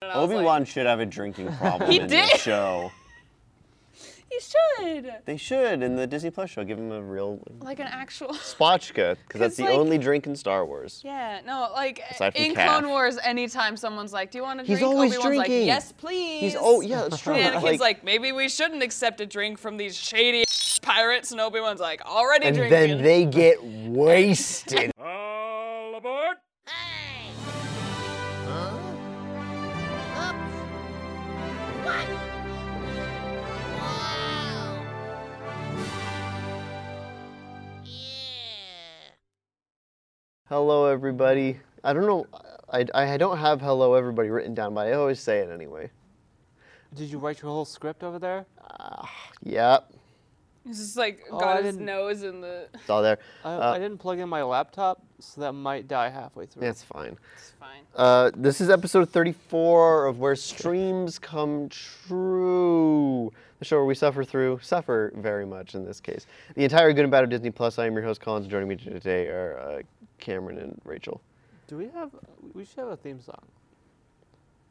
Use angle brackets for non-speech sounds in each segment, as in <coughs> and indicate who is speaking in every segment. Speaker 1: And I was
Speaker 2: Obi
Speaker 1: like,
Speaker 2: Wan should have a
Speaker 1: <laughs>
Speaker 2: drinking problem
Speaker 1: He
Speaker 2: in
Speaker 1: did.
Speaker 2: this show.
Speaker 1: He should.
Speaker 2: They should in the Disney Plus show. Give him a real
Speaker 1: Like an actual.
Speaker 2: spotchka, because that's the
Speaker 1: like-
Speaker 2: only drink in Star Wars.
Speaker 1: Yeah, no, like
Speaker 2: Aside from
Speaker 1: in
Speaker 2: calf.
Speaker 1: Clone Wars, anytime someone's like, "Do you want to
Speaker 2: He's
Speaker 1: drink?"
Speaker 2: always
Speaker 1: Obi-Wan's
Speaker 2: drinking.
Speaker 1: Like, yes, please.
Speaker 2: He's oh yeah, that's true.
Speaker 1: And Anakin's like, maybe we shouldn't accept a drink from these shady <laughs> pirates. And Obi Wan's like, already
Speaker 3: and
Speaker 1: drinking.
Speaker 3: then they get wasted.
Speaker 4: <laughs> All aboard!
Speaker 5: Hey! Huh? Up. What? Wow! Yeah!
Speaker 3: hello, everybody. I don't know. I, I don't have hello, everybody written down, but I always say it anyway.
Speaker 6: Did you write your whole script over there?
Speaker 3: Yep,
Speaker 1: He's just like
Speaker 6: Oh, I
Speaker 1: got his
Speaker 6: didn't-
Speaker 1: nose in the.
Speaker 3: it's all there.
Speaker 6: I,
Speaker 3: Uh,
Speaker 6: I didn't plug in my laptop, so that might die halfway through.
Speaker 3: That's fine.
Speaker 1: It's fine.
Speaker 3: Uh, this is episode 34 of Where Streams Come True, the show where we suffer through, suffer very much in this case. The entire good and bad of Disney Plus. I am your host, Collins. and Joining me today are uh, Cameron and Rachel.
Speaker 6: Do we have? We should have a theme song.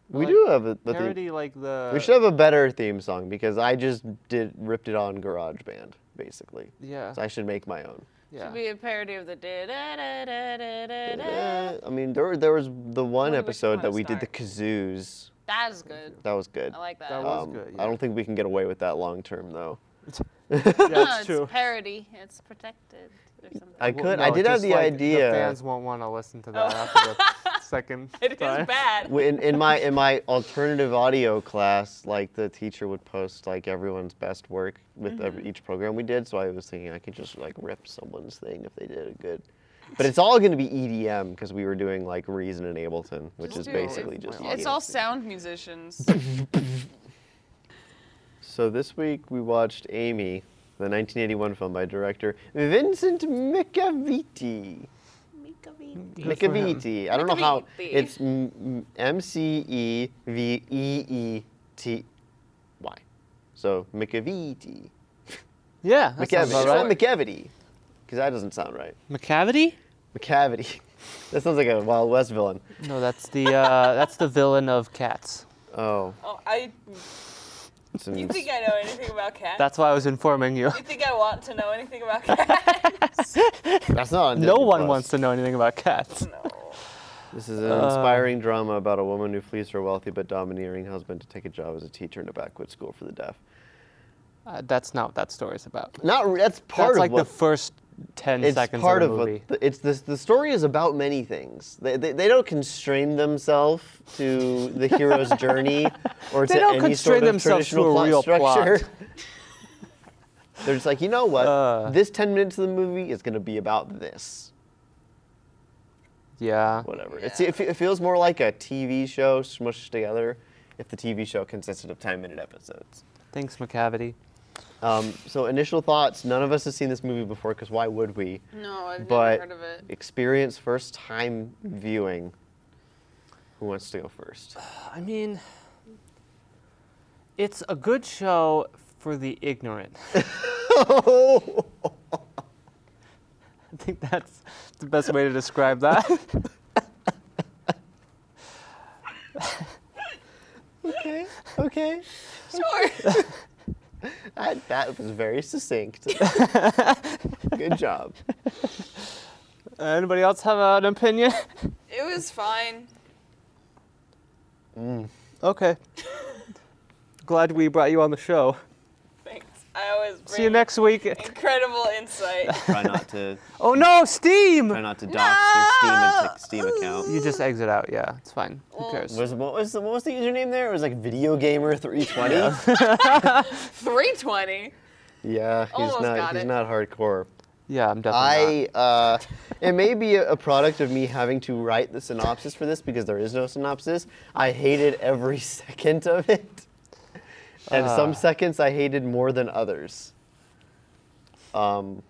Speaker 3: We
Speaker 6: Like,
Speaker 3: do have a, a
Speaker 6: Parody
Speaker 3: theme.
Speaker 6: like the.
Speaker 3: We should have a better theme song because I just did ripped it on GarageBand basically.
Speaker 6: Yeah.
Speaker 3: So I should make my own.
Speaker 6: yeah.
Speaker 1: Should be a parody of the da da da da da da da.
Speaker 3: Uh, I mean, there there was the one
Speaker 1: do we
Speaker 3: episode
Speaker 1: wanna
Speaker 3: that we did the
Speaker 1: start?
Speaker 3: kazoos.
Speaker 1: That is good.
Speaker 3: That was good.
Speaker 1: I like that.
Speaker 6: That was good,
Speaker 3: Um, I
Speaker 6: yeah.
Speaker 3: don't think we can get away with that long term though.
Speaker 1: <laughs>
Speaker 3: <laughs>
Speaker 6: yeah,
Speaker 1: Huh,
Speaker 6: that's true.
Speaker 1: It's parody. It's protected or something.
Speaker 3: I
Speaker 6: Well,
Speaker 3: could. I
Speaker 6: no,
Speaker 3: did have
Speaker 6: just
Speaker 3: the
Speaker 6: like,
Speaker 3: idea.
Speaker 6: The fans won't want to listen to that after
Speaker 3: <laughs>
Speaker 6: the second
Speaker 1: <laughs> it is
Speaker 6: time.
Speaker 1: bad.
Speaker 3: W- in, in my in my alternative audio class, like the teacher would post like everyone's best work with
Speaker 1: Mm-hmm.
Speaker 3: every, each program we did. So I was thinking I could just like rip someone's thing if they did a good. But it's all going to be E EDM because we were doing like Reason and Ableton, which
Speaker 1: Just
Speaker 3: is
Speaker 1: do-
Speaker 3: basically
Speaker 1: it's-
Speaker 3: just. E
Speaker 1: It's
Speaker 3: EDM.
Speaker 1: all sound musicians. <laughs>
Speaker 3: So this week we watched Amy, the 1981 film by director Vincent Micavitti.
Speaker 6: Good for him.
Speaker 3: Micavitti. E I don't know how
Speaker 6: E
Speaker 1: Micavitti.
Speaker 3: it's M- M- M C E V E E T Y. So Micavitti.
Speaker 6: Yeah. That sounds
Speaker 3: Micavity.
Speaker 6: about
Speaker 3: It's not
Speaker 6: right.
Speaker 3: McCavity, because that doesn't sound right.
Speaker 6: McCavity?
Speaker 3: Micavity. <laughs> That sounds like a Wild West villain.
Speaker 6: No, that's the uh, <laughs> that's the villain of Cats.
Speaker 3: Oh,
Speaker 1: oh, I.
Speaker 3: it's an,
Speaker 1: You think I know anything about cats?
Speaker 6: That's why I was informing you.
Speaker 1: you think I want to know anything
Speaker 3: <laughs>
Speaker 1: about cats?
Speaker 3: that's not. on
Speaker 6: <laughs> No
Speaker 3: Disney
Speaker 6: one
Speaker 3: Plus.
Speaker 6: wants to Uh, know anything about cats.
Speaker 1: no.
Speaker 3: This is an inspiring drama about a woman who flees her wealthy but domineering husband to take a job as a teacher in a backwoods school for the deaf.
Speaker 6: Uh, that's not what that story's about.
Speaker 3: Not re- that's part
Speaker 6: that's
Speaker 3: of
Speaker 6: like
Speaker 3: what
Speaker 6: the first ten
Speaker 3: it's
Speaker 6: seconds
Speaker 3: part
Speaker 6: of
Speaker 3: of
Speaker 6: the movie.
Speaker 3: what the, it's this. The story is about many things. They, they, they don't constrain themselves to the hero's
Speaker 6: <laughs>
Speaker 3: journey or
Speaker 6: They
Speaker 3: to
Speaker 6: don't
Speaker 3: any sort
Speaker 6: constrain
Speaker 3: of
Speaker 6: themselves to
Speaker 3: traditional plot
Speaker 6: a real
Speaker 3: structure.
Speaker 6: <laughs> plot.
Speaker 3: They're just like, you know what?
Speaker 6: Uh.
Speaker 3: this ten minutes of the movie is going to be about this.
Speaker 6: yeah.
Speaker 3: whatever. It's, it, fe- it feels more like a TV show smushed together if the TV show consisted of 10 minute episodes.
Speaker 6: Thanks, McCavity.
Speaker 3: Um, so, initial thoughts none of us has seen this movie before because why would we?
Speaker 1: No, I've
Speaker 3: but
Speaker 1: never heard of it.
Speaker 3: experience first time viewing. Who wants to go first?
Speaker 2: <laughs>
Speaker 6: I mean, it's a good show for the ignorant. <laughs> I think that's the best way to describe <laughs> that.
Speaker 3: okay, okay.
Speaker 1: <laughs> Sure.
Speaker 3: That, that was
Speaker 2: <laughs>
Speaker 3: very succinct. Good job.
Speaker 6: Anybody else have an opinion?
Speaker 1: it was fine.
Speaker 6: <laughs> Okay. Glad we brought you on the show.
Speaker 1: Thanks. I always bring
Speaker 6: See you next week.
Speaker 1: incredible
Speaker 3: <laughs>
Speaker 1: insight.
Speaker 2: Try not to
Speaker 6: Oh no, Steam!
Speaker 2: try not to dox their Steam, and- Steam account.
Speaker 6: You just exit out. Yeah, it's fine. Who cares?
Speaker 3: Was, what, was the, what was the username there? It was like Video Gamer 320.
Speaker 1: 320.
Speaker 3: yeah, he's
Speaker 1: Almost
Speaker 3: not
Speaker 1: got
Speaker 3: he's
Speaker 1: it.
Speaker 3: not hardcore.
Speaker 6: Yeah, I'm definitely
Speaker 3: I uh, it may be a a product of me having to write the synopsis for this because there is no synopsis. I hated every <laughs> second of it, and some seconds I hated more than others. Um,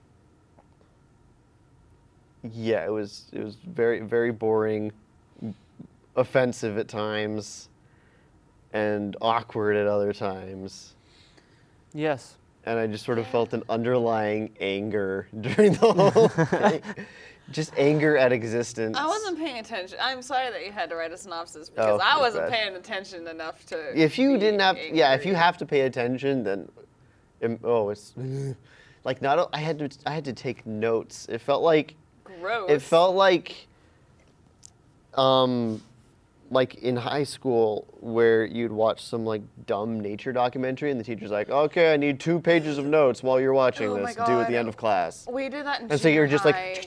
Speaker 3: yeah, it was it was very very boring, offensive at times, and awkward at other times
Speaker 6: not. Yes.
Speaker 1: <laughs>
Speaker 3: <laughs> and I just sort of felt an underlying anger during the whole thing. Just anger at existence.
Speaker 1: I wasn't paying attention. I'm sorry that you had to write a synopsis because
Speaker 3: Oh,
Speaker 1: I
Speaker 3: my
Speaker 1: wasn't
Speaker 3: bad.
Speaker 1: paying attention enough to.
Speaker 3: If you
Speaker 1: be
Speaker 3: didn't have, yeah, if you
Speaker 1: angry.
Speaker 3: have to pay attention, then, um, oh, it's <sighs> like not. a- I had to. I had to take notes. It felt like.
Speaker 1: gross.
Speaker 3: It felt like. Um, like in high school where you'd watch some like dumb nature documentary and the teacher's like, okay, I need two pages of notes while you're watching
Speaker 1: Oh my
Speaker 3: this. Do at
Speaker 1: God.
Speaker 3: the end of class.
Speaker 1: We did that in
Speaker 3: And so you're just like,
Speaker 1: junior high.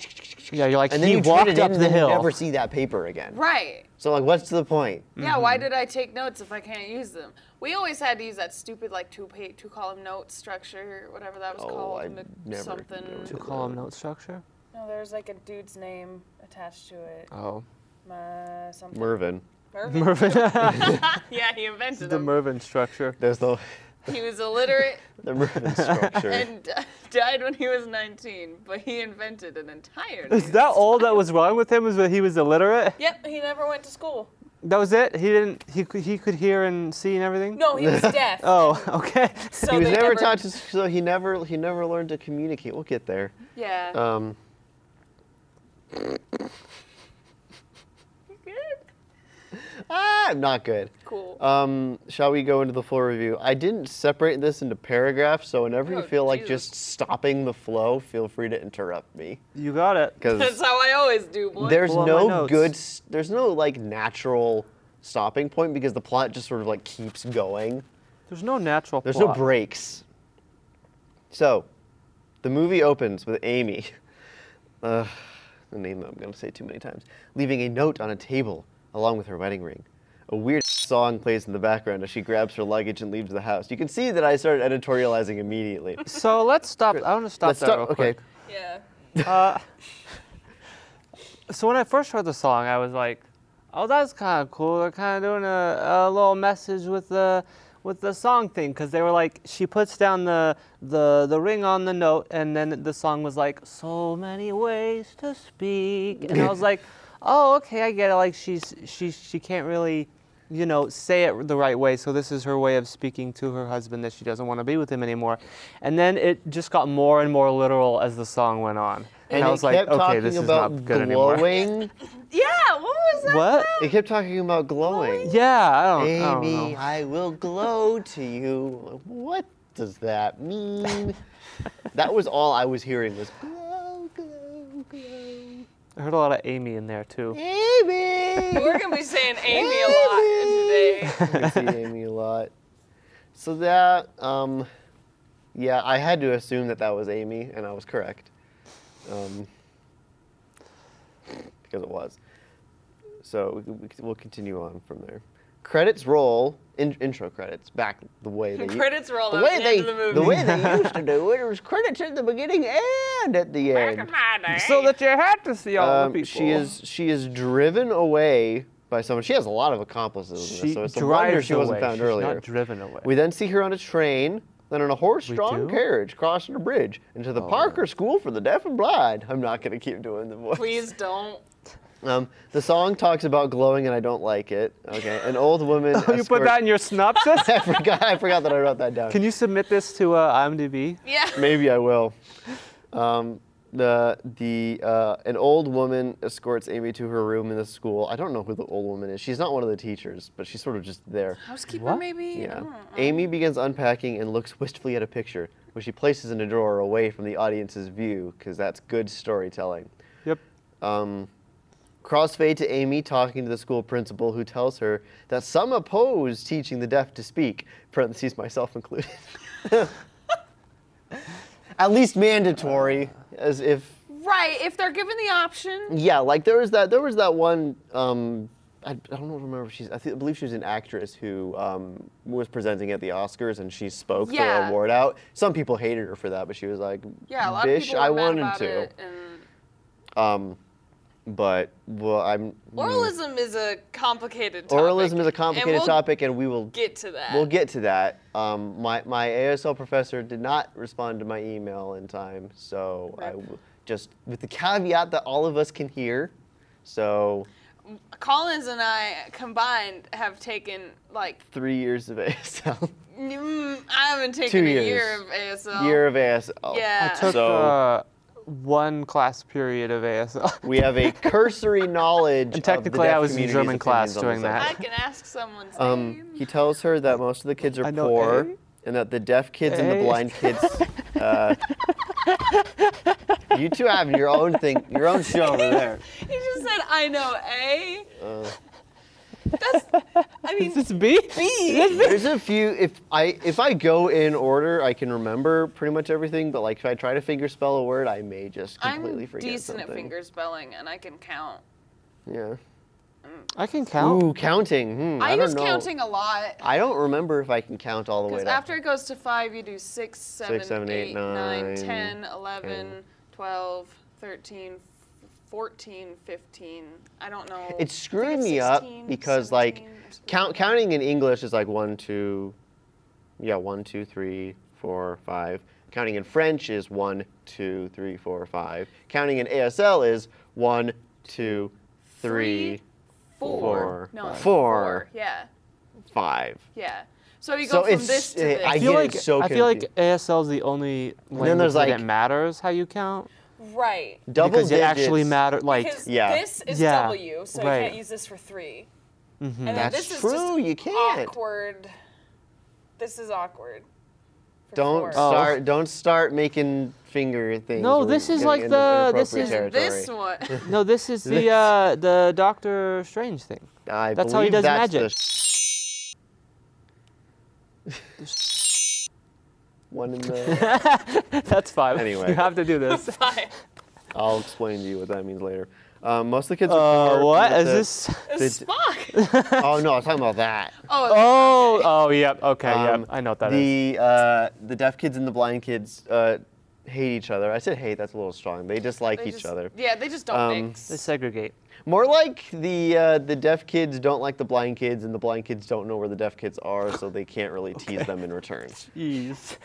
Speaker 6: Yeah, you're like
Speaker 3: And then
Speaker 6: he
Speaker 3: you turn
Speaker 6: walked
Speaker 3: it
Speaker 6: up
Speaker 3: in,
Speaker 6: the
Speaker 3: and then
Speaker 6: hill.
Speaker 3: You never see that paper again.
Speaker 1: Right.
Speaker 3: So like, what's the point?
Speaker 1: Yeah, why
Speaker 3: Mm-hmm.
Speaker 1: did I take notes if I can't use them? We always had to use that stupid like two page, two column note structure, whatever that was
Speaker 3: Oh,
Speaker 1: called.
Speaker 3: I
Speaker 1: mi-
Speaker 3: never-
Speaker 1: something.
Speaker 3: never
Speaker 6: Two
Speaker 3: did.
Speaker 6: column note structure.
Speaker 1: No, there's like a dude's name attached to it.
Speaker 6: <laughs> Oh,
Speaker 1: Uh, something.
Speaker 3: Mervin.
Speaker 1: Mervin.
Speaker 6: Mervin.
Speaker 1: <laughs> yeah, he invented
Speaker 6: <laughs> the
Speaker 1: them.
Speaker 6: Mervin structure.
Speaker 3: There's the
Speaker 1: he was illiterate
Speaker 3: <laughs> the
Speaker 6: <laughs>
Speaker 3: Mervin structure.
Speaker 1: and d- died when he was 19, but he invented an entire.
Speaker 6: Is
Speaker 1: new-
Speaker 6: that all that was wrong with him? Is that he was illiterate?
Speaker 4: Yep, he never went to school.
Speaker 6: That was it. He didn't. He could- he could hear and see and everything.
Speaker 4: No,
Speaker 3: <laughs>
Speaker 4: he was deaf.
Speaker 6: Oh, <laughs> okay.
Speaker 4: so
Speaker 3: he was
Speaker 4: they
Speaker 3: never taught to, so he never he never learned to communicate. We'll get there.
Speaker 1: Yeah.
Speaker 3: Um,
Speaker 1: Good.
Speaker 3: ah, I'm not good.
Speaker 1: Cool.
Speaker 3: Um, shall we go into the full review? I didn't separate this into paragraphs, so whenever
Speaker 1: Oh,
Speaker 3: you feel like
Speaker 1: Jesus.
Speaker 3: just stopping the flow, feel free to interrupt me
Speaker 6: You got it.
Speaker 1: <laughs> That's
Speaker 3: because
Speaker 1: how I always do, boy.
Speaker 3: there's
Speaker 6: Pull up my
Speaker 3: no
Speaker 6: notes.
Speaker 3: good s- there's no like natural stopping point because the plot just sort of like keeps going.
Speaker 6: There's no natural.
Speaker 3: There's
Speaker 6: plot.
Speaker 3: no breaks. So, the movie opens with Amy, <laughs> uh, the name that I'm going to say too many times, leaving a note on a table along with her wedding ring. A weird <laughs> song plays in the background as she grabs her luggage and leaves the house. You can see that I started editorializing immediately.
Speaker 6: So let's <laughs> stop. I want to stop
Speaker 3: Let's
Speaker 6: there
Speaker 3: stop-
Speaker 6: real
Speaker 3: okay.
Speaker 6: quick.
Speaker 4: Yeah.
Speaker 6: Uh, <laughs> so when I first heard the song, I was like, "Oh, that's kind of cool. They're kind of doing a, a little message with the with the song thing, because they were like, she puts down the the the ring on the note, and then the song was like, so many ways to speak, and I was like, oh, okay, I get it. Like she's she she can't really. You know, say it the right way. So this is her way of speaking to her husband that she doesn't want to be with him anymore. And then it just got more and more literal as the song went on. And, I
Speaker 3: it
Speaker 6: was like,
Speaker 3: kept
Speaker 6: okay,
Speaker 3: talking
Speaker 6: this is
Speaker 3: about
Speaker 6: not good anymore.
Speaker 3: glowing.
Speaker 1: yeah, what was that?
Speaker 3: <laughs>
Speaker 6: <laughs> What?
Speaker 3: It kept talking about glowing.
Speaker 6: Yeah, I don't, I don't
Speaker 3: Amy,
Speaker 6: know.
Speaker 3: I will glow to you. What does that
Speaker 6: <laughs>
Speaker 3: mean? that was all I was hearing was glow, glow, glow.
Speaker 6: I heard a lot of Amy in there too.
Speaker 3: Amy.
Speaker 1: We're gonna be saying Amy a lot today.
Speaker 3: I see Amy a lot. So that, um, yeah, I had to assume that that was Amy, and I was correct, um, because it was. So we, can- we, can- we'll continue on from there. Credits roll, in, intro credits, back the way they
Speaker 1: Credits roll
Speaker 3: the
Speaker 1: up
Speaker 3: way
Speaker 1: at the
Speaker 3: they
Speaker 1: end of the movie.
Speaker 3: way
Speaker 6: <laughs>
Speaker 3: they used to do it. It was credits at the beginning and at the end.
Speaker 6: So that you had to see all
Speaker 3: Um,
Speaker 6: the people.
Speaker 3: she is she is driven away by someone. She has a lot of accomplices. in this,
Speaker 6: She
Speaker 3: so it's a wonder
Speaker 6: drives
Speaker 3: she wasn't
Speaker 6: away.
Speaker 3: found
Speaker 6: She's
Speaker 3: earlier.
Speaker 6: not driven away.
Speaker 3: We then see her on a train, then on a horse-drawn
Speaker 6: do?
Speaker 3: carriage crossing a bridge into the Parker School for the Deaf and Blind. I'm not going to keep doing the voice.
Speaker 1: Please don't.
Speaker 3: Um, the song talks about glowing, and I don't like it. Okay, an old woman.
Speaker 6: Oh, <laughs> you put
Speaker 3: escorts-
Speaker 6: that in your
Speaker 3: <laughs>
Speaker 6: synopsis?
Speaker 3: I forgot. I forgot that I wrote that down.
Speaker 6: Can you submit this to uh, IMDb?
Speaker 1: Yeah.
Speaker 3: Maybe I will. Um, the the uh, an old woman escorts Amy to her room in the school. I don't know who the old woman is. She's not one of the teachers, but she's sort of just there.
Speaker 1: Housekeeper,
Speaker 6: What?
Speaker 1: maybe?
Speaker 3: Yeah. Amy begins unpacking and looks wistfully at a picture, which she places in a drawer away from the audience's view, because that's good storytelling.
Speaker 6: Yep.
Speaker 3: Um, crossfade to Amy talking to the school principal, who tells her that some oppose teaching the deaf to speak. <laughs> Parentheses, myself included. At least mandatory, as if
Speaker 1: Right, if they're given the option.
Speaker 3: yeah, like there was that there was that one. Um, I, I don't remember if she's. I, thi- I believe she was an actress who um, was presenting at the Oscars and she spoke
Speaker 1: Yeah.
Speaker 3: the award out. Some people hated her for that, but she was like,
Speaker 1: Yeah, a lot of
Speaker 3: "Bish,
Speaker 1: people were
Speaker 3: I
Speaker 1: mad
Speaker 3: wanted
Speaker 1: about
Speaker 3: to."
Speaker 1: it. And
Speaker 3: Um, but well, I'm. hmm,
Speaker 1: oralism is a complicated topic.
Speaker 3: Mm. Oralism is a complicated
Speaker 1: and we'll
Speaker 3: topic, and we will
Speaker 1: Get to that.
Speaker 3: We'll get to that. Um, my, my ASL professor did not respond to my email in time, so I w- just with the caveat that all of us can hear. So
Speaker 1: Collins and I combined have taken like
Speaker 3: three years of <laughs> ASL,
Speaker 1: mm, I haven't taken
Speaker 3: Two
Speaker 1: a
Speaker 3: years.
Speaker 1: year of ASL.
Speaker 3: year of ASL.
Speaker 1: Oh. yeah.
Speaker 6: I took
Speaker 2: So-
Speaker 6: uh, one class period of ASL.
Speaker 3: We
Speaker 6: <laughs>
Speaker 3: have a cursory knowledge.
Speaker 6: And technically,
Speaker 3: of the deaf
Speaker 6: I was in
Speaker 3: community's
Speaker 6: German class
Speaker 3: opinions on
Speaker 6: doing
Speaker 3: the
Speaker 6: that.
Speaker 1: I
Speaker 3: subject.
Speaker 1: can ask someone's
Speaker 3: Um,
Speaker 1: name.
Speaker 3: he tells her that most of the kids
Speaker 6: I
Speaker 3: are
Speaker 6: know eh?
Speaker 3: poor,
Speaker 6: A.
Speaker 3: and that the deaf kids and
Speaker 6: A.
Speaker 3: the blind kids. Uh, you two have your own thing, your own show over there.
Speaker 1: <laughs> He just said, "I know A."
Speaker 3: Uh,
Speaker 1: I
Speaker 6: Is
Speaker 1: mean,
Speaker 6: this B?
Speaker 3: there's a few. If I if I go in order, I can remember pretty much everything. But like if I try to finger spell a word, I may just completely
Speaker 1: I'm
Speaker 3: forget
Speaker 1: decent
Speaker 3: something.
Speaker 1: at finger spelling, and I can count.
Speaker 3: Yeah.
Speaker 6: I can count.
Speaker 3: Ooh, counting. Hmm, I,
Speaker 1: I,
Speaker 3: don't
Speaker 1: use
Speaker 3: know.
Speaker 1: counting a lot.
Speaker 3: I don't remember if I can count all the way.
Speaker 1: Because
Speaker 3: up.
Speaker 1: after it goes to five, you do six, seven,
Speaker 3: seven, eight,
Speaker 1: eight, nine,
Speaker 3: nine,
Speaker 1: 10, 11, 12, 13, 14, 15. I don't know. I think
Speaker 3: It's screwing
Speaker 1: it's
Speaker 3: me up
Speaker 1: 16,
Speaker 3: because like
Speaker 1: 17 or something.
Speaker 3: count counting in English is like one two, yeah one two three four five. Counting in French is one two three four five. Counting in ASL is one two three
Speaker 1: Three, four.
Speaker 3: four,
Speaker 1: No,
Speaker 3: five.
Speaker 1: four. Yeah,
Speaker 3: five.
Speaker 1: yeah. So you
Speaker 3: So
Speaker 1: go from
Speaker 3: it's-
Speaker 1: this to
Speaker 3: uh,
Speaker 1: this.
Speaker 3: I
Speaker 6: I feel
Speaker 3: get
Speaker 6: like
Speaker 3: it so
Speaker 6: I feel like
Speaker 3: confused.
Speaker 6: ASL is the only language
Speaker 3: then there's,
Speaker 6: that
Speaker 3: like-
Speaker 6: it matters how you count
Speaker 4: Right.
Speaker 3: Double
Speaker 6: because
Speaker 3: digits.
Speaker 6: it actually matter. Like
Speaker 4: Because
Speaker 3: Yeah.
Speaker 4: this is
Speaker 6: Yeah,
Speaker 4: W, so you
Speaker 6: right.
Speaker 4: can't use this for 3 And then
Speaker 3: That's
Speaker 4: this is
Speaker 3: true.
Speaker 4: Just
Speaker 3: You can't.
Speaker 4: awkward. This is awkward. for
Speaker 3: Don't
Speaker 4: four.
Speaker 6: Oh.
Speaker 3: start. Don't start making finger things.
Speaker 6: No,
Speaker 3: when
Speaker 6: this
Speaker 3: you're
Speaker 6: is
Speaker 3: getting
Speaker 6: like
Speaker 3: into
Speaker 6: the- this
Speaker 1: Is
Speaker 3: inappropriate
Speaker 1: it Oh, this
Speaker 3: territory.
Speaker 1: one?
Speaker 3: <laughs>
Speaker 6: no, this is the uh, the Doctor Strange thing. <laughs>
Speaker 3: I
Speaker 6: That's how he
Speaker 3: believe
Speaker 6: does
Speaker 3: that's
Speaker 6: magic.
Speaker 3: the One in
Speaker 6: <laughs>
Speaker 3: the.
Speaker 6: That's fine.
Speaker 3: Anyway.
Speaker 6: you have to
Speaker 3: <laughs>
Speaker 6: do this.
Speaker 4: Five.
Speaker 3: I'll explain to you what that means later. Um, most of the kids.
Speaker 6: Uh,
Speaker 3: are poor,
Speaker 6: what
Speaker 3: but
Speaker 6: is
Speaker 3: the-
Speaker 6: this?
Speaker 3: the- <laughs>
Speaker 4: Spock.
Speaker 3: oh no, I was talking about that.
Speaker 1: Oh,
Speaker 6: <laughs> Oh, oh, yep. Okay,
Speaker 3: Um,
Speaker 6: yep. I know what that is.
Speaker 3: the uh, the deaf kids and the blind kids uh, hate each other. I said hate. That's a little strong. They dislike
Speaker 1: they
Speaker 3: each
Speaker 1: just-
Speaker 3: other.
Speaker 1: Yeah, they just don't
Speaker 3: Um,
Speaker 6: They
Speaker 1: mix.
Speaker 6: segregate.
Speaker 3: More like the uh, the deaf kids don't like the blind kids, and the blind kids don't know where the deaf kids are, so they can't really tease them in
Speaker 6: <laughs>
Speaker 3: return.
Speaker 6: Jeez.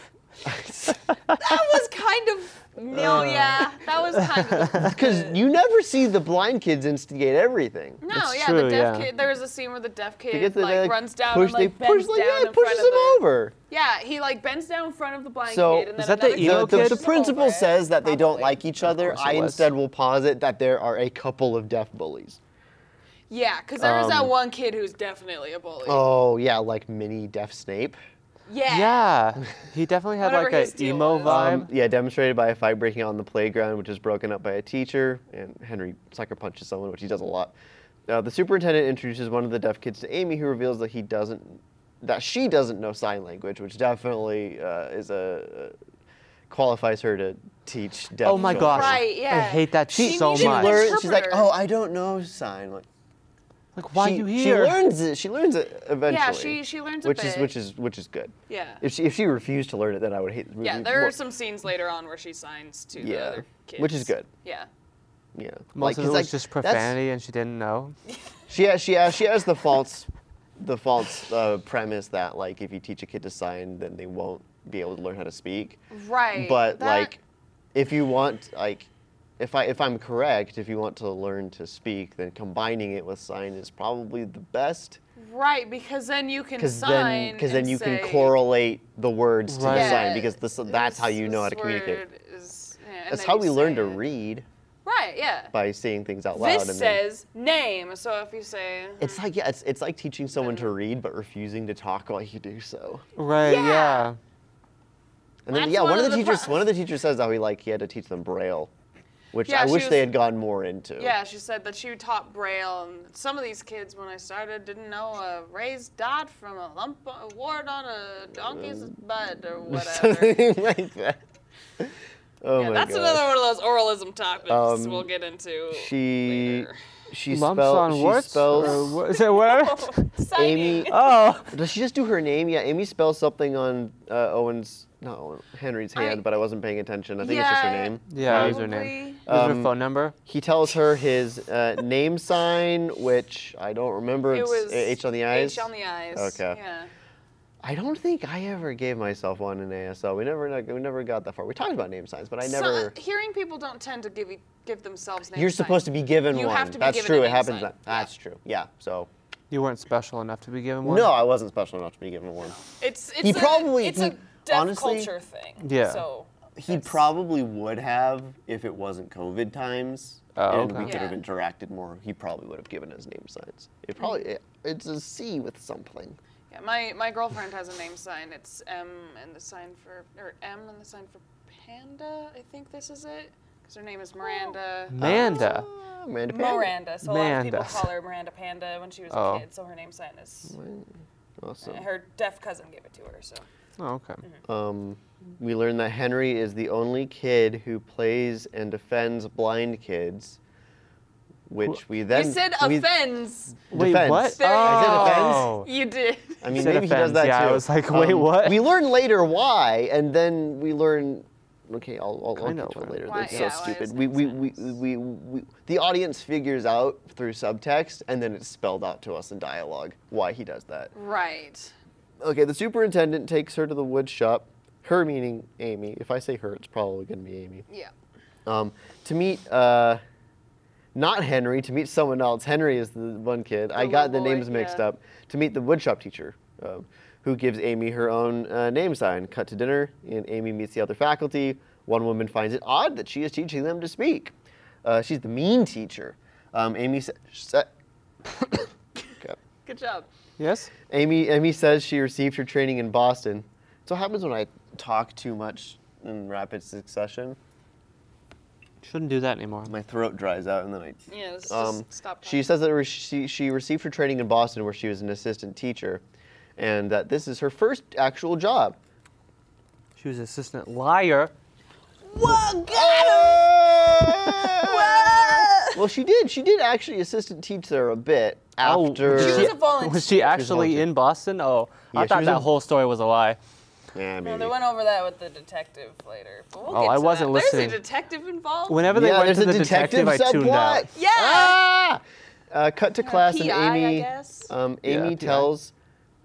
Speaker 1: That was kind of no,
Speaker 3: Uh.
Speaker 1: yeah. That was kind
Speaker 3: <laughs>
Speaker 1: of the
Speaker 3: Because you never see the blind kids instigate everything.
Speaker 1: No,
Speaker 6: That's
Speaker 1: yeah,
Speaker 6: true,
Speaker 1: the deaf
Speaker 6: yeah.
Speaker 1: kid. There was a scene where the deaf
Speaker 3: They
Speaker 1: kid
Speaker 3: get to-
Speaker 1: like,
Speaker 3: they,
Speaker 1: runs down
Speaker 3: push,
Speaker 1: and like
Speaker 3: they
Speaker 1: bends
Speaker 3: push, like,
Speaker 1: down
Speaker 3: yeah,
Speaker 1: in front
Speaker 3: pushes
Speaker 1: of
Speaker 3: them
Speaker 1: the-
Speaker 3: over.
Speaker 1: Yeah, he like bends down in front of the blind
Speaker 3: So-
Speaker 1: kid. And
Speaker 6: Is
Speaker 1: then
Speaker 6: that the
Speaker 1: another kid
Speaker 6: emo
Speaker 3: The,
Speaker 1: pushes
Speaker 3: the,
Speaker 6: kid?
Speaker 3: the
Speaker 1: him
Speaker 3: principal
Speaker 1: over.
Speaker 3: says that they don't
Speaker 1: Probably.
Speaker 3: like each other.
Speaker 6: course it
Speaker 3: I
Speaker 6: was.
Speaker 3: instead will posit that there are a couple of deaf bullies.
Speaker 1: Yeah, because there was that
Speaker 3: Um,
Speaker 1: one kid who's definitely a bully.
Speaker 3: Oh yeah, like mini deaf Snape.
Speaker 1: yeah.
Speaker 6: Yeah. He definitely had
Speaker 1: Whatever his
Speaker 6: like a
Speaker 1: deal
Speaker 6: emo
Speaker 1: is.
Speaker 6: vibe.
Speaker 3: Um, yeah, demonstrated by a fight breaking out on the playground, which is broken up by a teacher, and Henry sucker punches someone, which he does a lot. Uh, the superintendent introduces one of the deaf kids to Amy, who reveals that he doesn't, that she doesn't know sign language, which definitely uh, is a qualifies her to teach deaf.
Speaker 6: oh my
Speaker 3: children.
Speaker 6: gosh. Oh
Speaker 1: Right,
Speaker 6: I
Speaker 1: yeah.
Speaker 6: hate that
Speaker 3: She,
Speaker 6: so
Speaker 3: she
Speaker 6: much.
Speaker 3: learns. She's like,
Speaker 1: Interpreter.
Speaker 3: oh, I don't know sign. Like,
Speaker 6: like, why
Speaker 3: she,
Speaker 6: you
Speaker 3: she
Speaker 6: here?
Speaker 3: learns it. She learns it eventually.
Speaker 1: Yeah, she she learns a
Speaker 3: which
Speaker 1: bit.
Speaker 3: is which is which is good.
Speaker 1: yeah.
Speaker 3: If she if she refused to learn it, then I would hate. the
Speaker 1: yeah,
Speaker 3: movie
Speaker 1: there
Speaker 3: more.
Speaker 1: are some scenes later on where she signs to the
Speaker 3: Yeah,
Speaker 1: other kids.
Speaker 3: which is good.
Speaker 1: Yeah.
Speaker 3: Yeah,
Speaker 6: Most of
Speaker 3: 'cause,
Speaker 6: it was just
Speaker 3: that's-
Speaker 6: profanity, and she didn't know.
Speaker 3: She has she has she has the false, the false uh, premise that like if you teach a kid to sign, then they won't be able to learn how to speak.
Speaker 1: Right.
Speaker 3: But
Speaker 1: that-
Speaker 3: like, if you want like. If I if I'm correct, if you want to learn to speak, then combining it with sign is probably the best.
Speaker 1: Right, because then you can
Speaker 3: because
Speaker 1: sign.
Speaker 3: then because then
Speaker 1: and
Speaker 3: you
Speaker 1: say-
Speaker 3: can correlate the words to the
Speaker 6: Right.
Speaker 3: sign
Speaker 1: Yeah,
Speaker 3: because this, that's how
Speaker 1: this-
Speaker 3: you know how
Speaker 1: this
Speaker 3: to communicate.
Speaker 1: word is- yeah, and
Speaker 3: That's
Speaker 1: then
Speaker 3: how
Speaker 1: you
Speaker 3: we learn
Speaker 1: say
Speaker 3: to
Speaker 1: it.
Speaker 3: read
Speaker 1: Right, yeah.
Speaker 3: by saying things out loud.
Speaker 1: This
Speaker 3: and then,
Speaker 1: says name, so if you say
Speaker 3: it's like yeah, it's, it's like teaching someone to read but refusing to talk while you do so.
Speaker 6: Right,
Speaker 1: Yeah.
Speaker 6: yeah.
Speaker 3: And then
Speaker 1: That's
Speaker 3: yeah, one,
Speaker 1: one
Speaker 3: of
Speaker 1: of
Speaker 3: the
Speaker 1: the
Speaker 3: teachers
Speaker 1: pro-
Speaker 3: one of the teachers says how he like he had to teach them braille, which
Speaker 1: Yeah,
Speaker 3: I
Speaker 1: she
Speaker 3: wish they
Speaker 1: was-
Speaker 3: had gone more into. <laughs>
Speaker 1: Yeah, she said that she taught Braille, and some of these kids, when I started, didn't know a raised dot from a lump, a wart on a donkey's
Speaker 3: Um,
Speaker 1: butt
Speaker 3: <laughs>
Speaker 1: or whatever.
Speaker 3: Something like that. Oh
Speaker 1: yeah,
Speaker 3: my
Speaker 1: that's
Speaker 3: gosh.
Speaker 1: another one of those oralism topics
Speaker 3: Um,
Speaker 1: we'll get into.
Speaker 3: She
Speaker 1: later.
Speaker 3: she
Speaker 6: Lumps
Speaker 3: spell-
Speaker 6: on
Speaker 3: she
Speaker 6: warts?
Speaker 3: spells
Speaker 6: Or wha- is it whatever?
Speaker 1: <laughs>
Speaker 3: <laughs>
Speaker 4: Signing.
Speaker 3: Amy
Speaker 6: oh.
Speaker 3: Does she just do her name? Yeah, Amy spells something on uh, Owen's, not Owen, Henry's
Speaker 1: I-
Speaker 3: hand, but I wasn't paying attention. I think it's just her
Speaker 1: Yeah.
Speaker 3: name.
Speaker 6: Yeah,
Speaker 1: Probably.
Speaker 6: username. User
Speaker 3: Um,
Speaker 6: phone number.
Speaker 3: He tells her his uh, name sign, which I don't remember.
Speaker 1: It
Speaker 3: it's uh,
Speaker 1: was
Speaker 3: H on the eyes.
Speaker 1: H on the eyes.
Speaker 3: Okay.
Speaker 1: Yeah.
Speaker 3: I don't think I ever gave myself one in ASL. We never, like, we never got that far. We talked about name signs, but I
Speaker 1: So- uh,
Speaker 3: never.
Speaker 1: hearing people don't tend to give e- give themselves names.
Speaker 3: you're supposed to be given
Speaker 1: You
Speaker 3: one.
Speaker 1: have to be
Speaker 3: That's
Speaker 1: given a
Speaker 3: true. it
Speaker 1: name sign.
Speaker 3: happens. that-
Speaker 1: Yeah.
Speaker 3: That's true. Yeah. So
Speaker 6: You weren't special enough to be given one.
Speaker 3: no, I wasn't special enough to be given one.
Speaker 1: It's it's
Speaker 3: He
Speaker 1: a,
Speaker 3: probably-
Speaker 1: it's
Speaker 4: It's a
Speaker 3: he-
Speaker 4: deaf
Speaker 3: honestly-
Speaker 4: culture thing.
Speaker 6: Yeah.
Speaker 4: So
Speaker 3: He probably would have if it wasn't COVID times.
Speaker 6: Oh,
Speaker 3: and we
Speaker 6: okay.
Speaker 3: could have
Speaker 1: Yeah.
Speaker 3: interacted more. He probably would have given his name signs. It probably it- it's a C with something.
Speaker 1: Yeah, my, my girlfriend has a name sign. It's M and the sign for, or M and the sign for panda, I think this is it. Because her name is Miranda.
Speaker 6: Amanda.
Speaker 3: Ah, Amanda Pan.
Speaker 4: Miranda. So a lot of people
Speaker 6: Miranda.
Speaker 4: call her Miranda Panda when she was
Speaker 6: Oh.
Speaker 4: a kid. So her name sign is. uh,
Speaker 3: Awesome.
Speaker 4: Her deaf cousin gave it to her. So
Speaker 6: Oh, okay.
Speaker 3: Um, we learned that Henry is the only kid who plays and defends blind kids, which we
Speaker 1: You
Speaker 3: then
Speaker 1: said
Speaker 3: we-
Speaker 1: offends.
Speaker 6: Wait,
Speaker 3: Defense.
Speaker 6: what?
Speaker 1: There you
Speaker 3: go.
Speaker 6: oh.
Speaker 1: You did.
Speaker 3: I mean,
Speaker 6: Said
Speaker 3: maybe he does
Speaker 6: offends,
Speaker 3: that
Speaker 6: yeah, I
Speaker 3: too. Um,
Speaker 6: was like, wait, what?
Speaker 3: We learn later why, and then we learn. Okay, I'll, I'll, I'll
Speaker 6: Kinda
Speaker 3: get to it
Speaker 6: why.
Speaker 3: later.
Speaker 1: Why-
Speaker 3: That's
Speaker 1: yeah,
Speaker 3: so
Speaker 1: why
Speaker 3: stupid.
Speaker 1: is
Speaker 3: We
Speaker 1: that
Speaker 3: we, we,
Speaker 1: sentence?
Speaker 3: we, we, the audience figures out through subtext, and then it's spelled out to us in dialogue why he does that.
Speaker 1: Right.
Speaker 3: Okay, the superintendent takes her to the wood shop. Her meaning Amy. If I say her, it's probably going to be Amy.
Speaker 1: Yeah.
Speaker 3: um, to meet uh, not Henry, to meet someone else. Henry is the one kid. I
Speaker 1: The
Speaker 3: got the
Speaker 1: little boy,
Speaker 3: names mixed
Speaker 1: yeah.
Speaker 3: up. To meet the woodshop teacher, um, who gives Amy her own uh, name sign. Cut to dinner, and Amy meets the other faculty. One woman finds it odd that she is teaching them to speak. Uh, she's the mean teacher. Um, Amy sa- sa- <coughs> Okay.
Speaker 1: Good job.
Speaker 6: Yes?
Speaker 3: Amy, Amy says she received her training in Boston. So what happens when I talk too much in rapid succession?
Speaker 6: Shouldn't do that anymore.
Speaker 3: My throat dries out, and then I
Speaker 1: Yeah, let's
Speaker 3: Um,
Speaker 1: just stop.
Speaker 3: she says that re- she, she received her training in Boston where she was an assistant teacher and that this is her first actual
Speaker 6: <laughs>
Speaker 3: job.
Speaker 6: She was assistant liar.
Speaker 3: Well, she did. She did actually assistant teach there a bit
Speaker 6: Oh,
Speaker 3: after.
Speaker 4: She was a volunteer.
Speaker 6: Was she actually
Speaker 3: volunteer.
Speaker 6: in Boston? Oh,
Speaker 3: Yeah,
Speaker 6: I
Speaker 3: she
Speaker 6: thought
Speaker 3: was
Speaker 6: that
Speaker 3: in-
Speaker 6: whole story was a lie.
Speaker 3: yeah,
Speaker 4: no,
Speaker 3: maybe.
Speaker 4: they went over that with the detective later. But we'll
Speaker 6: Oh,
Speaker 4: get
Speaker 6: I
Speaker 4: to that.
Speaker 6: wasn't
Speaker 1: There's
Speaker 6: listening.
Speaker 1: a detective involved.
Speaker 6: Whenever they
Speaker 3: yeah,
Speaker 6: went
Speaker 3: there's
Speaker 6: to
Speaker 3: a
Speaker 6: the detective,
Speaker 3: detective,
Speaker 6: I tuned
Speaker 3: subplot.
Speaker 6: out.
Speaker 1: Yeah.
Speaker 3: Ah! Uh, cut to class, and
Speaker 1: PI, I
Speaker 3: Amy,
Speaker 1: guess.
Speaker 3: Um,
Speaker 6: Yeah,
Speaker 3: Amy
Speaker 6: PI.
Speaker 3: tells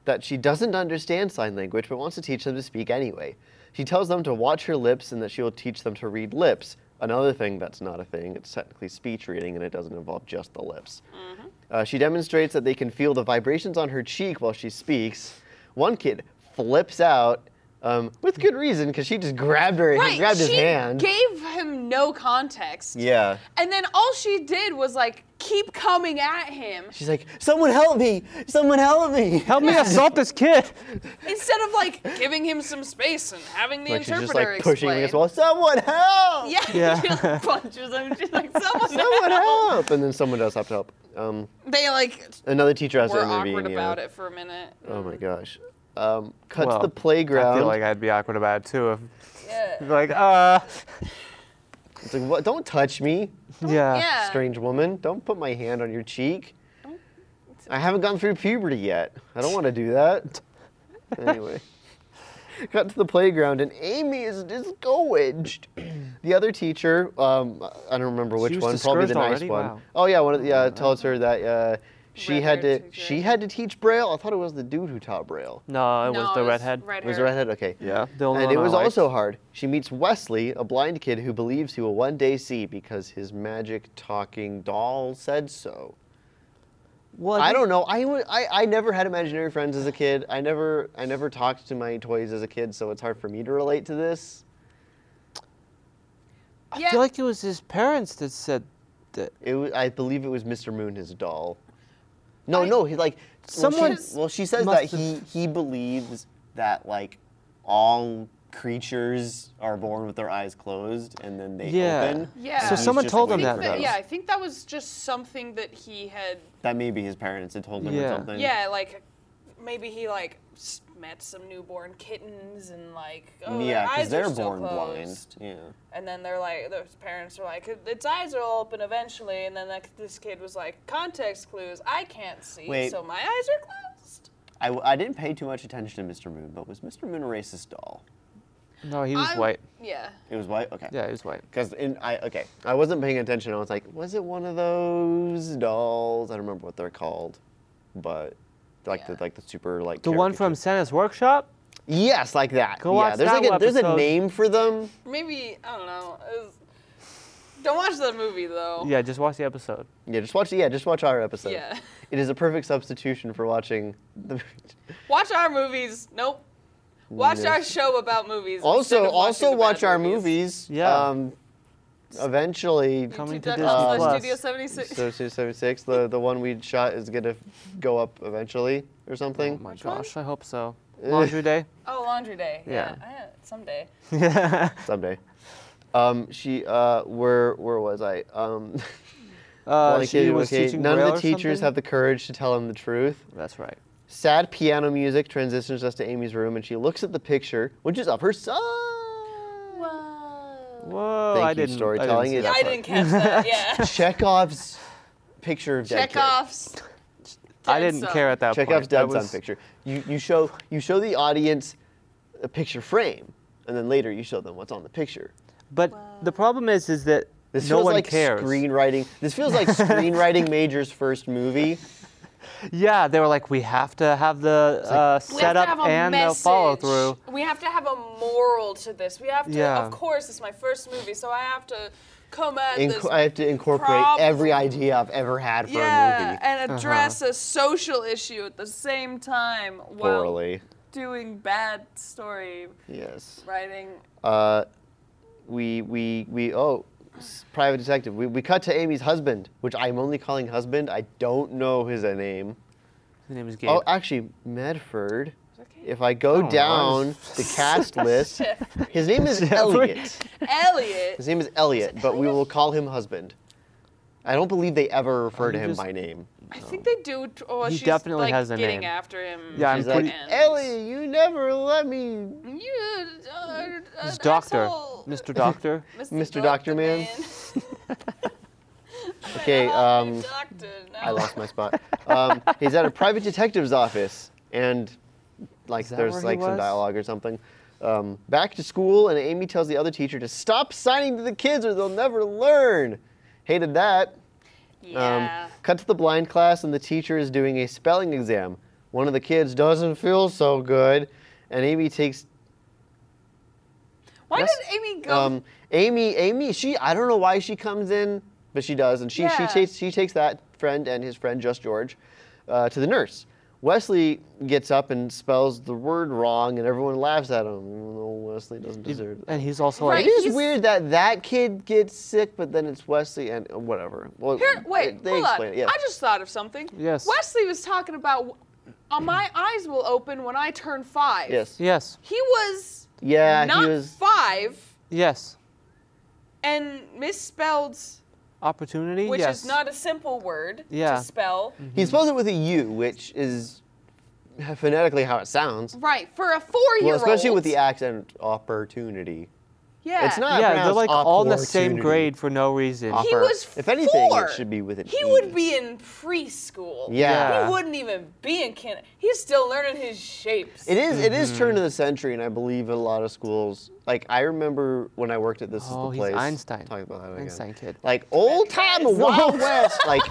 Speaker 3: that she doesn't understand sign language, but wants to teach them to speak anyway. She tells them to watch her lips and that she will teach them to read lips. Another thing that's not a thing. It's technically speech reading, and it doesn't involve just the lips.
Speaker 1: Mm-hmm.
Speaker 3: Uh, she demonstrates that they can feel the vibrations on her cheek while she speaks. One kid flips out. Um, with good reason, because she just grabbed her,
Speaker 1: Right.
Speaker 3: grabbed
Speaker 1: she
Speaker 3: his hand.
Speaker 1: gave him no context.
Speaker 3: yeah.
Speaker 1: And then all she did was like keep coming at him
Speaker 3: She's like, someone help me! Someone help me! <laughs>
Speaker 6: Help me assault this kid.
Speaker 1: instead of like giving him some space and having the
Speaker 3: Like she's
Speaker 1: interpreter
Speaker 3: just like pushing
Speaker 1: explain.
Speaker 3: me as well. Someone help!
Speaker 1: Yeah,
Speaker 6: Yeah.
Speaker 1: she
Speaker 6: <laughs>
Speaker 1: like punches him. She's like, someone,
Speaker 3: Someone
Speaker 1: help.
Speaker 3: help! And then someone does have to help. Um,
Speaker 1: They like
Speaker 3: another teacher has
Speaker 1: were
Speaker 3: to intervene.
Speaker 1: awkward
Speaker 3: yeah.
Speaker 1: about it for a minute.
Speaker 3: Oh my gosh. Um, cut
Speaker 6: Well,
Speaker 3: to the playground.
Speaker 6: I feel like I'd be awkward about it too. If,
Speaker 4: Yeah.
Speaker 6: like, uh,
Speaker 3: it's like, what? Don't touch me,
Speaker 6: yeah.
Speaker 1: yeah.
Speaker 3: strange woman. Don't put my hand on your cheek. I haven't gone through puberty yet. I don't want to do that.
Speaker 1: <laughs>
Speaker 3: anyway. Got to the playground and Amy is discouraged. the other teacher, um, I don't remember which
Speaker 6: was
Speaker 3: one, probably the
Speaker 6: discouraged
Speaker 3: nice
Speaker 6: already?
Speaker 3: one.
Speaker 6: Wow.
Speaker 3: Oh yeah, one of the, yeah, tells her that uh, she had to
Speaker 1: Red-haired teacher,
Speaker 3: she
Speaker 1: I
Speaker 3: had to teach Braille. I thought it was the dude who taught Braille.
Speaker 6: No, it was the redhead.
Speaker 1: Right
Speaker 3: It was the redhead. Okay.
Speaker 6: Yeah. The only
Speaker 3: And
Speaker 6: one
Speaker 3: it
Speaker 6: I
Speaker 3: was
Speaker 6: liked.
Speaker 3: also hard. She meets Wesley, a blind kid who believes he will one day see because his magic talking doll said so.
Speaker 6: Well,
Speaker 3: I
Speaker 6: think-
Speaker 3: don't know. I, wa- I, I never had imaginary friends as a kid. I never I never talked to my toys as a kid, so it's hard for me to relate to this.
Speaker 1: Yeah.
Speaker 6: I feel like it was his parents that said that.
Speaker 3: It wa- I believe it was Mr. Moon, his doll. No,
Speaker 1: I-
Speaker 3: no, he like
Speaker 6: Someone
Speaker 3: Well, she, well, she says that
Speaker 6: must
Speaker 3: he he believes that like all creatures are born with their eyes closed and then they
Speaker 6: Yeah.
Speaker 3: open.
Speaker 1: Yeah.
Speaker 3: and
Speaker 1: So
Speaker 3: he's
Speaker 6: someone
Speaker 3: just
Speaker 6: told him
Speaker 3: waiting
Speaker 6: that,
Speaker 3: for
Speaker 6: though.
Speaker 3: those.
Speaker 1: yeah, I think that was just something that he had.
Speaker 3: That maybe his parents had told him or
Speaker 6: Yeah.
Speaker 3: something.
Speaker 1: Yeah,
Speaker 4: like maybe he like s- met some newborn kittens and like oh
Speaker 3: Yeah,
Speaker 4: because
Speaker 3: because they're born blind. Yeah.
Speaker 4: and then they're like those parents are like its eyes will open eventually and then like this kid was like context clues i can't see
Speaker 3: Wait.
Speaker 4: so my eyes are closed
Speaker 3: I, w- I didn't pay too much attention to Mr. Moon, but was Mr. Moon a racist doll?
Speaker 6: No, he was
Speaker 1: I-
Speaker 6: white.
Speaker 1: Yeah.
Speaker 3: It was white. Okay.
Speaker 6: Yeah, he was white.
Speaker 3: Because in I okay, I wasn't paying attention. I was like, was it one of those dolls? I don't remember what they're called, but like the
Speaker 1: Yeah.
Speaker 3: like the super like
Speaker 6: The one from
Speaker 3: caricature-
Speaker 6: Santa's workshop.
Speaker 3: yes, like that.
Speaker 6: Go
Speaker 3: yeah,
Speaker 6: watch
Speaker 3: there's
Speaker 6: that
Speaker 3: like a, there's a
Speaker 6: episode.
Speaker 3: name for them.
Speaker 1: Maybe I don't know. It was- don't watch that movie though.
Speaker 6: Oh. Yeah, just watch the episode.
Speaker 3: Yeah, just watch yeah, just watch our episode.
Speaker 1: Yeah.
Speaker 4: <laughs>
Speaker 3: It is a perfect substitution for watching the
Speaker 1: Watch our movies. Nope. Watch our show about movies. instead of
Speaker 3: Also,
Speaker 1: watching
Speaker 3: also
Speaker 1: the
Speaker 3: watch
Speaker 1: bad
Speaker 3: our
Speaker 1: movies.
Speaker 3: movies.
Speaker 6: Yeah.
Speaker 3: Um, eventually,
Speaker 6: Coming to
Speaker 1: YouTube.com
Speaker 6: Disney
Speaker 1: slash
Speaker 6: Plus.
Speaker 1: Studio 76.
Speaker 3: so 76, the the one we shot is gonna go up eventually or
Speaker 6: Oh
Speaker 3: something.
Speaker 6: my
Speaker 4: one?
Speaker 6: gosh, I hope so.
Speaker 3: Eh. <laughs>
Speaker 6: Laundry day.
Speaker 4: Oh, laundry day. Yeah.
Speaker 6: Yeah.
Speaker 4: I- someday.
Speaker 6: <laughs> Yeah.
Speaker 3: Someday. Um, she uh, where where was I? Um, <laughs>
Speaker 6: Uh,
Speaker 3: Blanket,
Speaker 6: she was
Speaker 3: okay.
Speaker 6: teaching
Speaker 3: None of
Speaker 6: Braille
Speaker 3: the
Speaker 6: or
Speaker 3: teachers
Speaker 6: something?
Speaker 3: have the courage to tell him the truth.
Speaker 6: That's right.
Speaker 3: Sad piano music transitions us to Amy's room, and she looks at the picture, which is of her
Speaker 6: <laughs>
Speaker 3: son.
Speaker 6: Whoa!
Speaker 3: Thank
Speaker 6: I
Speaker 3: you,
Speaker 6: didn't. I
Speaker 3: storytelling.
Speaker 6: didn't see
Speaker 3: It-
Speaker 4: Yeah,
Speaker 6: that
Speaker 4: I
Speaker 3: That's
Speaker 4: didn't catch that.
Speaker 6: <laughs>
Speaker 4: Yeah.
Speaker 3: Chekhov's picture of dead kid.
Speaker 1: Chekhov's.
Speaker 6: I didn't
Speaker 1: Dead
Speaker 6: care at that point.
Speaker 3: Chekhov's
Speaker 6: That
Speaker 3: dead son
Speaker 6: was-
Speaker 3: picture. You you show you show the audience a picture frame, and then later you show them what's on the picture.
Speaker 6: But the problem is, is that
Speaker 3: This
Speaker 6: no
Speaker 3: feels
Speaker 6: one
Speaker 3: like
Speaker 6: cares.
Speaker 3: screenwriting. This feels
Speaker 6: <laughs>
Speaker 3: like screenwriting major's first movie.
Speaker 6: Yeah, they were like, we have to have the uh,
Speaker 4: We have to
Speaker 6: setup
Speaker 4: have a
Speaker 6: and the follow through.
Speaker 4: message. We have to have a moral to this. We have to,
Speaker 6: Yeah.
Speaker 4: of course, it's my first movie, so I have to come at this.
Speaker 3: Inc- I have to incorporate
Speaker 4: problem.
Speaker 3: every idea I've ever had for a
Speaker 1: Yeah,
Speaker 3: movie.
Speaker 6: Uh-huh.
Speaker 1: and address a social issue at the same time while
Speaker 3: Orally.
Speaker 1: doing bad story
Speaker 3: Yes.
Speaker 1: writing.
Speaker 3: Uh, we we we oh, s- private detective. We we cut to Amy's husband, which I'm only calling husband. I don't know his uh, name.
Speaker 6: His name is Gabe.
Speaker 3: Oh, actually, Medford.
Speaker 4: Okay. <laughs>
Speaker 3: If I go
Speaker 6: know.
Speaker 3: down the
Speaker 6: <laughs>
Speaker 3: cast list, his name is Elliot.
Speaker 1: Elliot.
Speaker 3: His name is Elliot, but we will call him husband. I don't believe they ever refer to
Speaker 6: you
Speaker 3: him
Speaker 6: just-
Speaker 3: by name.
Speaker 1: I think they do. t- Oh,
Speaker 6: He
Speaker 1: she's
Speaker 6: definitely
Speaker 1: like
Speaker 6: has a
Speaker 1: getting
Speaker 6: name.
Speaker 1: after him.
Speaker 6: Yeah, I'm
Speaker 3: He's
Speaker 1: at
Speaker 3: like,
Speaker 1: the
Speaker 6: pretty-
Speaker 1: end.
Speaker 3: Elliot, you never let me
Speaker 1: You are
Speaker 6: He's
Speaker 1: an
Speaker 6: Doctor.
Speaker 1: asshole.
Speaker 6: Mr.
Speaker 3: <laughs>
Speaker 6: Doctor.
Speaker 3: Mr. Doctor Man. <laughs> okay,
Speaker 4: Help me,
Speaker 3: um,
Speaker 4: doctor,
Speaker 3: I
Speaker 4: no.
Speaker 3: lost my spot. Um, he's at a private detective's office, and like
Speaker 6: Is that where
Speaker 3: there's
Speaker 6: he
Speaker 3: like some
Speaker 6: was?
Speaker 3: dialogue or something. Um, back to school, and Amy tells the other teacher to stop signing to the kids, or they'll never learn. Hated that.
Speaker 1: Yeah.
Speaker 3: Um, cut to the blind class, and the teacher is doing a spelling exam. One of the kids doesn't feel so good, and Amy takes
Speaker 1: Why
Speaker 6: Yes.
Speaker 1: did Amy go?
Speaker 3: um, Amy, Amy, she I don't know why she comes in, but she does, and she
Speaker 1: Yeah.
Speaker 3: she takes she takes that friend and his friend just George uh, to the nurse. Wesley gets up and spells the word wrong, and everyone laughs at him. No, Wesley doesn't deserve that.
Speaker 6: And he's also
Speaker 1: Right,
Speaker 6: like,
Speaker 3: It is
Speaker 1: he's-
Speaker 3: weird that that kid gets sick, but then it's Wesley and whatever. Well,
Speaker 1: Here, wait,
Speaker 3: they
Speaker 1: hold
Speaker 3: explain
Speaker 1: on.
Speaker 3: it. Yeah.
Speaker 1: I just thought of something.
Speaker 6: Yes.
Speaker 1: Wesley was talking about, uh, my eyes will open when I turn five.
Speaker 3: yes.
Speaker 6: yes,
Speaker 1: He was
Speaker 3: Yeah,
Speaker 1: not
Speaker 3: he was.
Speaker 1: five
Speaker 6: yes.
Speaker 1: and misspelled.
Speaker 6: Opportunity,
Speaker 4: Which
Speaker 6: yes.
Speaker 4: is not a simple word
Speaker 6: Yeah.
Speaker 4: to spell.
Speaker 3: He spells it with a U, which is phonetically how it sounds.
Speaker 1: Right, for a four year
Speaker 3: Well,
Speaker 1: old.
Speaker 3: especially with the accent opportunity.
Speaker 1: Yeah.
Speaker 3: It's not
Speaker 6: yeah, they're
Speaker 3: pronounced
Speaker 6: like all in the same
Speaker 3: opportunity.
Speaker 6: grade for no reason.
Speaker 1: He
Speaker 3: Or-
Speaker 1: was
Speaker 3: If anything,
Speaker 1: four.
Speaker 3: it should be with an
Speaker 4: He
Speaker 3: E.
Speaker 4: would be in preschool.
Speaker 3: Yeah.
Speaker 4: He wouldn't even be in kin. He's still learning his shapes.
Speaker 3: It is- It is
Speaker 6: Mm-hmm.
Speaker 3: turn of the century, and I believe a lot of schools. Like I remember when I worked at this
Speaker 6: Oh,
Speaker 3: is
Speaker 6: he's
Speaker 3: the place.
Speaker 6: Einstein.
Speaker 3: Talking about that again.
Speaker 6: Einstein kid.
Speaker 3: Like old time Wild West,
Speaker 6: <laughs>
Speaker 3: like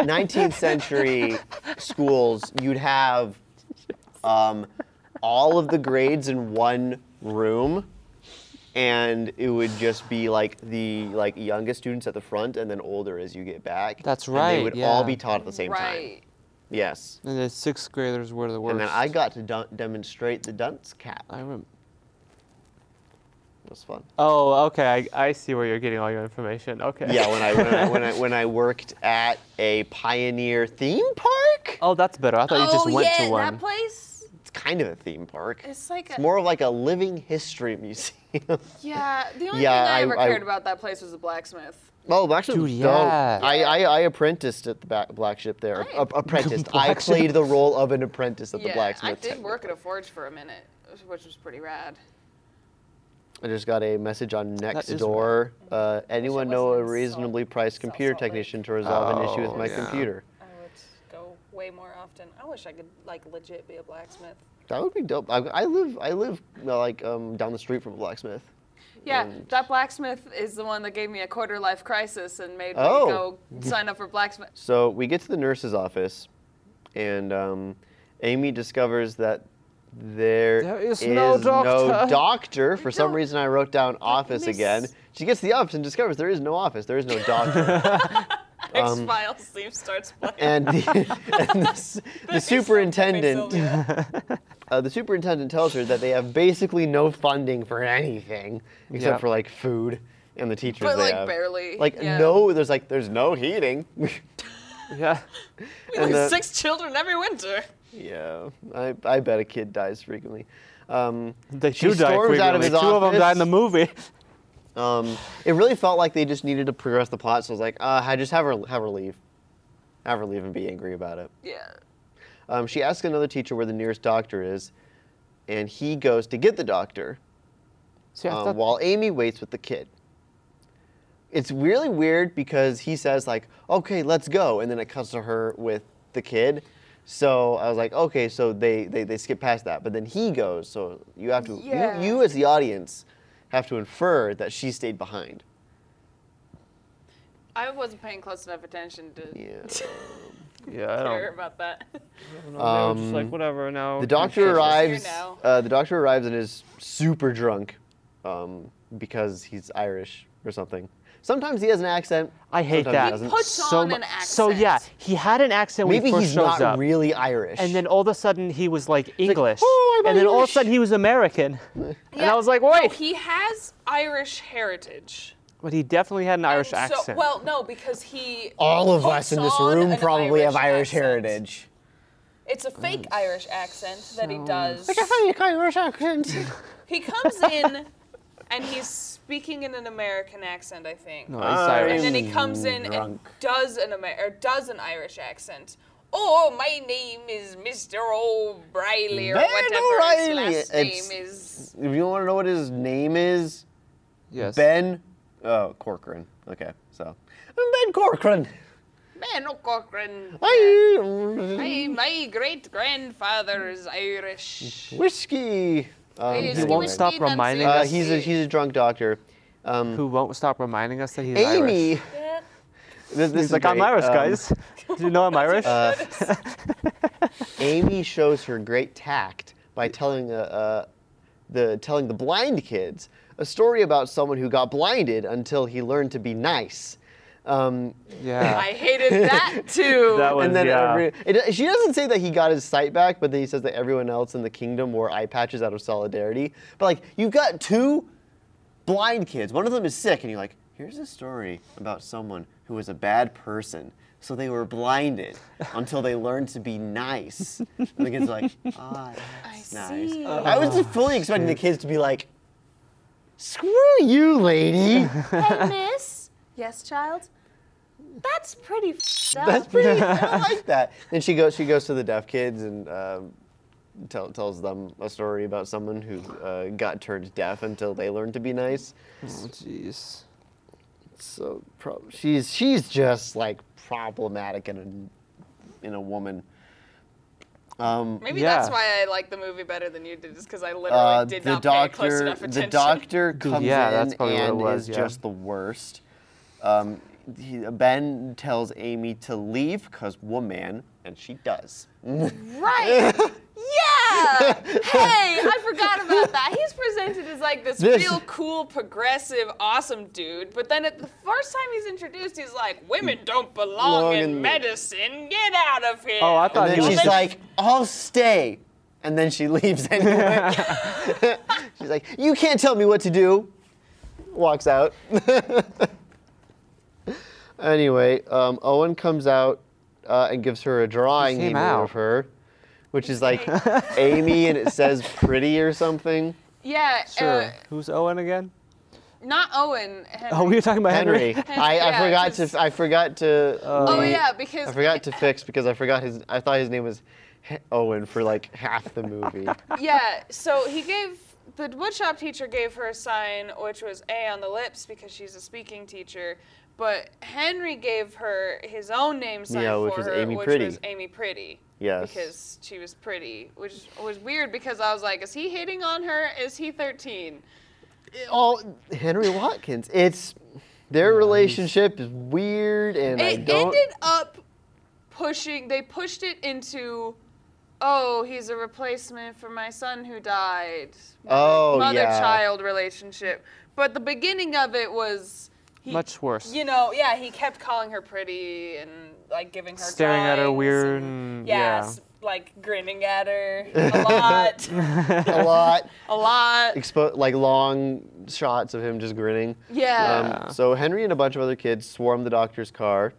Speaker 3: 19th century schools. You'd have um, all of the grades in one room. And it would just be like the like youngest students at the front, and then older as you get back.
Speaker 6: That's
Speaker 3: And
Speaker 6: right,
Speaker 3: they would all
Speaker 6: yeah.
Speaker 3: be taught at the same time.
Speaker 1: right.
Speaker 3: Yes.
Speaker 6: And the sixth graders were the worst.
Speaker 3: And then I got to dun- demonstrate the dunce cap.
Speaker 6: I rem-
Speaker 3: It was fun.
Speaker 6: oh, okay. I, I see where you're getting all your information. <laughs> Okay.
Speaker 3: Yeah, when I when I, when I when I worked at a Pioneer theme park.
Speaker 6: <laughs> oh, that's better. I thought you just
Speaker 1: oh,
Speaker 6: went
Speaker 1: yeah,
Speaker 6: to one.
Speaker 1: that place?
Speaker 3: It's kind of a theme park. It's
Speaker 1: It's like a.
Speaker 3: more of like a living history museum. <laughs>
Speaker 1: yeah, the only
Speaker 3: Yeah,
Speaker 1: thing I,
Speaker 3: I-
Speaker 1: ever
Speaker 3: I-
Speaker 1: cared about that place was the blacksmith.
Speaker 3: oh, actually,
Speaker 6: Dude, yeah.
Speaker 3: I, I I apprenticed at the back, black ship there.
Speaker 1: Nice.
Speaker 3: Ap- apprenticed. I
Speaker 6: <laughs> Black Ship.
Speaker 3: played the role of an apprentice at
Speaker 1: yeah,
Speaker 3: the blacksmith.
Speaker 1: I did work at a
Speaker 3: technically.
Speaker 1: forge for a minute, which was pretty rad.
Speaker 3: I just got a message on
Speaker 6: is
Speaker 3: Nextdoor. Uh, anyone know
Speaker 4: wasn't
Speaker 3: a
Speaker 4: in Salt-
Speaker 3: reasonably priced
Speaker 4: Salt
Speaker 3: computer
Speaker 4: Lake.
Speaker 3: technician to resolve an issue
Speaker 6: Oh,
Speaker 3: with my
Speaker 6: yeah.
Speaker 3: computer?
Speaker 4: I would go way more often. I wish I could like legit be a blacksmith.
Speaker 3: That would be dope. I, I live I live uh, like um, down the street from a blacksmith.
Speaker 1: Yeah,
Speaker 3: Mm.
Speaker 1: that blacksmith is the one that gave me a quarter life crisis and made
Speaker 3: Oh.
Speaker 1: me go sign up for blacksmith.
Speaker 3: <laughs>
Speaker 1: <laughs>
Speaker 3: So we get to the nurse's office, and um, Amy discovers that there,
Speaker 6: There is no doctor. <laughs>
Speaker 3: doctor. For some
Speaker 1: don't-
Speaker 3: reason, I wrote down office again.
Speaker 1: miss-
Speaker 3: She gets to the office and discovers there is no office. There is no
Speaker 6: <laughs>
Speaker 3: doctor.
Speaker 1: X Files theme starts playing.
Speaker 3: <laughs> and the, and the, s- the superintendent
Speaker 4: Something
Speaker 3: Uh, the superintendent tells her that they have basically no funding for anything except
Speaker 6: Yeah.
Speaker 3: for like food and the teachers
Speaker 1: But,
Speaker 3: they
Speaker 1: like,
Speaker 3: have.
Speaker 1: barely,
Speaker 3: Like
Speaker 1: yeah.
Speaker 3: no, there's like there's no heating.
Speaker 6: <laughs>
Speaker 3: <laughs>
Speaker 6: Yeah.
Speaker 3: And the-
Speaker 1: Six children every winter.
Speaker 3: yeah, I, I bet a kid dies frequently. Um,
Speaker 6: They
Speaker 3: She
Speaker 6: do die
Speaker 3: storms out of
Speaker 6: frequently.
Speaker 3: his
Speaker 6: Two of them die in the
Speaker 3: office.
Speaker 6: movie. <laughs>
Speaker 3: um, it really felt like they just needed to progress the plot, so I was like, uh, I just have her have her leave, have her leave and be angry about it.
Speaker 1: Yeah.
Speaker 3: Um, she asks another teacher where the nearest doctor is, and he goes to get the doctor.
Speaker 6: See, I
Speaker 3: um,
Speaker 6: thought-
Speaker 3: while Amy waits with the kid. It's really weird because he says like, "Okay, let's go," and then it cuts to her with the kid. So I was like, "Okay, so they they, they skip past that," but then he goes. So you have to
Speaker 1: Yeah.
Speaker 3: you, you as the audience have to infer that she stayed behind.
Speaker 1: I wasn't paying close enough attention to
Speaker 3: Yeah.
Speaker 4: <laughs>
Speaker 6: yeah, I
Speaker 4: care
Speaker 6: don't
Speaker 4: about that.
Speaker 6: know. They were just
Speaker 3: Um,
Speaker 6: like, whatever, now.
Speaker 3: The doctor arrives.
Speaker 4: now.
Speaker 3: Uh, the doctor arrives and is super drunk um, because he's Irish or something. Sometimes he has an accent.
Speaker 6: I hate
Speaker 3: sometimes he
Speaker 6: that.
Speaker 3: doesn't.
Speaker 1: He puts
Speaker 6: so
Speaker 1: on
Speaker 6: mu-
Speaker 1: an
Speaker 6: So, yeah,
Speaker 1: accent.
Speaker 6: he had an accent when
Speaker 3: Maybe
Speaker 6: he first
Speaker 3: he's
Speaker 6: shows
Speaker 3: not
Speaker 6: up.
Speaker 3: really Irish.
Speaker 6: and then all of a sudden he was like English.
Speaker 3: "Oh, I'm
Speaker 6: and then all of a
Speaker 3: Irish."
Speaker 6: sudden he was American.
Speaker 4: <laughs>
Speaker 6: And I was like,
Speaker 4: No,
Speaker 6: wait.
Speaker 4: he has Irish heritage.
Speaker 6: But he definitely had an Irish
Speaker 4: And so-
Speaker 6: accent.
Speaker 4: Well, no, because he.
Speaker 3: all of
Speaker 4: puts
Speaker 3: us in this
Speaker 4: on
Speaker 3: room
Speaker 4: an
Speaker 3: probably have Irish
Speaker 4: accent.
Speaker 3: heritage.
Speaker 4: It's a fake
Speaker 6: Oh,
Speaker 4: Irish accent that he does.
Speaker 3: Irish accent.
Speaker 4: He comes in and he's speaking in an American accent, I think.
Speaker 6: no, he's Irish.
Speaker 4: and then he comes in and does an Amer- or does an Irish accent. Oh, my name is Mr. O'Reilly or
Speaker 3: Man
Speaker 4: whatever
Speaker 3: O'Reilly.
Speaker 4: his last
Speaker 3: It's-
Speaker 4: name is.
Speaker 3: If you want to know what his name is,
Speaker 6: yes.
Speaker 3: Ben. Oh, Corcoran. Okay, so Ben Corcoran.
Speaker 1: Man O'Corcoran.
Speaker 3: I
Speaker 1: My, my great grandfather is Irish.
Speaker 3: whiskey. Um,
Speaker 1: Irish
Speaker 6: He won't
Speaker 1: whiskey,
Speaker 6: stop
Speaker 1: Nancy.
Speaker 6: reminding
Speaker 3: Uh,
Speaker 6: us.
Speaker 3: he's a he's a drunk doctor. Um,
Speaker 6: Who won't stop reminding us that he's Irish.
Speaker 3: Amy.
Speaker 4: Yeah.
Speaker 3: This, this
Speaker 6: He's
Speaker 3: is
Speaker 6: like, I'm
Speaker 3: great.
Speaker 6: Irish,
Speaker 3: Um,
Speaker 6: guys. Do you know
Speaker 4: <laughs>
Speaker 6: I'm Irish?
Speaker 3: Uh, Amy shows her great tact by telling uh, uh, the telling the blind kids a story about someone who got blinded until he learned to be nice. Um,
Speaker 6: <laughs> yeah.
Speaker 1: I hated
Speaker 3: <laughs>
Speaker 1: that too.
Speaker 6: That was,
Speaker 3: and then
Speaker 6: yeah.
Speaker 3: every, it, she doesn't say that he got his sight back, but then he says that everyone else in the kingdom wore eye patches out of solidarity. But like, you've got two blind kids. One of them is sick, and you're like, here's a story about someone who was a bad person. So they were
Speaker 6: <laughs>
Speaker 3: blinded until they learned to be nice. And the kids are like,
Speaker 6: <laughs>
Speaker 3: ah, that's nice. I was just fully expecting
Speaker 6: Uh-huh.
Speaker 3: the kids to be like, screw you, lady.
Speaker 1: hey, miss. Yes, child. That's pretty f***ed up.
Speaker 3: That's pretty. <laughs> I
Speaker 6: <laughs>
Speaker 3: don't like that. Then she goes. She goes to the deaf kids and um, tell, tells them a story about someone who uh, got turned deaf until they learned to be nice.
Speaker 6: Jeez.
Speaker 3: So prob- she's she's just like problematic in a in a woman. Um,
Speaker 1: Maybe
Speaker 6: Yeah.
Speaker 1: that's why I like the movie better than you did, is because I literally
Speaker 3: uh,
Speaker 1: did
Speaker 3: the
Speaker 1: not pay close
Speaker 3: doctor
Speaker 1: enough attention.
Speaker 3: the
Speaker 6: <laughs>
Speaker 3: doctor
Speaker 6: Dude,
Speaker 3: comes
Speaker 6: yeah, that's
Speaker 3: in
Speaker 6: probably what it
Speaker 3: and
Speaker 6: was,
Speaker 3: is
Speaker 6: yeah.
Speaker 3: just the worst. Um, he, ben tells Amy to leave because woman, and she does.
Speaker 1: Right. yeah. Hey, I forgot about that. He's presented as like this,
Speaker 3: This-
Speaker 1: real cool, progressive, awesome dude, but then at the first time he's introduced, he's like, "Women don't belong
Speaker 3: Mm. Belong
Speaker 1: in
Speaker 3: in-
Speaker 1: medicine. Get out of here."
Speaker 6: Oh, I thought
Speaker 3: And
Speaker 6: he
Speaker 3: then
Speaker 6: was.
Speaker 3: she's like, I'll stay. And then she <laughs> leaves anyway. she's like, You can't tell me what to do. Walks out. <laughs> anyway, um, Owen comes out uh, and gives her a drawing
Speaker 6: He
Speaker 3: he
Speaker 6: came
Speaker 3: made
Speaker 6: out.
Speaker 3: of her, which is like Amy and it says pretty or something.
Speaker 1: yeah.
Speaker 6: sure.
Speaker 1: Uh,
Speaker 6: Who's Owen again?
Speaker 1: not Owen. Henry.
Speaker 6: Oh, we were talking about Henry.
Speaker 3: Henry.
Speaker 6: <laughs>
Speaker 3: I, I
Speaker 1: Yeah,
Speaker 3: forgot
Speaker 1: just-
Speaker 3: to I forgot to
Speaker 1: Oh
Speaker 3: we-
Speaker 1: yeah, because
Speaker 3: I forgot to fix because I forgot his I thought his name was He- Owen for like half the movie.
Speaker 4: yeah, so he gave the woodshop teacher gave her a sign which was A on the lips because she's a speaking teacher, but Henry gave her his own name sign
Speaker 3: Yeah, which
Speaker 4: for
Speaker 3: was
Speaker 4: her,
Speaker 3: Amy
Speaker 4: which
Speaker 3: Pretty.
Speaker 4: was Amy Pretty.
Speaker 3: Yes.
Speaker 4: Because she was pretty, which was weird because I was like, is he hitting on her? Is he 13?
Speaker 3: Oh, Henry Watkins. It's their relationship is weird, and I
Speaker 4: It
Speaker 3: don't.
Speaker 4: ended up pushing. They pushed it into.
Speaker 1: oh, he's a replacement for my son who died.
Speaker 3: oh yeah.
Speaker 1: Mother-child relationship, but the beginning of it was he
Speaker 6: Much
Speaker 3: <laughs>
Speaker 6: worse.
Speaker 4: You know, yeah, he kept calling her pretty and like giving her
Speaker 6: Staring at her
Speaker 4: drawings
Speaker 6: weird
Speaker 4: and-
Speaker 6: and-
Speaker 4: yeah,
Speaker 6: yeah.
Speaker 4: s- like grinning at
Speaker 6: <laughs>
Speaker 4: her a lot.
Speaker 3: a lot.
Speaker 1: A
Speaker 6: <laughs>
Speaker 1: lot.
Speaker 3: Expo- like long shots of him just grinning.
Speaker 1: Yeah.
Speaker 6: Yeah.
Speaker 3: Um, so Henry and a bunch of other kids swarm the doctor's car.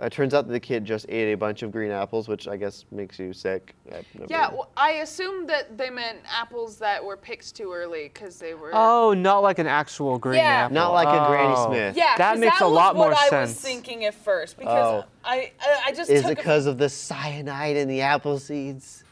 Speaker 3: Uh, turns out that the kid just ate a bunch of green apples, which I guess makes you sick. I've never-
Speaker 1: yeah, well, I assumed that they meant apples that were picked too early because they were.
Speaker 6: <laughs> Oh, not like an actual green
Speaker 4: Yeah.
Speaker 6: apple.
Speaker 3: Not like a Granny
Speaker 6: Oh.
Speaker 3: Smith.
Speaker 4: Yeah,
Speaker 6: That
Speaker 4: 'cause
Speaker 6: makes
Speaker 4: that
Speaker 6: a
Speaker 4: was
Speaker 6: lot more
Speaker 4: what I was
Speaker 6: sense.
Speaker 4: thinking at first
Speaker 3: Oh.
Speaker 4: because I, I I just
Speaker 3: Is
Speaker 4: took
Speaker 3: it
Speaker 4: a-
Speaker 3: because of the cyanide in the apple seeds?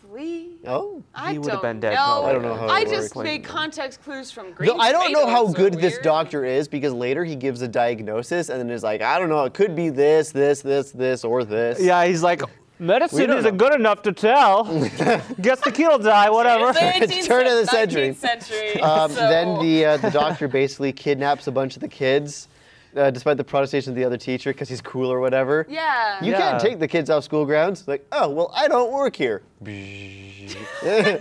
Speaker 1: Probably.
Speaker 3: Oh.
Speaker 1: I
Speaker 6: He
Speaker 1: would have
Speaker 6: been dead.
Speaker 1: Know.
Speaker 6: probably.
Speaker 3: I don't know how
Speaker 1: I
Speaker 3: it
Speaker 1: just
Speaker 3: works.
Speaker 1: made context clues from Green.
Speaker 3: Though I don't know how
Speaker 1: tomatoes are
Speaker 3: good this
Speaker 1: weird.
Speaker 3: doctor is because later he gives a diagnosis and then is like, I don't know, it could be this, this, this, this, or this.
Speaker 6: Yeah, he's like, medicine
Speaker 3: don't
Speaker 6: isn't
Speaker 3: know."
Speaker 6: good enough to tell. <laughs> Guess the kid'll die, whatever.
Speaker 4: <laughs> It's
Speaker 3: <laughs>
Speaker 4: the 18th
Speaker 3: Turn of the century.
Speaker 4: 19th century.
Speaker 1: <laughs>
Speaker 3: <laughs> <laughs> Um,
Speaker 4: so-
Speaker 3: Then the uh, the doctor basically kidnaps a bunch of the kids, uh, despite the protestation of the other teacher because he's cool or whatever.
Speaker 1: Yeah.
Speaker 4: <laughs>
Speaker 3: You
Speaker 6: Yeah.
Speaker 3: can't take the kids off school grounds. Like, oh well, I don't work <laughs> here.
Speaker 1: Yeah.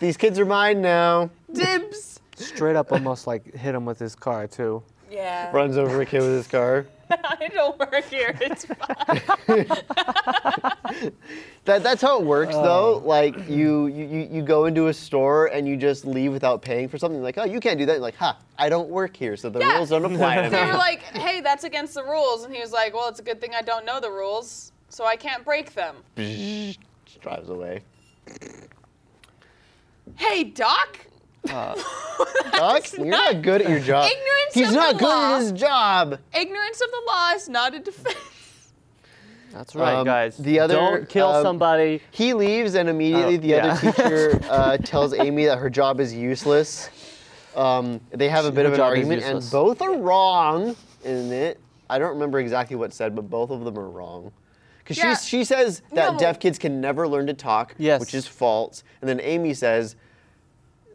Speaker 3: These kids are mine now.
Speaker 1: Dibs.
Speaker 6: Straight up almost like hit him with his car, too.
Speaker 4: yeah.
Speaker 3: Runs over a kid with his car.
Speaker 4: <laughs> I don't work here.
Speaker 3: <laughs>
Speaker 4: It's fine.
Speaker 3: That, that's how it works though. Like you, you you- you go into a store and you just leave without paying for something. Like, oh, you can't do that. You're like, ha, I don't work here, so the
Speaker 4: Yeah.
Speaker 3: rules
Speaker 1: <laughs>
Speaker 3: don't apply to
Speaker 4: They were
Speaker 3: me.
Speaker 4: like, "Hey, that's against the rules," and he was like, "Well, it's a good thing I don't know the rules, so I can't break them."
Speaker 3: Just drives away.
Speaker 1: Hey, Doc.
Speaker 3: Uh,
Speaker 4: <laughs>
Speaker 3: Doc, you're not good at your job.
Speaker 1: ignorance
Speaker 3: He's
Speaker 1: of
Speaker 3: not
Speaker 1: the
Speaker 3: good
Speaker 1: law.
Speaker 3: at his job.
Speaker 1: Ignorance of the law is not a defense.
Speaker 6: That's right,
Speaker 3: Um,
Speaker 6: guys.
Speaker 3: the other,
Speaker 6: don't kill
Speaker 3: um,
Speaker 6: somebody.
Speaker 3: He leaves, and immediately
Speaker 6: Oh,
Speaker 3: the
Speaker 6: yeah.
Speaker 3: other
Speaker 6: <laughs>
Speaker 3: teacher uh, tells Amy that her job is useless. Um, they have a bit
Speaker 6: Her
Speaker 3: of an
Speaker 6: job is
Speaker 3: argument, and
Speaker 6: useless.
Speaker 3: both are wrong in it. I don't remember exactly what's said, but both of them are wrong. Because
Speaker 1: Yeah.
Speaker 3: she says that
Speaker 1: No.
Speaker 3: deaf kids can never learn to talk,
Speaker 6: Yes.
Speaker 3: which is false. And then Amy says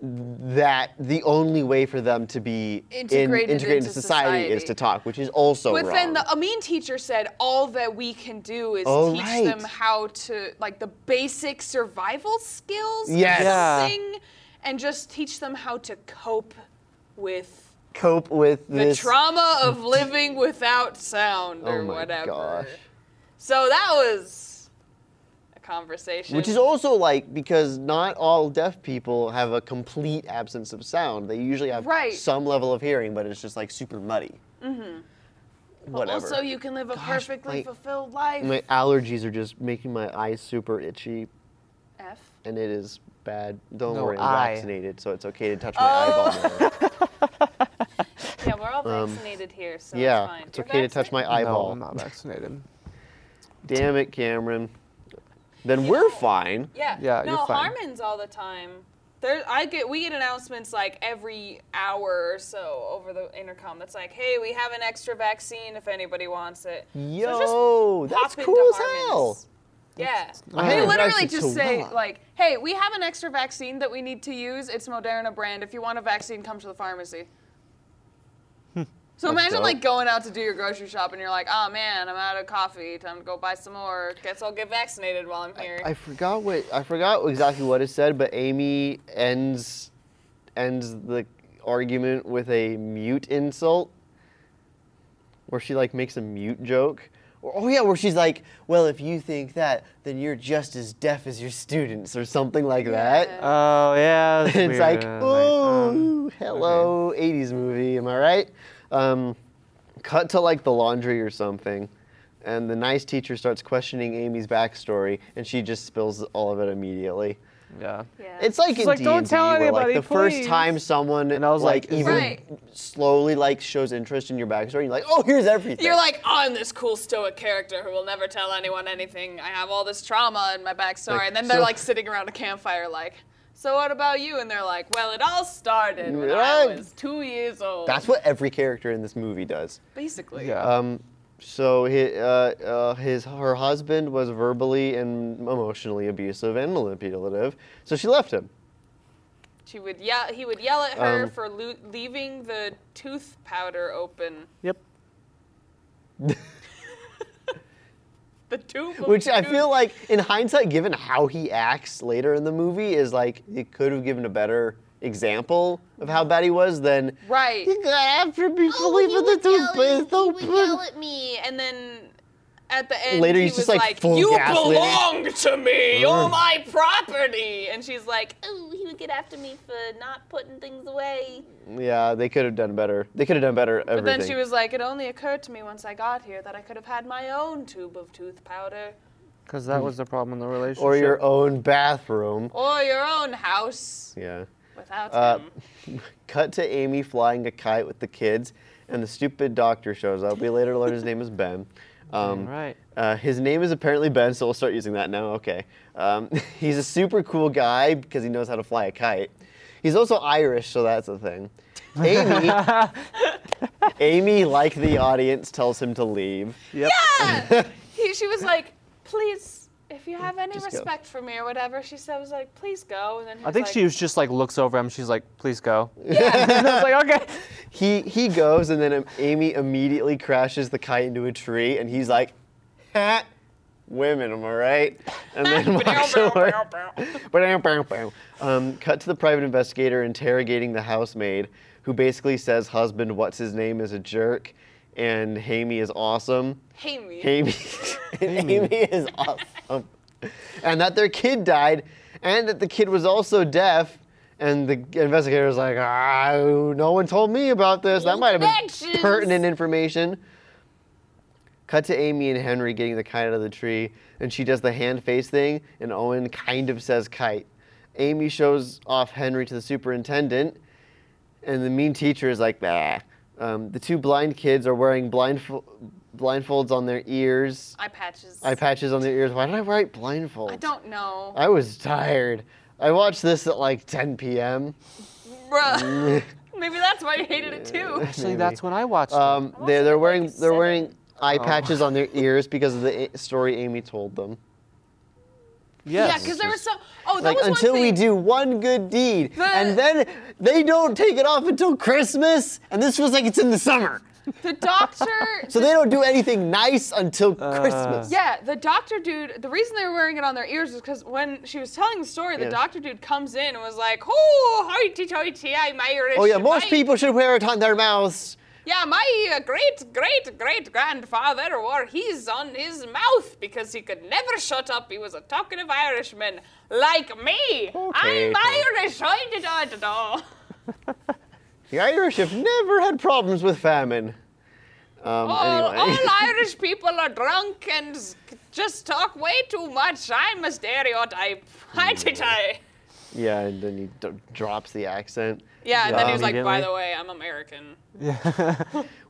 Speaker 3: that the only way for them to be in-
Speaker 1: Integrated
Speaker 3: integrated
Speaker 1: into
Speaker 3: into society, is
Speaker 1: society.
Speaker 3: to talk, which is also
Speaker 1: But
Speaker 3: wrong.
Speaker 1: then the a mean teacher said all that we can do is
Speaker 3: Oh,
Speaker 1: teach
Speaker 3: right.
Speaker 1: them how to like the basic survival skills
Speaker 3: Yes.
Speaker 1: or
Speaker 6: Yeah.
Speaker 1: something and just teach them how to cope with
Speaker 3: cope with
Speaker 1: the
Speaker 3: this.
Speaker 1: trauma
Speaker 3: <laughs>
Speaker 1: of living without sound or
Speaker 3: oh my
Speaker 1: whatever.
Speaker 3: gosh.
Speaker 1: So that was a conversation.
Speaker 3: Which is also like because not all deaf people have a complete absence of sound. They usually have
Speaker 1: Right.
Speaker 3: some level of hearing, but it's just like super muddy. Mm-hmm.
Speaker 1: But
Speaker 3: Whatever.
Speaker 1: Also, you can live a perfectly
Speaker 3: my-
Speaker 1: fulfilled life.
Speaker 3: my allergies are just making my eyes super itchy,
Speaker 1: F.
Speaker 3: and it is bad. Don't
Speaker 6: No,
Speaker 3: worry, I'm
Speaker 6: eye.
Speaker 3: vaccinated, so it's okay to touch
Speaker 1: Oh. <laughs>
Speaker 3: my eyeball. now.
Speaker 4: Yeah, we're all vaccinated here, so it's
Speaker 3: Um, yeah,
Speaker 4: fine.
Speaker 3: it's
Speaker 4: You're
Speaker 3: okay to touch my
Speaker 6: No,
Speaker 3: eyeball.
Speaker 6: I'm not vaccinated.
Speaker 3: Damn it, Cameron. Then we're fine.
Speaker 4: Yeah.
Speaker 6: Yeah,
Speaker 4: No,
Speaker 6: you're fine.
Speaker 4: Harmon's all the time. There, I get we get announcements like every hour or so over the intercom. That's like, hey, we have an extra vaccine if anybody wants it. just
Speaker 3: Yo, that's
Speaker 4: Pop into
Speaker 3: cool as hell.
Speaker 4: Harmon's. Yeah.
Speaker 3: I
Speaker 1: They
Speaker 3: haven't
Speaker 1: literally
Speaker 3: vaccinated
Speaker 1: just
Speaker 3: so
Speaker 1: say
Speaker 3: well.
Speaker 1: like, "Hey, we have an extra vaccine that we need to use. It's Moderna brand. If you want a vaccine, come to the pharmacy." So imagine
Speaker 3: dope.
Speaker 1: like going out to do your grocery shop and you're like, "Oh man, I'm out of coffee. Time to go buy some more."
Speaker 4: Guess I'll get vaccinated while I'm here.
Speaker 3: I forgot what I forgot exactly what it said, but Amy ends ends the argument with a mute insult, where she like makes a mute joke. Or, oh yeah, where she's like, "Well, if you think that, then you're just as deaf as your students," or something like that.
Speaker 6: <laughs> Oh, yeah. that's
Speaker 3: it's
Speaker 6: weird.
Speaker 3: like,
Speaker 6: Uh, um,
Speaker 3: "Ooh, hello, '80s movie, am I right?" Um, cut to like the laundry or something, and the nice teacher starts questioning Amy's backstory, and she just spills all of it immediately.
Speaker 6: yeah.
Speaker 3: It's like
Speaker 6: She's
Speaker 3: in
Speaker 6: like,
Speaker 3: D&D
Speaker 6: "Don't tell
Speaker 3: where, like,
Speaker 6: anybody,
Speaker 3: the first
Speaker 6: please."
Speaker 3: time someone
Speaker 6: And I was like, "Is
Speaker 3: even
Speaker 1: it- Right.
Speaker 3: slowly like shows interest in your backstory, you're like, oh, here's everything.
Speaker 4: You're like, I'm this cool stoic character who will never tell anyone anything. I have all this trauma in my backstory.
Speaker 1: Sorry, and
Speaker 4: and then
Speaker 1: then they're
Speaker 3: so-
Speaker 1: like sitting around a campfire like, "So what about you?" And they're like, "Well, it all started when I
Speaker 3: Right.
Speaker 1: was 2 years old."
Speaker 3: that's what every character in this movie does.
Speaker 1: basically.
Speaker 6: Yeah. Uh,
Speaker 3: Um, so his, uh, uh, his her husband was verbally and emotionally abusive and manipulative, so she left him. <laughs>
Speaker 4: she would yell, he would yell at her
Speaker 3: Um,
Speaker 4: for lo- leaving the tooth powder open.
Speaker 6: yep.
Speaker 4: The tube. of
Speaker 3: Which I
Speaker 4: tooth-
Speaker 3: feel like, in hindsight, given how he acts later in the movie, is like it could have given a better example of how bad he was than
Speaker 1: Right.
Speaker 3: You got after me for leaving the
Speaker 5: Oh, would yell at-
Speaker 3: toothpaste
Speaker 5: he would yell
Speaker 3: open.
Speaker 5: at me.
Speaker 4: me, and then
Speaker 1: at the end,
Speaker 3: Later,
Speaker 1: he
Speaker 3: he's just,
Speaker 1: was
Speaker 3: like, full
Speaker 1: "You
Speaker 3: gaslighting.
Speaker 1: belong to me. You're my property." And she's like, "Oh, he would get after me for not putting things away."
Speaker 3: Yeah, they could have done better. They could have done better.
Speaker 1: But
Speaker 3: Everything.
Speaker 1: then she was like, "It only occurred to me once I got here that I could have had my own tube of tooth powder
Speaker 6: Because that was the problem in the relationship.
Speaker 3: or your own bathroom.
Speaker 1: or your own house
Speaker 3: Yeah.
Speaker 1: without
Speaker 3: Uh,
Speaker 1: him."
Speaker 3: Cut to Amy flying a kite with the kids, and the stupid doctor shows up. We later learn his name is Ben. Um,
Speaker 6: right.
Speaker 3: Uh, his name is apparently Ben, so we'll start using that now. Okay. Um, <laughs> he's a super cool guy because he knows how to fly a kite. He's also Irish, so that's a thing. Amy, Amy, like the audience, tells him to leave. <laughs>
Speaker 6: Yep.
Speaker 1: He, she was like, "Please." If you have any
Speaker 3: Just go.
Speaker 1: respect for me or whatever, she said, was like, please go. And then he
Speaker 6: I
Speaker 1: was
Speaker 6: think
Speaker 1: like,
Speaker 6: she was just like looks over him. She's like, "Please go." <laughs> Yeah. I was like, "Okay." <laughs>
Speaker 3: He he goes, and then um, Amy immediately crashes the kite into a tree, and he's like, "Ha, women, am I right?" And then walks away. Ba-dam, bam, bam. um, cut to the private investigator interrogating the housemaid, who basically says husband, what's his name, is a jerk, and Hamey is awesome.
Speaker 1: hey me.
Speaker 3: <laughs> Amy, and Amy is awesome. And that their kid died, and that the kid was also deaf. And the investigator was like, ah, no one told me about this. That might have been
Speaker 1: Connections."
Speaker 3: pertinent information. Cut to Amy and Henry getting the kite out of the tree, and she does the hand face thing, and Owen kind of says kite. Amy shows off Henry to the superintendent, and the mean teacher is like, bah. Um, the two blind kids are wearing blindfo- blindfolds on their ears,
Speaker 1: Eye patches.
Speaker 3: eye patches Uh, on their ears. Why did I write blindfolds?
Speaker 1: I don't know.
Speaker 3: I was tired. I watched this at like 10
Speaker 1: <laughs>
Speaker 3: p.m. <laughs>
Speaker 1: Bruh. Maybe that's why you hated it too.
Speaker 6: Actually, that's when I watched. it.
Speaker 3: Um, they're, they're wearing
Speaker 1: like,
Speaker 3: they're
Speaker 1: seven.
Speaker 3: wearing eye patches on their ears because of the a- story Amy told them.
Speaker 6: Yes.
Speaker 1: Yeah, because there was so. Oh, that
Speaker 3: Like
Speaker 1: was one
Speaker 3: until we
Speaker 1: thing.
Speaker 3: do one good deed,
Speaker 1: The-
Speaker 3: and then they don't take it off until Christmas, and this feels like it's in the summer.
Speaker 1: The doctor.
Speaker 3: <laughs> So they don't do anything nice until Christmas.
Speaker 1: yeah, the doctor dude. The reason they were wearing it on their ears is because when she was telling the story, the
Speaker 3: Yeah.
Speaker 1: doctor dude comes in and was like, "Oh, hoity toity, I'm Irish."
Speaker 3: Oh yeah, most
Speaker 1: my,
Speaker 3: people should wear it on their mouths.
Speaker 1: Yeah, my uh, great great great grandfather wore his on his mouth because he could never shut up. He was a talkative Irishman like me.
Speaker 3: Okay,
Speaker 1: I'm
Speaker 3: okay.
Speaker 1: Irish. I did I did all.
Speaker 3: The Irish have never had problems with famine. Um,
Speaker 1: All,
Speaker 3: anyway, <laughs>
Speaker 1: all Irish people are drunk and s- just talk way too much. I'm a stereotype. Hi, Titi.
Speaker 3: Mm, yeah, and then he d- drops the accent.
Speaker 1: Yeah, and then he was
Speaker 6: Um,
Speaker 1: like, by
Speaker 6: immediately.
Speaker 1: the way, I'm American.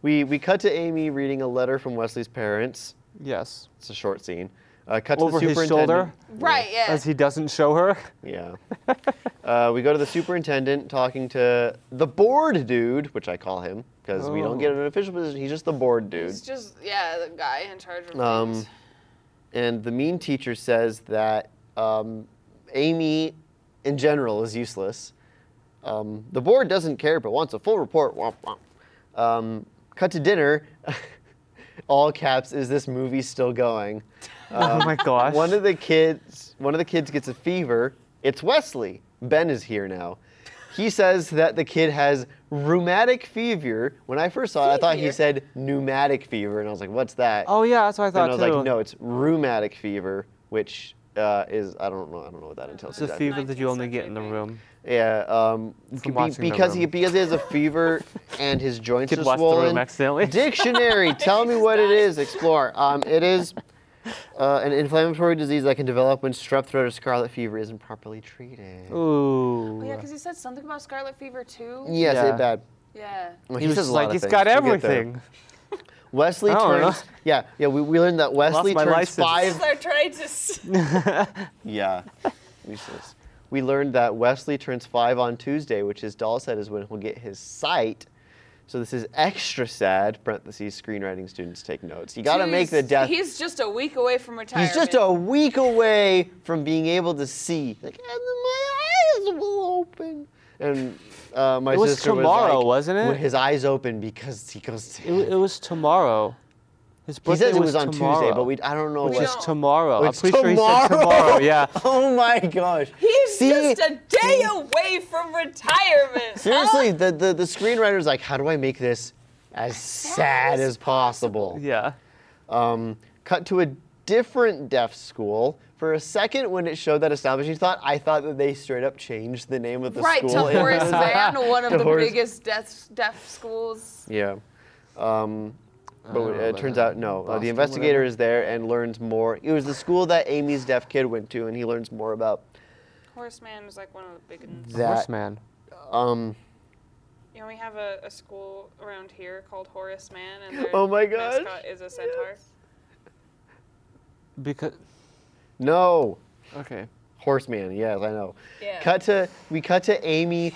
Speaker 3: We we cut to Amy reading a letter from Wesley's parents.
Speaker 6: <laughs> yes.
Speaker 3: It's a short scene. Uh, cut
Speaker 6: Over
Speaker 3: to the
Speaker 6: his shoulder,
Speaker 3: superintendent.
Speaker 1: Right, yeah.
Speaker 6: as he doesn't show her.
Speaker 3: Yeah. uh, we go to the superintendent talking to the board dude, which I call him because we don't
Speaker 6: Oh.
Speaker 3: get an official position. He's just the board dude.
Speaker 1: It's just, yeah, the guy in charge of
Speaker 3: Um,
Speaker 1: things.
Speaker 3: and the mean teacher says that um, Amy, in general, is useless. Um, the board doesn't care, but wants a full report. Womp, womp. Um, cut to dinner. <laughs> All caps. Is this movie still going? Um,
Speaker 6: <laughs> oh my gosh.
Speaker 3: One of the kids, one of the kids gets a fever. It's Wesley. Ben is here now. He says that the kid has rheumatic fever. When I first saw it, I thought he
Speaker 1: Fever.
Speaker 3: said pneumatic fever, and I was like, "What's that?"
Speaker 6: oh yeah, that's what I
Speaker 3: and
Speaker 6: thought
Speaker 3: I was
Speaker 6: too.
Speaker 3: like, no, it's rheumatic fever, which uh, is I don't know, I don't know what that entails.
Speaker 6: It's a
Speaker 3: exactly.
Speaker 6: fever that you only get in the room.
Speaker 3: Yeah, um,
Speaker 6: From
Speaker 3: be-
Speaker 6: watching The
Speaker 3: because he
Speaker 6: Room.
Speaker 3: because he has a fever and
Speaker 6: <laughs>
Speaker 3: his joints
Speaker 6: Kid
Speaker 3: are
Speaker 6: watched The Room
Speaker 3: swollen.
Speaker 6: accidentally.
Speaker 3: <laughs> Dictionary, tell me what it is. Explore. Um, it is. Uh, an inflammatory disease that can develop when strep throat or scarlet fever isn't properly treated.
Speaker 6: <laughs> Ooh.
Speaker 1: yeah, because he said something about scarlet fever too.
Speaker 3: Yes,
Speaker 6: Yeah.
Speaker 3: it bad.
Speaker 1: Yeah.
Speaker 3: Well,
Speaker 6: he, was
Speaker 3: says
Speaker 6: just
Speaker 3: a lot
Speaker 6: like,
Speaker 3: of
Speaker 6: it's
Speaker 3: things.
Speaker 6: got
Speaker 3: We'll get there. <laughs>
Speaker 6: everything.
Speaker 3: Wesley
Speaker 6: I don't know.
Speaker 3: turns. Yeah, yeah. We, we learned that Wesley
Speaker 6: my
Speaker 3: turns
Speaker 6: license. <laughs>
Speaker 3: five
Speaker 1: They're trying to. s-
Speaker 3: Yeah. Useless. We learned that Wesley turns five on Tuesday, which is Doll said is when he'll get his sight. So this is extra sad. Parentheses, screenwriting students take notes. You <laughs> gotta make the
Speaker 1: He's-
Speaker 3: death. He's,
Speaker 1: He's just a week away from retirement.
Speaker 3: just a week away from being able to see. Like, and my eyes will open. And uh, my
Speaker 6: It was
Speaker 3: sister
Speaker 6: tomorrow,
Speaker 3: was like,
Speaker 6: wasn't it?
Speaker 3: "When his eyes open because he goes. To
Speaker 6: It, w- it was tomorrow. His
Speaker 3: he
Speaker 6: birthday
Speaker 3: says it was, on
Speaker 6: tomorrow,
Speaker 3: Tuesday, but we I don't know
Speaker 6: Which
Speaker 3: what.
Speaker 6: is
Speaker 1: don't-
Speaker 6: tomorrow. I'm
Speaker 3: It's
Speaker 6: pretty sure he said tomorrow. Yeah.
Speaker 3: <laughs> oh my gosh.
Speaker 1: He's
Speaker 3: See?
Speaker 1: just a day away from retirement. <laughs>
Speaker 3: Seriously, the, the, the screenwriter's like, how do I make this as sad as possible?
Speaker 6: Yeah.
Speaker 3: Um, cut to a different deaf school. For a second, when it showed that establishment, you thought I thought that they straight up changed the name of the
Speaker 1: right, to
Speaker 3: school. and- <laughs>
Speaker 1: Horace Mann, one of
Speaker 3: To
Speaker 1: the
Speaker 3: Horace-
Speaker 1: biggest deaf, deaf schools.
Speaker 3: Yeah. Um, but
Speaker 6: don't know
Speaker 3: it
Speaker 6: about
Speaker 3: turns
Speaker 6: that.
Speaker 3: out no. Uh,
Speaker 6: Boston,
Speaker 3: the investigator
Speaker 6: whatever.
Speaker 3: is there and learns more. It was the school that Amy's deaf kid went to, and he learns more about
Speaker 4: Horseman was like one of the big ones.
Speaker 3: that.
Speaker 6: Horseman.
Speaker 3: Um,
Speaker 4: You know, we have a, a school around here called Horace Man, and their
Speaker 3: Oh my gosh,
Speaker 4: mascot is a centaur.
Speaker 6: Because
Speaker 3: no,
Speaker 6: okay.
Speaker 3: Horseman. Yes, I know.
Speaker 4: Yeah.
Speaker 3: Cut to we cut to Amy,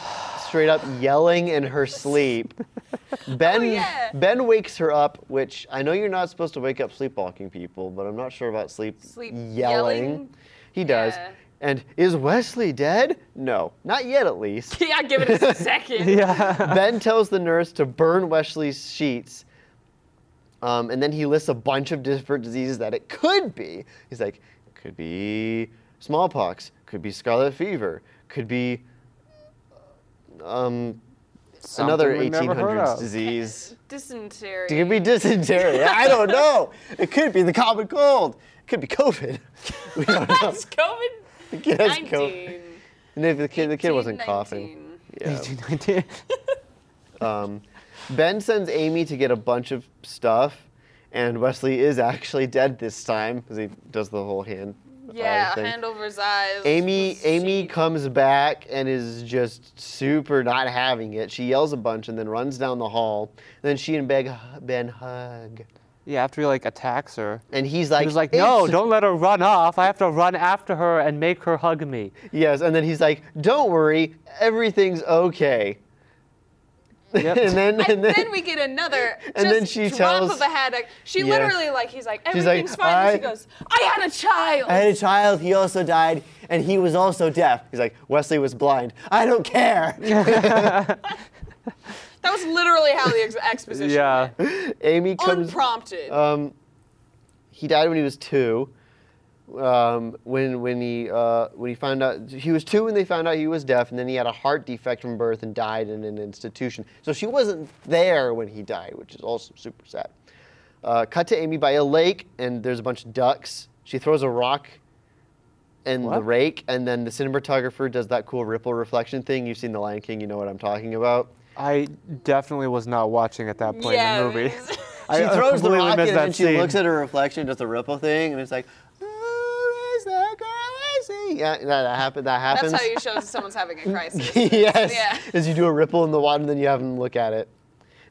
Speaker 3: straight up yelling in
Speaker 1: <laughs>
Speaker 3: her sleep. Ben
Speaker 1: Oh, yeah.
Speaker 3: Ben wakes her up, which I know you're not supposed to wake up sleepwalking people, but I'm not sure about sleep,
Speaker 1: Sleep
Speaker 3: yelling.
Speaker 1: yelling? <laughs>
Speaker 3: He does.
Speaker 1: Yeah.
Speaker 3: And is Wesley dead? No, not yet
Speaker 1: <laughs>
Speaker 3: at least.
Speaker 1: yeah, give it a second.
Speaker 6: <laughs> <laughs> Yeah.
Speaker 3: ben tells the nurse to burn Wesley's sheets. Um, and then he lists a bunch of different diseases that it could be. He's like, could be smallpox, could be scarlet fever, could be um, another
Speaker 6: Something we've never heard
Speaker 3: 1800s
Speaker 6: of.
Speaker 3: disease.
Speaker 1: Dysentery.
Speaker 3: It
Speaker 1: <laughs>
Speaker 3: could be dysentery. I don't know. It could be the common cold. It could be COVID. <laughs> We don't know.
Speaker 1: <laughs> It's COVID
Speaker 3: The kid has
Speaker 1: 19.
Speaker 3: COVID. And if the kid, the kid wasn't coughing.
Speaker 1: 19.
Speaker 3: Yeah.
Speaker 6: 1819.
Speaker 3: Um, ben sends Amy to get a bunch of stuff, and Wesley is actually dead this time because he does the whole hand. uh,
Speaker 1: Yeah,
Speaker 3: thing.
Speaker 1: hand over his eyes.
Speaker 3: Amy
Speaker 1: was
Speaker 3: Amy
Speaker 1: she-
Speaker 3: comes back and is just super not having it. She yells a bunch and then runs down the hall. Then she and Beg, Ben hug,
Speaker 6: <laughs> yeah, after he like attacks her.
Speaker 3: and he's like,
Speaker 6: he was like, no,
Speaker 3: "It's-
Speaker 6: don't let her run off. I have to run after her and make her hug <laughs> me.
Speaker 3: Yes, and then he's like, "Don't worry, everything's okay."
Speaker 6: Yep.
Speaker 3: <laughs> and then,
Speaker 1: And
Speaker 3: and
Speaker 1: then we get another
Speaker 3: <laughs> and
Speaker 1: just
Speaker 3: then she
Speaker 1: drop
Speaker 3: tells-
Speaker 1: of a haddock. She
Speaker 3: Yeah.
Speaker 1: literally like he's like
Speaker 3: She's like,
Speaker 1: everything's fine. and she
Speaker 3: "I-
Speaker 1: goes, I had a child.
Speaker 3: I had a child. He also died, and he was also deaf. He's like, Wesley was blind. I don't care.
Speaker 1: that was literally how
Speaker 3: <laughs>
Speaker 1: the ex- exposition
Speaker 6: Yeah.
Speaker 3: <laughs> Amy
Speaker 1: went.
Speaker 3: comes.
Speaker 1: Unprompted.
Speaker 3: Um, he died when he was two. Um, when when he uh, when he found out he was two when they found out he was deaf, and then he had a heart defect from birth and died in an institution. So she wasn't there when he died, which is also super sad. Uh, cut to Amy by a lake, and there's a bunch of ducks. She throws a rock and the
Speaker 6: What?
Speaker 3: rake, and then the cinematographer does that cool ripple reflection thing. You've seen The Lion King, you know what I'm talking about.
Speaker 6: I definitely was not watching at that point
Speaker 1: yeah.
Speaker 6: in the movie.
Speaker 1: it was-
Speaker 6: I
Speaker 3: She throws the
Speaker 6: completely
Speaker 3: rock in,
Speaker 6: missed
Speaker 3: and
Speaker 6: that
Speaker 3: then she
Speaker 6: scene.
Speaker 3: looks at her reflection, does the ripple thing, and it's like, "Who is the girl I see?" Yeah, that, that happen- That happens.
Speaker 1: That's
Speaker 3: <laughs>
Speaker 1: how you show someone's having a crisis.
Speaker 3: yes.
Speaker 1: Yeah.
Speaker 3: Is you do a ripple in the water, and then you have them look at it,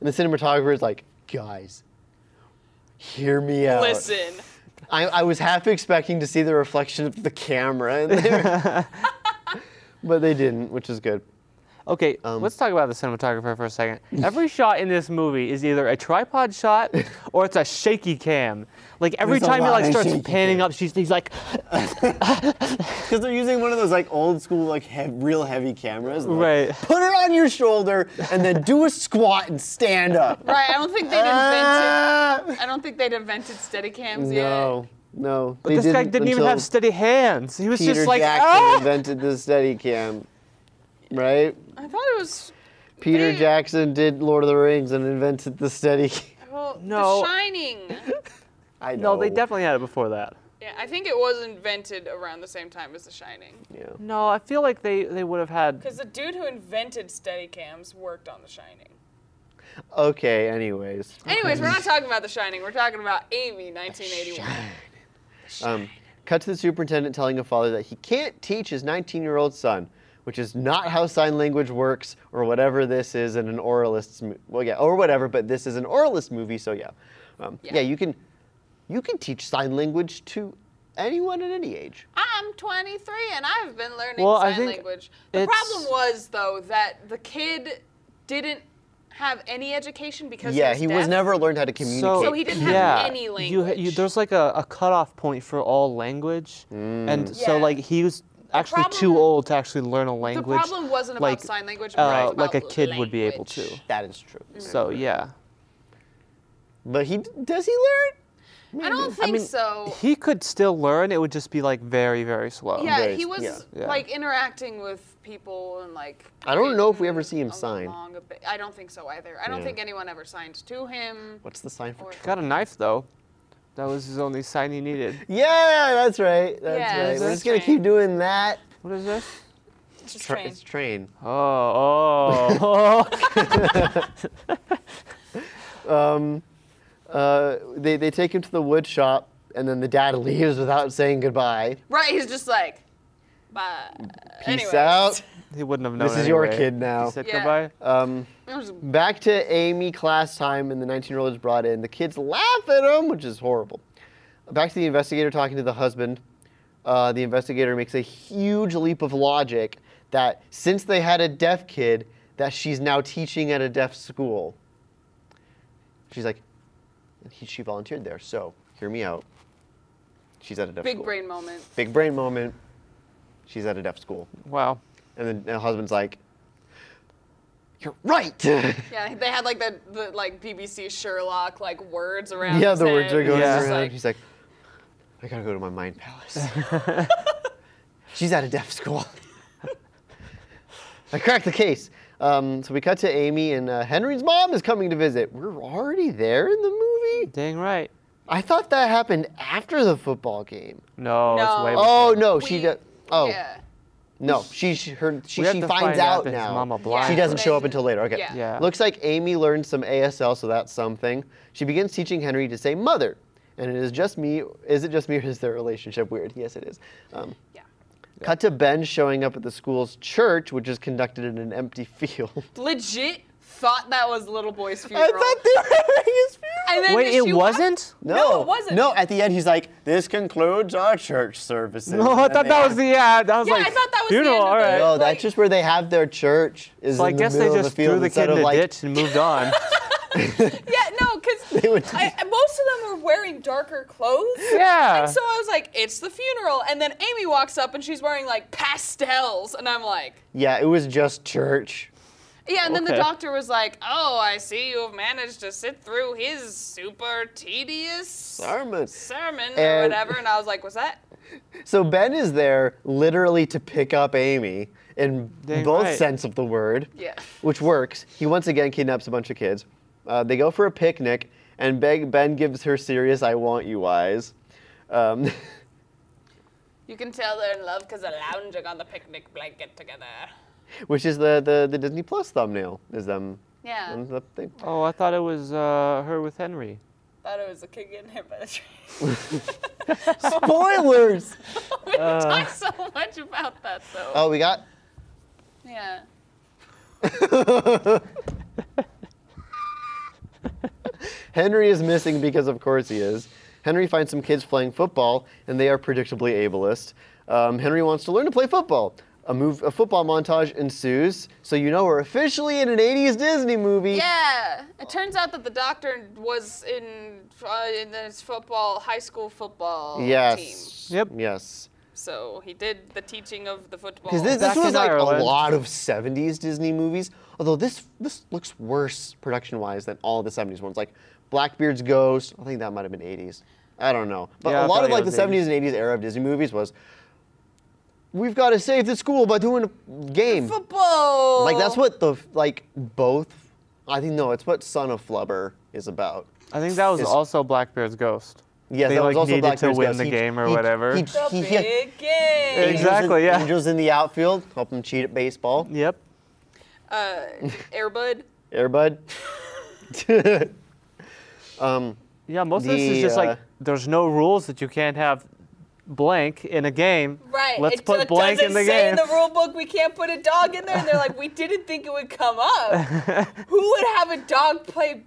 Speaker 3: and the cinematographer is like, "Guys, hear me out."
Speaker 1: Listen,
Speaker 3: I, I was half expecting to see the reflection of the camera in there,
Speaker 1: <laughs>
Speaker 3: but they didn't, which is good.
Speaker 6: <laughs> Okay,
Speaker 3: Um,
Speaker 6: let's talk about the cinematographer for a second. Every shot in this movie is either a tripod <laughs> shot or it's a shaky cam. Like every
Speaker 3: There's a
Speaker 6: time he
Speaker 3: lot
Speaker 6: like
Speaker 3: of
Speaker 6: starts
Speaker 3: shaky
Speaker 6: panning
Speaker 3: cam.
Speaker 6: up, she's he's like,
Speaker 3: Because they're using one of those like old school, like he- real heavy cameras. and, like,
Speaker 6: Right.
Speaker 3: Put her on your shoulder and then do a squat and stand
Speaker 6: <laughs>
Speaker 3: up.
Speaker 1: right? I don't think they'd
Speaker 3: Uh,
Speaker 1: invented. I don't think they'd invented Steadicams
Speaker 3: <laughs> no, no.
Speaker 6: but this guy didn't even have steady hands. He was
Speaker 3: Peter
Speaker 6: just like,
Speaker 3: Jackson
Speaker 6: ah!
Speaker 3: invented the steady cam, right?
Speaker 1: yet. I thought it was
Speaker 3: Peter
Speaker 1: They-
Speaker 3: Jackson did Lord of the Rings and invented the steady. <laughs>
Speaker 1: well,
Speaker 6: No.
Speaker 1: The Shining.
Speaker 6: <laughs>
Speaker 3: I know.
Speaker 6: No, they definitely had it before that.
Speaker 4: Yeah, I think it was invented around the same time as The Shining.
Speaker 3: Yeah.
Speaker 6: No, I feel like they, they would have had.
Speaker 4: Because the dude who invented Steadicams worked on The Shining.
Speaker 3: Okay. Anyways.
Speaker 4: Anyways, we're not talking about The Shining. We're talking about Amy, 1981.
Speaker 3: Um, cut to the superintendent telling a father that he can't teach his 19 year old son, which is not how sign language works or whatever this is in an oralist's mo- well, yeah, or whatever, but this is an oralist movie, so yeah. Um, yeah. you can you can teach sign language to anyone at any age.
Speaker 1: I'm 23 and I've been learning
Speaker 6: Well, I
Speaker 1: sign
Speaker 6: think
Speaker 1: language. The
Speaker 6: it's-
Speaker 1: problem was though that the kid didn't have any education because
Speaker 3: Yeah,
Speaker 1: was
Speaker 3: he was
Speaker 1: deaf.
Speaker 3: never learned how to communicate.
Speaker 6: So,
Speaker 1: So he didn't have
Speaker 6: yeah,
Speaker 1: any
Speaker 6: You, ha- you,
Speaker 1: language.
Speaker 6: there's like a, a cutoff point for all language.
Speaker 3: Mm.
Speaker 6: And so,
Speaker 1: Yeah.
Speaker 6: like, he was actually too
Speaker 1: problem-
Speaker 6: old to actually learn a language.
Speaker 1: The problem wasn't about
Speaker 6: like,
Speaker 1: sign language,
Speaker 6: uh,
Speaker 1: but it was
Speaker 6: like a
Speaker 1: about
Speaker 6: kid would be able to.
Speaker 1: language.
Speaker 3: <laughs> that is true.
Speaker 1: Mm-hmm.
Speaker 6: So, yeah.
Speaker 3: But he does he learn?
Speaker 1: I don't think so.
Speaker 6: He could still learn. It would just be like very, very slow.
Speaker 1: Yeah,
Speaker 3: Very-
Speaker 1: he was
Speaker 3: yeah.
Speaker 6: Yeah.
Speaker 1: like interacting with people and like.
Speaker 3: I don't know if we
Speaker 1: getting
Speaker 3: ever see him sign.
Speaker 1: along a bit. I don't think so either. I don't
Speaker 3: Yeah.
Speaker 1: think anyone ever signed to him.
Speaker 3: What's the sign for?
Speaker 1: Or-
Speaker 6: Got a knife though. That was his only sign he needed.
Speaker 3: <laughs> Yeah, that's right. That's
Speaker 4: Yeah,
Speaker 3: right.
Speaker 4: it's
Speaker 3: We're
Speaker 4: a
Speaker 3: just gonna
Speaker 4: train.
Speaker 3: keep doing that.
Speaker 6: What is this?
Speaker 4: It's just
Speaker 3: Tra-
Speaker 4: train.
Speaker 3: It's train.
Speaker 6: Oh,
Speaker 3: <laughs>
Speaker 6: oh.
Speaker 3: Um, uh, they they take him to the wood shop, and then the dad <laughs> leaves without saying goodbye.
Speaker 1: Right, he's just like, bye.
Speaker 3: Peace
Speaker 1: Anyways.
Speaker 3: out.
Speaker 6: he wouldn't have known.
Speaker 3: This is your
Speaker 6: anyway.
Speaker 3: kid now.
Speaker 6: He said
Speaker 1: Yeah.
Speaker 6: goodbye.
Speaker 3: Um,
Speaker 1: It was-
Speaker 3: back to Amy class time, and the 19 year old is brought in. The kids laugh at him, which is horrible. Back to the investigator talking to the husband. Uh, the investigator makes a huge leap of logic that since they had a deaf kid, that she's now teaching at a deaf school. She's like, he, she volunteered there, so hear me out. She's at a deaf
Speaker 1: Big
Speaker 3: school.
Speaker 1: brain moment.
Speaker 3: Big brain moment. She's at a deaf school. <laughs>
Speaker 6: Wow.
Speaker 3: And then the husband's like, You're right. <laughs>
Speaker 1: Yeah, they had like the, the like BBC Sherlock like words around.
Speaker 3: Yeah,
Speaker 1: his
Speaker 3: the words
Speaker 1: head.
Speaker 3: are going
Speaker 1: He's just
Speaker 6: around.
Speaker 1: like-
Speaker 3: He's like, I gotta go to my mind palace.
Speaker 1: <laughs>
Speaker 3: She's at a deaf school. <laughs> I cracked the case. Um, so we cut to Amy, and uh, Henry's mom is coming to visit. We're already there in the movie?
Speaker 6: Dang right.
Speaker 3: I thought that happened after the football game.
Speaker 6: No, it's
Speaker 1: No.
Speaker 6: way.
Speaker 3: Oh, no, she
Speaker 1: We-
Speaker 3: does. Oh,
Speaker 1: yeah.
Speaker 3: no, she, she, her, she,
Speaker 6: We have
Speaker 3: she
Speaker 6: to
Speaker 3: finds
Speaker 6: find out
Speaker 3: out,
Speaker 6: that his
Speaker 3: now.
Speaker 6: mama blind
Speaker 3: She doesn't
Speaker 1: her.
Speaker 3: show up until later. Okay.
Speaker 1: Yeah.
Speaker 6: Yeah.
Speaker 3: Looks like Amy learned some ASL, so that's something. She begins teaching Henry to say mother. And it is just me. Is it just me or is their relationship weird? Yes, it is. Um,
Speaker 1: Yeah.
Speaker 3: Cut to Ben showing up at the school's church, which is conducted in an
Speaker 1: <laughs>
Speaker 3: empty field.
Speaker 1: Legit thought that was little boy's funeral.
Speaker 3: I thought they were having his funeral.
Speaker 1: And then
Speaker 6: Wait,
Speaker 1: she
Speaker 6: it
Speaker 1: wa-
Speaker 6: wasn't?
Speaker 3: No,
Speaker 1: it wasn't.
Speaker 3: No, at the end he's like, "This concludes our church services."
Speaker 6: <laughs> No, Oh, I
Speaker 3: And
Speaker 6: thought
Speaker 3: they
Speaker 6: that
Speaker 3: have-
Speaker 6: was the ad. That was
Speaker 1: Yeah,
Speaker 6: like
Speaker 1: I thought that was the
Speaker 6: funeral.
Speaker 1: end of
Speaker 6: all
Speaker 1: the-
Speaker 6: right.
Speaker 3: No, that's
Speaker 1: Like-
Speaker 3: just where they have their church. Is
Speaker 6: So I
Speaker 3: in
Speaker 6: guess
Speaker 3: the
Speaker 6: they
Speaker 3: middle
Speaker 6: just
Speaker 3: of the field
Speaker 6: threw the
Speaker 3: instead
Speaker 6: kid in
Speaker 3: of
Speaker 6: a
Speaker 3: like
Speaker 6: ditch and
Speaker 1: <laughs>
Speaker 6: moved on.
Speaker 1: Yeah, no, because
Speaker 3: <laughs> They would just-
Speaker 1: most of them were wearing darker clothes.
Speaker 6: Yeah.
Speaker 1: And so I was like, it's the funeral. And then Amy walks up and she's wearing like pastels. And I'm like,
Speaker 3: yeah, it was just church.
Speaker 1: yeah. And then the
Speaker 6: Okay.
Speaker 1: doctor was like, oh, I see you have managed to sit through his super tedious
Speaker 3: Sermon.
Speaker 1: sermon or
Speaker 3: And-
Speaker 1: whatever. And I was like, was that?
Speaker 3: So Ben is there literally to pick up Amy in
Speaker 6: Dang
Speaker 3: both
Speaker 6: right.
Speaker 3: sense of the word,
Speaker 1: Yeah.
Speaker 3: which works. He once again kidnaps a bunch of kids. Uh, they go for a picnic, and Ben, ben gives her serious "I want you" eyes. Um, <laughs>
Speaker 1: You can tell they're in love because they're lounging on the picnic blanket together.
Speaker 3: which is the, the, the Disney Plus thumbnail is them.
Speaker 1: Yeah.
Speaker 3: on the thing.
Speaker 6: oh, I thought it was uh, her with Henry.
Speaker 1: Thought it was a kid getting hit by <laughs>
Speaker 3: <laughs>
Speaker 1: the train. <laughs>
Speaker 3: Spoilers!
Speaker 1: we have
Speaker 3: Uh.
Speaker 1: talked so much about that though.
Speaker 3: oh, we got.
Speaker 1: yeah.
Speaker 3: <laughs> Henry is missing because, of course, he is. Henry finds some kids playing football, and they are predictably ableist. Um, Henry wants to learn to play football. A move, a football montage ensues, so you know we're officially in an '80s Disney movie.
Speaker 1: Yeah. It turns out that the doctor was in uh, in his football, high school football team.
Speaker 3: Yes.
Speaker 6: Yep.
Speaker 3: Yes.
Speaker 1: So he did the teaching of the football.
Speaker 3: Because this,
Speaker 6: Oh, Back <laughs>
Speaker 3: this was
Speaker 6: in
Speaker 3: like
Speaker 6: Ireland.
Speaker 3: a lot of '70s Disney movies. Although this this looks worse production-wise than all the '70s ones, like Blackbeard's Ghost. I think that might have been '80s. I don't know. But
Speaker 6: Yeah, I
Speaker 3: a lot
Speaker 6: thought
Speaker 3: of
Speaker 6: it
Speaker 3: like the
Speaker 6: was
Speaker 3: '70s and '80s era of Disney movies was, we've got to save the school by doing a game.
Speaker 1: football.
Speaker 3: Like that's what the like both. I think no, it's what Son of Flubber is about.
Speaker 6: I think that was
Speaker 3: Is-
Speaker 6: also Blackbeard's ghost.
Speaker 3: Yes,
Speaker 6: they
Speaker 3: that
Speaker 6: like
Speaker 3: was also
Speaker 6: needed
Speaker 3: Blackbeard's
Speaker 6: to win
Speaker 3: Ghost.
Speaker 6: the
Speaker 3: He-
Speaker 6: game or
Speaker 3: he-
Speaker 6: whatever.
Speaker 3: he-
Speaker 6: <laughs>
Speaker 1: the
Speaker 3: he- he-
Speaker 1: big game.
Speaker 3: Angels in-
Speaker 6: Exactly, yeah.
Speaker 3: Angels in the outfield, help them cheat at baseball.
Speaker 6: Yep.
Speaker 1: Uh, Airbud.
Speaker 3: Airbud. um,
Speaker 6: Yeah, most of this is
Speaker 3: The,
Speaker 6: just
Speaker 3: uh,
Speaker 6: like there's no rules that you can't have blank in a game.
Speaker 1: Right.
Speaker 6: Let's
Speaker 1: it,
Speaker 6: put
Speaker 1: it
Speaker 6: blank
Speaker 1: doesn't
Speaker 6: in the
Speaker 1: say
Speaker 6: game.
Speaker 1: in the rule book we can't put a dog in there. And they're like, we didn't think it would come
Speaker 6: <laughs>
Speaker 1: up. Who would have a dog play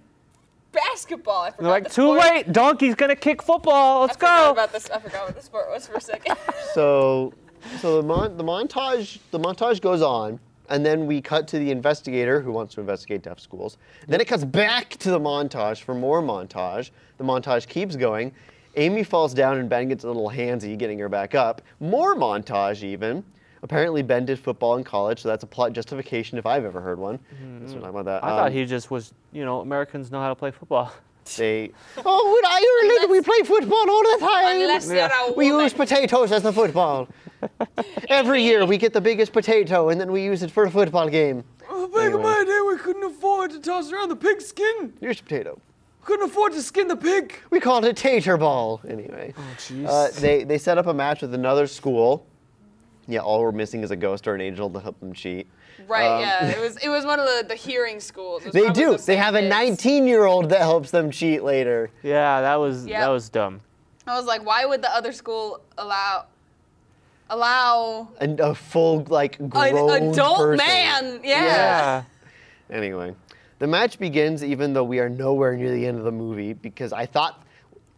Speaker 1: basketball? I forgot.
Speaker 6: <laughs> They're like,
Speaker 1: the
Speaker 6: too
Speaker 1: sport.
Speaker 6: late. Donkey's gonna kick football.
Speaker 1: I
Speaker 6: Let's
Speaker 1: forgot
Speaker 6: go.
Speaker 1: about this. I forgot what the sport was for a
Speaker 6: <laughs>
Speaker 1: second.
Speaker 3: so, so the, mon- the montage, the montage goes on, and then we cut to the investigator who wants to investigate deaf schools. Then it cuts back to the montage for more montage. The montage keeps going. Amy falls down, and Ben gets a little handsy getting her back up. More montage even. Apparently, Ben did football in college, so that's a plot justification if I've ever heard one. That's what I'm talking about that.
Speaker 6: I thought
Speaker 3: Um,
Speaker 6: he just was, you know, Americans know how to play football. <laughs>
Speaker 3: They, oh, in Ireland we play football all the time.
Speaker 1: Unless you're a
Speaker 3: we
Speaker 1: woman.
Speaker 3: use potatoes as
Speaker 1: <laughs>
Speaker 3: the football. Every year we get the biggest potato and then we use it for a football game.
Speaker 6: Oh, Back in my day, we couldn't afford to toss around the pigskin.
Speaker 3: Here's a potato.
Speaker 7: Couldn't afford to skin the pig.
Speaker 3: We called it Tater Ball.
Speaker 1: Oh,
Speaker 3: Anyway.
Speaker 6: Oh, Jeez.
Speaker 3: Uh, they, they set up a match with another school. Yeah, all we're missing is a ghost or an angel to help them cheat.
Speaker 1: Right,
Speaker 3: Um,
Speaker 1: yeah. It was it was one of the, the hearing schools. It was
Speaker 3: They
Speaker 1: probably
Speaker 3: do.
Speaker 1: the
Speaker 3: They
Speaker 1: same
Speaker 3: have a
Speaker 1: kids.
Speaker 3: 19 year old that helps them cheat later.
Speaker 6: Yeah, that was
Speaker 1: Yeah.
Speaker 6: that was dumb.
Speaker 1: I was like, why would the other school allow allow
Speaker 3: And a full, like,
Speaker 1: an
Speaker 3: grown
Speaker 1: adult
Speaker 3: person.
Speaker 1: man? Yeah.
Speaker 3: Anyway, the match begins even though we are nowhere near the end of the movie because I thought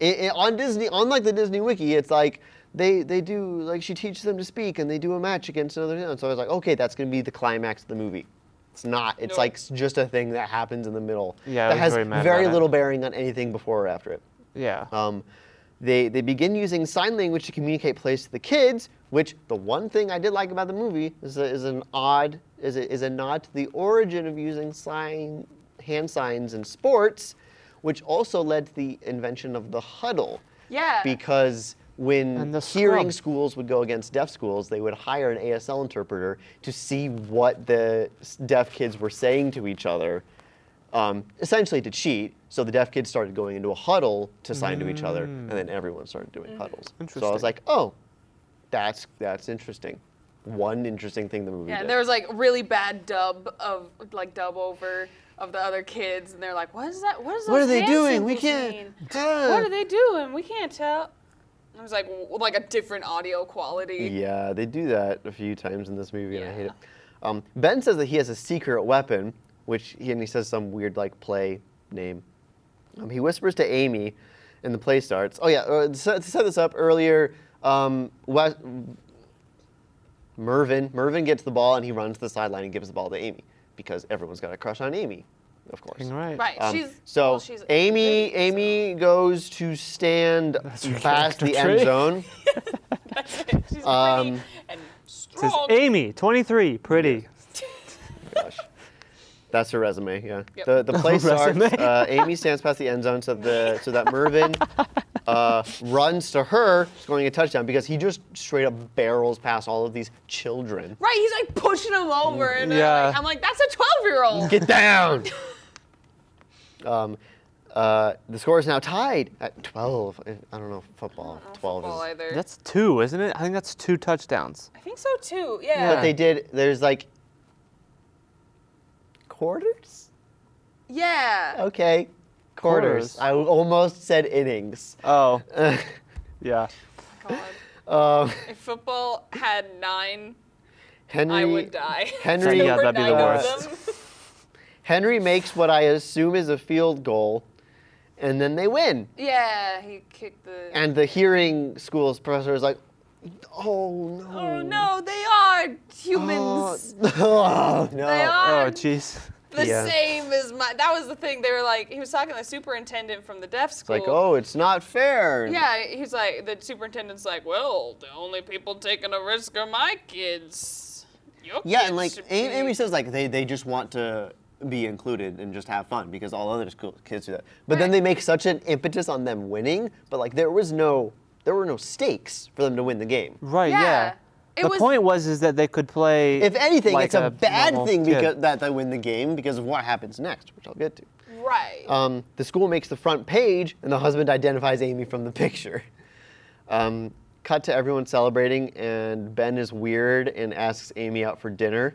Speaker 3: it, it- on Disney, unlike the Disney Wiki, it's like they they do like she teaches them to speak and they do a match against another town. So I was like, okay, that's gonna be the climax of the movie. It's not. It's
Speaker 1: Nope.
Speaker 3: like s- just a thing that happens in the middle.
Speaker 6: Yeah, I
Speaker 3: that
Speaker 6: was
Speaker 3: has
Speaker 6: very mad
Speaker 3: very
Speaker 6: about that.
Speaker 3: little bearing on anything before or after it.
Speaker 6: Yeah.
Speaker 3: Um, they, they begin using sign language to communicate place to the kids, which the one thing I did like about the movie is, a, is an odd is a, is a nod to the origin of using sign hand signs in sports, which also led to the invention of the huddle.
Speaker 1: Yeah.
Speaker 3: Because when
Speaker 6: And the
Speaker 3: hearing
Speaker 6: scrub.
Speaker 3: schools would go against deaf schools, they would hire an ASL interpreter to see what the s- deaf kids were saying to each other um, essentially to cheat. So the deaf kids started going into a huddle to sign to each other, and then everyone started doing
Speaker 1: Mm-hmm.
Speaker 3: huddles. So I was
Speaker 6: Interesting.
Speaker 3: like, oh, that's that's interesting. One interesting thing the movie
Speaker 1: Yeah,
Speaker 3: did.
Speaker 1: there was like really bad dub of like dub over of the other kids, and they're like, "What is that? What is
Speaker 3: what
Speaker 1: those
Speaker 3: are they
Speaker 1: hand
Speaker 3: doing? We
Speaker 1: symbols
Speaker 3: can't.
Speaker 1: mean?
Speaker 3: Ah.
Speaker 1: What are they doing? We can't tell." It was like w- like a different audio quality.
Speaker 3: Yeah, they do that a few times in this movie, and I hate it. Um, ben says that he has a secret weapon, which he, and he says some weird like play name. Um, he whispers to Amy, and the play starts. Oh yeah, uh, to set to set this up earlier, um, Wes- Mervin Mervin gets the ball and he runs to the sideline and gives the ball to Amy because everyone's got a crush on Amy, of course.
Speaker 6: right.
Speaker 1: Right.
Speaker 3: Um,
Speaker 1: she's
Speaker 3: so
Speaker 1: well, she's
Speaker 3: Amy, Amy goes to stand
Speaker 6: your
Speaker 3: past the
Speaker 6: character
Speaker 3: end
Speaker 6: trait.
Speaker 3: zone.
Speaker 6: <laughs>
Speaker 1: <laughs> she's
Speaker 3: um,
Speaker 1: pretty and
Speaker 6: Says
Speaker 1: strong.
Speaker 6: Amy, 23, pretty.
Speaker 3: Gosh. That's her resume, yeah.
Speaker 1: Yep.
Speaker 6: <laughs>
Speaker 3: The, the play starts.
Speaker 6: resume.
Speaker 3: Uh, Amy stands past the end zone so, the, so that Mervin
Speaker 6: <laughs>
Speaker 3: uh, runs to her, scoring a touchdown because he just straight up barrels past all of these children.
Speaker 1: Right, he's like pushing him over,
Speaker 3: Mm,
Speaker 1: and they're
Speaker 6: Yeah.
Speaker 1: like, I'm like, that's a 12 year
Speaker 3: <laughs>
Speaker 1: old.
Speaker 3: Get
Speaker 6: <laughs>
Speaker 3: down! um, uh, the score is now tied at 12. I- I don't know, football.
Speaker 1: Uh,
Speaker 3: 12
Speaker 1: Well,
Speaker 3: is.
Speaker 1: either.
Speaker 6: That's two, isn't it? I think that's two touchdowns.
Speaker 1: I think so too. Yeah.
Speaker 3: But they did, there's like quarters?
Speaker 1: yeah.
Speaker 3: Okay. Quarters.
Speaker 6: Quarters.
Speaker 3: I almost said innings. <laughs>
Speaker 6: Oh, yeah.
Speaker 1: God. <laughs>
Speaker 3: Um,
Speaker 1: If football had nine,
Speaker 3: Henry,
Speaker 1: I would die.
Speaker 3: <laughs> Henry,
Speaker 1: There
Speaker 6: Yeah,
Speaker 1: were
Speaker 6: that'd be the
Speaker 1: nine of
Speaker 6: worst.
Speaker 1: them.
Speaker 3: Henry makes what I assume is a field goal, and then they win.
Speaker 1: <laughs> Yeah, he kicked the.
Speaker 3: And the hearing school's professor is like, "Oh no!
Speaker 1: oh
Speaker 3: <laughs>
Speaker 1: no, they are
Speaker 3: Oh,
Speaker 1: humans.
Speaker 3: <laughs> oh, no!
Speaker 1: They are
Speaker 6: Oh, jeez.
Speaker 1: the
Speaker 3: yeah.
Speaker 1: same as my. That was the thing. They were like, he was talking to the superintendent from the deaf
Speaker 3: It's
Speaker 1: school.
Speaker 3: like, oh, it's not fair."
Speaker 1: Yeah, he's like, the superintendent's like, well, the only people taking a risk are my kids. Your
Speaker 3: Yeah,
Speaker 1: kids
Speaker 3: and like
Speaker 1: should
Speaker 3: Amy,
Speaker 1: be-
Speaker 3: Amy says, like they, they just want to be included and just have fun because all other school kids do that. But then they make such an impetus on them winning, but like there was no there were no stakes for them to win the game.
Speaker 6: Right, yeah.
Speaker 1: Yeah. It
Speaker 6: the
Speaker 1: was-
Speaker 6: point was is that they could play.
Speaker 3: If anything,
Speaker 6: like
Speaker 3: it's a, bad
Speaker 6: normal
Speaker 3: thing
Speaker 6: kid.
Speaker 3: because, that they win the game because of what happens next, which I'll get to.
Speaker 1: Right.
Speaker 3: Um, the school makes the front page, and the husband identifies Amy from the <laughs> picture. Um, cut to everyone celebrating, and Ben is weird and asks Amy out for dinner.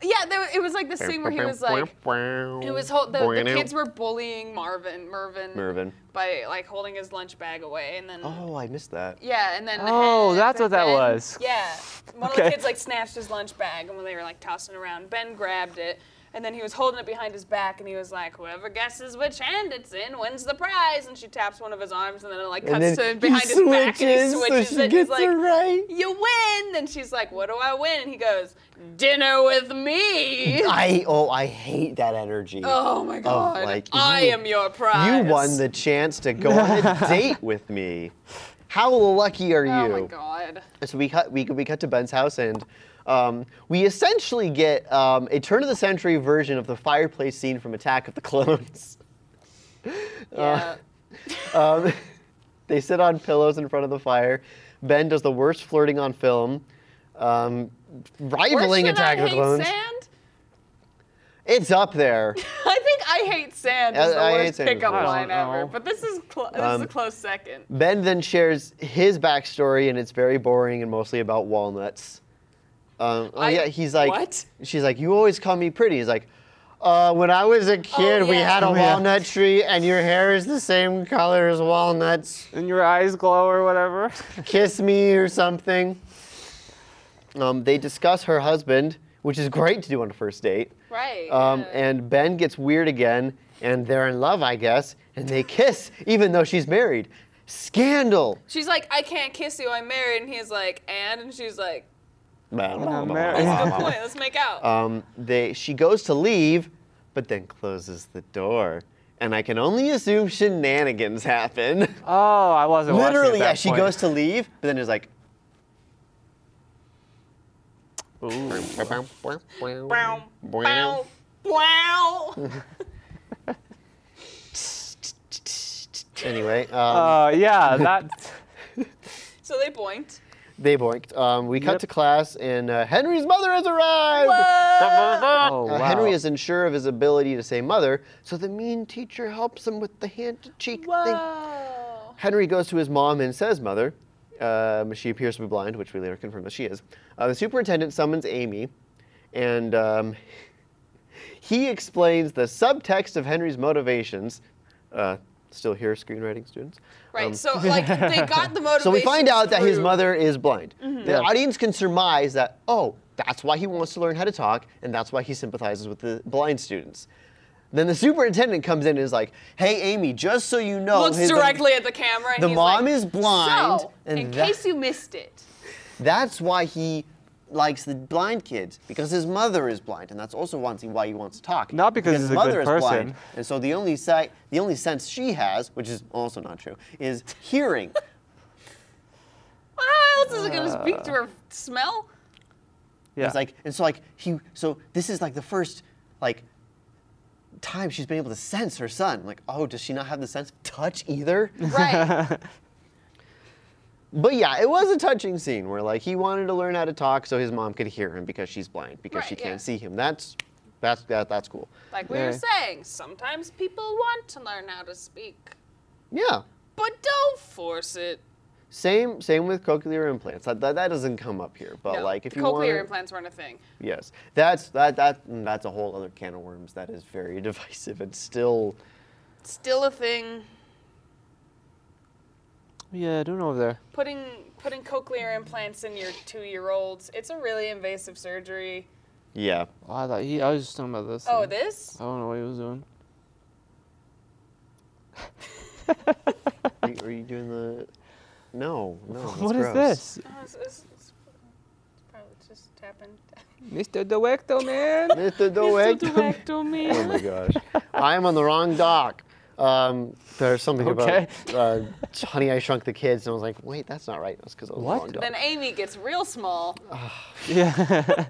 Speaker 1: Yeah, there, it was like this thing where he was like, it was hol- the, the kids were bullying Marvin, Mervin,
Speaker 3: Mervin.
Speaker 1: by like holding his lunch bag away, and then
Speaker 3: Oh, I missed that.
Speaker 1: yeah, and then
Speaker 6: Oh,
Speaker 1: Ben-
Speaker 6: that's what that
Speaker 1: Ben-
Speaker 6: was.
Speaker 1: Yeah, one of
Speaker 6: Okay.
Speaker 1: the kids like snatched his lunch bag, and when they were like tossing around, Ben grabbed it, and then he was holding it behind his back, and he was like, whoever guesses which hand it's in wins the prize, and she taps one of his arms, and then it like
Speaker 3: And
Speaker 1: cuts
Speaker 3: then
Speaker 1: to behind
Speaker 3: he
Speaker 1: his back, and he
Speaker 3: switches, so
Speaker 1: switches
Speaker 3: she
Speaker 1: it, and
Speaker 3: gets
Speaker 1: he's like,
Speaker 3: it right.
Speaker 1: you win, and she's like, what do I win? And he goes, dinner with
Speaker 3: <laughs>
Speaker 1: me.
Speaker 3: I oh, I hate that energy.
Speaker 1: Oh my god.
Speaker 3: like,
Speaker 1: I
Speaker 3: you-
Speaker 1: am your prize.
Speaker 3: You won the chance to go on a
Speaker 1: <laughs>
Speaker 3: date with me. How lucky are you?
Speaker 1: Oh my god.
Speaker 3: So we cut we, we cut to Ben's house and um, we essentially get um, a turn of the century version of the fireplace scene from Attack of the Clones. <laughs>
Speaker 1: Yeah.
Speaker 3: Uh, Um, <laughs> they sit on pillows in front of the fire. Ben does the worst flirting on film, um, rivaling
Speaker 1: Worse than
Speaker 3: Attack
Speaker 1: I
Speaker 3: of the
Speaker 1: Hate
Speaker 3: Clones.
Speaker 1: Sand?
Speaker 3: It's up there.
Speaker 1: <laughs> I think I I hate sand is the
Speaker 3: I- I hate
Speaker 1: worst
Speaker 3: sand as
Speaker 1: pickup
Speaker 3: well.
Speaker 1: line ever,
Speaker 6: Oh.
Speaker 1: but this is cl- this is
Speaker 3: Um,
Speaker 1: a close second.
Speaker 3: Ben then shares his backstory, and it's very boring and mostly about walnuts. Um, oh
Speaker 8: I-
Speaker 3: yeah, he's like,
Speaker 8: what?
Speaker 3: she's like, you always call me pretty. He's like, uh, when I was a kid, we
Speaker 8: yeah.
Speaker 3: had a
Speaker 6: Oh, yeah.
Speaker 3: walnut tree, and your hair is the same color as walnuts.
Speaker 6: And your eyes glow or whatever.
Speaker 3: Kiss me or something. Um, they discuss her husband, which is great to do on a first date.
Speaker 1: Right.
Speaker 3: Um, and Ben gets weird again, and they're in love, I guess, and they kiss, even though she's married. Scandal.
Speaker 4: She's like, I can't kiss you, I'm married. And he's like, and? And she's
Speaker 3: <laughs>
Speaker 4: like,
Speaker 8: Oh,
Speaker 6: married.
Speaker 4: good point, let's make out.
Speaker 3: Um, they, she goes to leave, but then closes the door. And I can only assume shenanigans
Speaker 6: <laughs>
Speaker 3: happen.
Speaker 6: <laughs> Oh, I wasn't watching at
Speaker 3: Literally, yeah,
Speaker 6: that
Speaker 3: she
Speaker 6: point.
Speaker 3: goes to leave, but then is like,
Speaker 4: Wow. Wow. Wow.
Speaker 3: <laughs> anyway, um,
Speaker 6: Uh,
Speaker 3: <laughs>
Speaker 6: yeah, that.
Speaker 4: So they boinked.
Speaker 3: they boinked. Um, we cut
Speaker 6: Yep.
Speaker 3: to class, and uh, Henry's mother has arrived.
Speaker 6: <laughs> oh,
Speaker 3: Uh,
Speaker 6: wow.
Speaker 3: Henry is unsure of his ability to say mother, so the mean teacher helps him with the hand to cheek thing.
Speaker 4: Oh.
Speaker 3: Henry goes to his mom and says mother. Um, she appears to be blind, which we later confirm that she is. Uh, the superintendent summons Amy, and um, <laughs> he explains the subtext of Henry's motivations. Uh, still here, screenwriting students.
Speaker 4: Right.
Speaker 3: Um, <laughs>
Speaker 4: so like they got the motivation. Mm-hmm.
Speaker 3: so we find out that his
Speaker 4: through-
Speaker 3: mother is blind. The
Speaker 6: Yeah.
Speaker 3: audience can surmise that, oh, that's why he wants to learn how to talk, and that's why he sympathizes with the blind students. Then the superintendent comes in and is like, hey, Amy, just so you know,
Speaker 4: looks
Speaker 3: his-
Speaker 4: directly at the camera. And
Speaker 3: the
Speaker 4: he's
Speaker 3: mom
Speaker 4: like,
Speaker 3: is blind,
Speaker 4: So,
Speaker 3: and
Speaker 4: in
Speaker 3: that-
Speaker 4: case you missed it,
Speaker 3: that's why he likes the blind kids, because his mother is blind, and that's also one thing why he wants to talk.
Speaker 6: Not because he's
Speaker 3: his
Speaker 6: a good
Speaker 3: mother is blind,
Speaker 6: person.
Speaker 3: and so the only, si- the only sense she has, which is also not true, is hearing.
Speaker 1: How else is it gonna speak to her
Speaker 3: <laughs>
Speaker 1: smell?
Speaker 6: <laughs> yeah.
Speaker 3: It's like, and so like he, so this is like the first like time she's been able to sense her son. Like, oh, does she not have the sense of touch
Speaker 6: <laughs>
Speaker 3: either?
Speaker 1: Right.
Speaker 3: but yeah, it was a touching scene where like he wanted to learn how to talk so his mom could hear him because she's blind because she
Speaker 1: Right,
Speaker 3: can't
Speaker 1: yeah.
Speaker 3: see him. That's that's that, that's cool.
Speaker 1: like we were
Speaker 6: Yeah.
Speaker 1: saying, sometimes people want to learn how to speak,
Speaker 3: Yeah.
Speaker 1: but don't force it.
Speaker 3: Same same with cochlear implants. That, that, that doesn't come up here, but
Speaker 1: No,
Speaker 3: like if
Speaker 1: the
Speaker 3: you
Speaker 1: cochlear
Speaker 3: want
Speaker 1: implants weren't a thing.
Speaker 3: Yes, that's that that mm, that's a whole other can of worms. That is very <laughs> divisive and still
Speaker 1: Still a thing.
Speaker 6: <laughs> yeah, don't over there.
Speaker 4: putting putting cochlear implants in your two-year-olds, it's a really invasive surgery.
Speaker 3: yeah.
Speaker 6: Oh, I thought he. I was just talking about this.
Speaker 4: Oh,
Speaker 6: thing.
Speaker 4: this?
Speaker 6: I don't know what he was doing. Oh,
Speaker 3: Are you, are you doing the? No, no. That's
Speaker 6: what is
Speaker 3: gross. <laughs>
Speaker 6: this?
Speaker 4: Oh, it's, it's, it's probably just happened.
Speaker 6: Mr. Directo,
Speaker 3: <laughs>
Speaker 6: man.
Speaker 3: Mr. Director. <laughs> Oh my gosh, I am on the wrong dock. Um, there's something about
Speaker 6: Okay.
Speaker 3: uh, Honey, I Shrunk the Kids, and I was like, wait, that's not right. That's because I was on
Speaker 6: What?
Speaker 3: the wrong dock.
Speaker 1: Then Amy gets real small.
Speaker 6: yeah.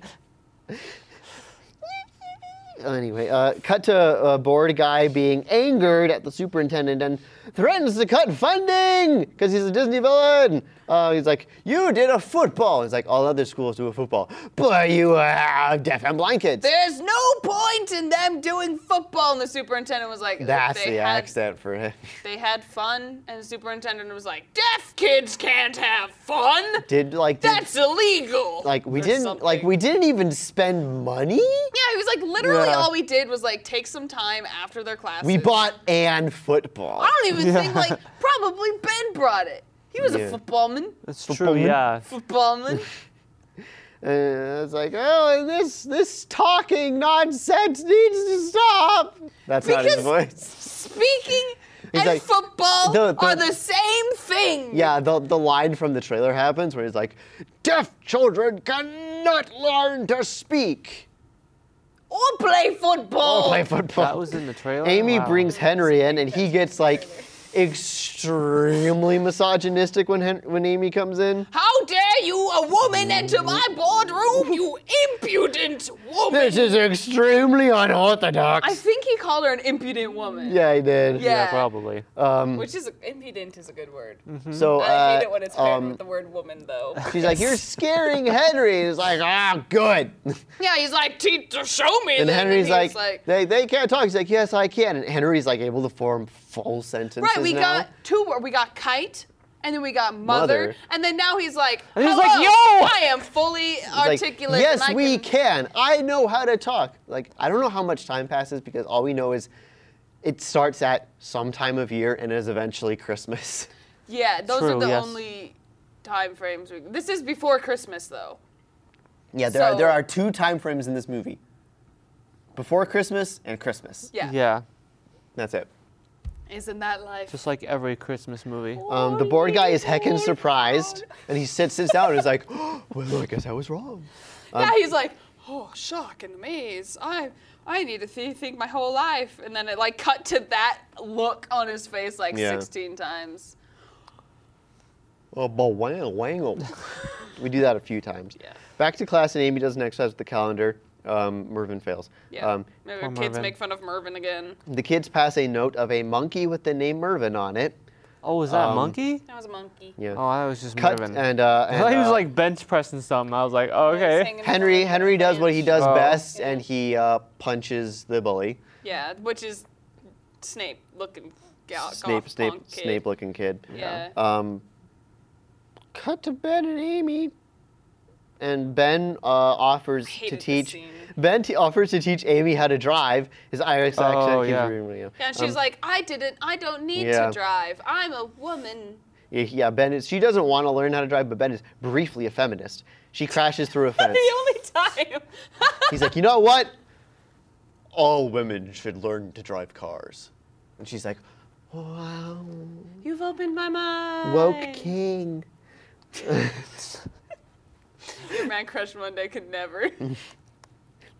Speaker 3: Anyway, uh, cut to a bored guy being angered at the superintendent and threatens to cut funding because he's a Disney villain. Uh, he's like, "You did a football." He's like, "All other schools do a football, but you have deaf and blind kids."
Speaker 1: There's no point in them doing football. And the superintendent was like,
Speaker 3: That's
Speaker 1: they
Speaker 3: the
Speaker 1: had,
Speaker 3: accent
Speaker 1: <laughs>
Speaker 3: for him.
Speaker 1: They had fun, and the superintendent was like, deaf kids can't have fun.
Speaker 3: Did like did-
Speaker 1: That's illegal.
Speaker 3: like we
Speaker 1: Or
Speaker 3: didn't like
Speaker 1: something.
Speaker 3: we didn't even spend money.
Speaker 1: Yeah, he was like, literally
Speaker 6: Yeah.
Speaker 1: all we did was like take some time after their classes.
Speaker 3: We bought an football.
Speaker 1: I don't even think
Speaker 3: <laughs>
Speaker 1: like probably Ben brought it. He was
Speaker 3: Yeah.
Speaker 1: a footballman.
Speaker 6: That's
Speaker 3: Football
Speaker 6: true.
Speaker 3: man.
Speaker 6: Yeah.
Speaker 1: Footballman.
Speaker 3: And it's like, oh, and this this talking nonsense needs to stop. That's <laughs> not his
Speaker 1: Because-
Speaker 3: voice.
Speaker 1: Speaking
Speaker 3: He's
Speaker 1: and
Speaker 3: like,
Speaker 1: football
Speaker 3: the- the-
Speaker 1: are the same thing.
Speaker 3: Yeah, the the line from the trailer happens where he's like, deaf children cannot learn to speak
Speaker 1: Or play
Speaker 3: or
Speaker 1: football.
Speaker 3: play football.
Speaker 6: That was in the
Speaker 3: <laughs>
Speaker 6: trailer.
Speaker 3: Amy
Speaker 6: Wow.
Speaker 3: brings Henry in, and he gets like extremely misogynistic when Hen- when Amy comes in.
Speaker 1: How dare dare you, a woman, enter my boardroom, you impudent woman!
Speaker 3: This is extremely unorthodox.
Speaker 1: I think he called her an impudent woman.
Speaker 3: yeah, I did.
Speaker 1: Yeah.
Speaker 6: probably.
Speaker 3: Um,
Speaker 4: Which is impudent is a good word.
Speaker 3: so
Speaker 4: I
Speaker 3: uh,
Speaker 4: hate it when it's paired
Speaker 3: um,
Speaker 4: with the word woman, though.
Speaker 3: she's like, "You're scaring Henry." He's like, "Ah, good." <laughs>
Speaker 1: Yeah, he's like, teacher, show me.
Speaker 3: And
Speaker 1: then,"
Speaker 3: Henry's
Speaker 1: he's
Speaker 3: like,
Speaker 1: like,
Speaker 3: they, they can't talk. He's like, yes, I can. And Henry's like able to form full sentences.
Speaker 1: right, we
Speaker 3: now.
Speaker 1: got two. wor- We got kite, and then we got mother,
Speaker 3: Mother.
Speaker 1: and then now he's like,
Speaker 6: And he's
Speaker 1: "Hello,
Speaker 6: like, yo!"
Speaker 1: I am fully
Speaker 3: He's like,
Speaker 1: articulate. and
Speaker 3: yes,
Speaker 1: I
Speaker 3: we
Speaker 1: can-
Speaker 3: can. I know how to talk. Like, I don't know how much time passes because all we know is it starts at some time of year and is eventually Christmas. <laughs>
Speaker 1: Yeah, those
Speaker 6: True,
Speaker 1: are the
Speaker 6: yes.
Speaker 1: only time frames. We, this is before Christmas, though.
Speaker 3: yeah, there, are, there
Speaker 1: So-
Speaker 3: are two time frames in this movie before Christmas and Christmas.
Speaker 1: Yeah.
Speaker 6: yeah.
Speaker 3: That's it.
Speaker 1: Isn't that life?
Speaker 6: Just like every Christmas movie.
Speaker 3: Um, the board guy is
Speaker 1: Oh
Speaker 3: heckin' surprised, and he sits sits down and is like, <gasps> "Well, I guess I was wrong." um,
Speaker 1: yeah, he's like, oh, shock and amaze. I I need to th- think my whole life. And then it like cut to that look on his face like
Speaker 3: Yeah.
Speaker 1: 16 times.
Speaker 3: Oh, but wangle, wangle. we do that a few times.
Speaker 1: <laughs> Yeah.
Speaker 3: Back to class, and Amy does an exercise with the calendar. Um, Mervin fails.
Speaker 1: Yeah.
Speaker 3: Um,
Speaker 1: Maybe
Speaker 6: poor
Speaker 1: kids
Speaker 6: Mervin.
Speaker 1: make fun of Mervin again.
Speaker 3: the kids pass a note of a monkey with the name Mervin on it.
Speaker 6: Oh, was that
Speaker 3: Um,
Speaker 6: monkey?
Speaker 4: That was a monkey.
Speaker 3: Yeah.
Speaker 6: Oh, I was just
Speaker 3: Cut
Speaker 6: Mervin.
Speaker 3: and, uh,
Speaker 6: <laughs> I
Speaker 3: and
Speaker 6: thought he was
Speaker 3: uh,
Speaker 6: like bench pressing something. I was like,
Speaker 4: He
Speaker 6: oh,
Speaker 4: was
Speaker 6: okay.
Speaker 4: hanging
Speaker 3: Henry.
Speaker 4: around
Speaker 3: Henry
Speaker 4: the
Speaker 3: does what he
Speaker 4: bench.
Speaker 3: does
Speaker 6: Oh.
Speaker 3: best, and he uh, punches the bully.
Speaker 1: Yeah, which is Snape looking gal-
Speaker 3: Snape,
Speaker 1: goth
Speaker 3: Snape,
Speaker 1: punk kid.
Speaker 3: Snape-looking kid.
Speaker 1: Yeah.
Speaker 3: Um, cut to Ben and Amy. And Ben uh, offers to
Speaker 1: hated this
Speaker 3: teach.
Speaker 1: scene.
Speaker 3: Ben t- offers to teach Amy how to drive. His Irish
Speaker 6: Oh,
Speaker 3: accent
Speaker 6: yeah.
Speaker 3: keeps ruining him.
Speaker 1: Yeah, and she's
Speaker 3: Um,
Speaker 1: like, I didn't, I don't need
Speaker 3: yeah.
Speaker 1: to drive. I'm a woman.
Speaker 3: yeah, yeah, Ben. Is, she doesn't want to learn how to drive, but Ben is briefly a feminist. She crashes
Speaker 1: <laughs>
Speaker 3: through a fence.
Speaker 1: only time. <laughs>
Speaker 3: He's like, you know what? All women should learn to drive cars. And she's like, wow,
Speaker 1: You've opened my mind.
Speaker 3: woke king. <laughs>
Speaker 1: Your man crush one day could
Speaker 3: <laughs>
Speaker 1: never.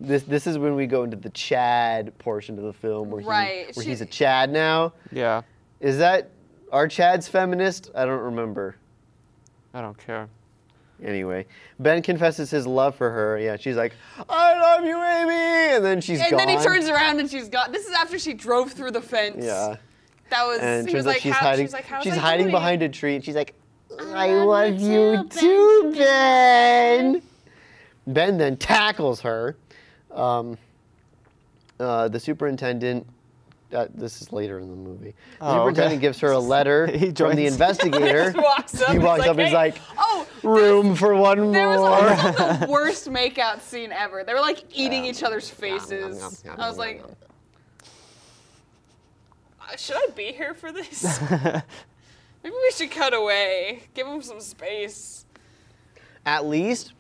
Speaker 3: This this is when we go into the Chad portion of the film where, he-
Speaker 1: Right,
Speaker 3: where
Speaker 1: she-
Speaker 3: he's a Chad now.
Speaker 6: Yeah.
Speaker 3: Is that are Chads feminist? I don't remember.
Speaker 6: I don't care. <laughs>
Speaker 3: Anyway, Ben confesses his love for her. Yeah, she's like, "I love you, Amy," and then she's
Speaker 1: and
Speaker 3: gone.
Speaker 1: then he turns around and she's gone. This is after she drove through the fence.
Speaker 3: Yeah,
Speaker 1: That was.
Speaker 3: and
Speaker 1: he
Speaker 3: turns
Speaker 1: was
Speaker 3: out
Speaker 1: like,
Speaker 3: she's
Speaker 1: how,
Speaker 3: hiding.
Speaker 1: She's like, "How's
Speaker 3: she's
Speaker 1: I
Speaker 3: hiding
Speaker 1: doing?" <laughs>
Speaker 3: behind a tree, and she's like, "I
Speaker 1: love
Speaker 3: love
Speaker 1: you
Speaker 3: you
Speaker 1: too,
Speaker 3: too, Ben." Ben then tackles her. Um, uh, the superintendent. Uh, this is later in the movie. The
Speaker 6: Oh, okay.
Speaker 3: superintendent gives
Speaker 1: <laughs>
Speaker 3: her a letter
Speaker 6: He
Speaker 3: from the
Speaker 6: joins.
Speaker 3: investigator.
Speaker 1: Walks up.
Speaker 3: he
Speaker 1: and
Speaker 3: walks up and he's
Speaker 1: "Hey."
Speaker 3: like,
Speaker 1: "Oh."
Speaker 3: "Room for one
Speaker 1: There was
Speaker 3: more." <laughs>
Speaker 1: also <laughs> the worst makeout scene ever. They were like eating each other's faces.
Speaker 3: Nom, nom, nom,
Speaker 1: I was
Speaker 3: nom,
Speaker 1: like,
Speaker 3: nom.
Speaker 4: Uh, Should I be here for
Speaker 3: <laughs>
Speaker 4: this? Maybe we should cut away. Give him some space.
Speaker 3: at least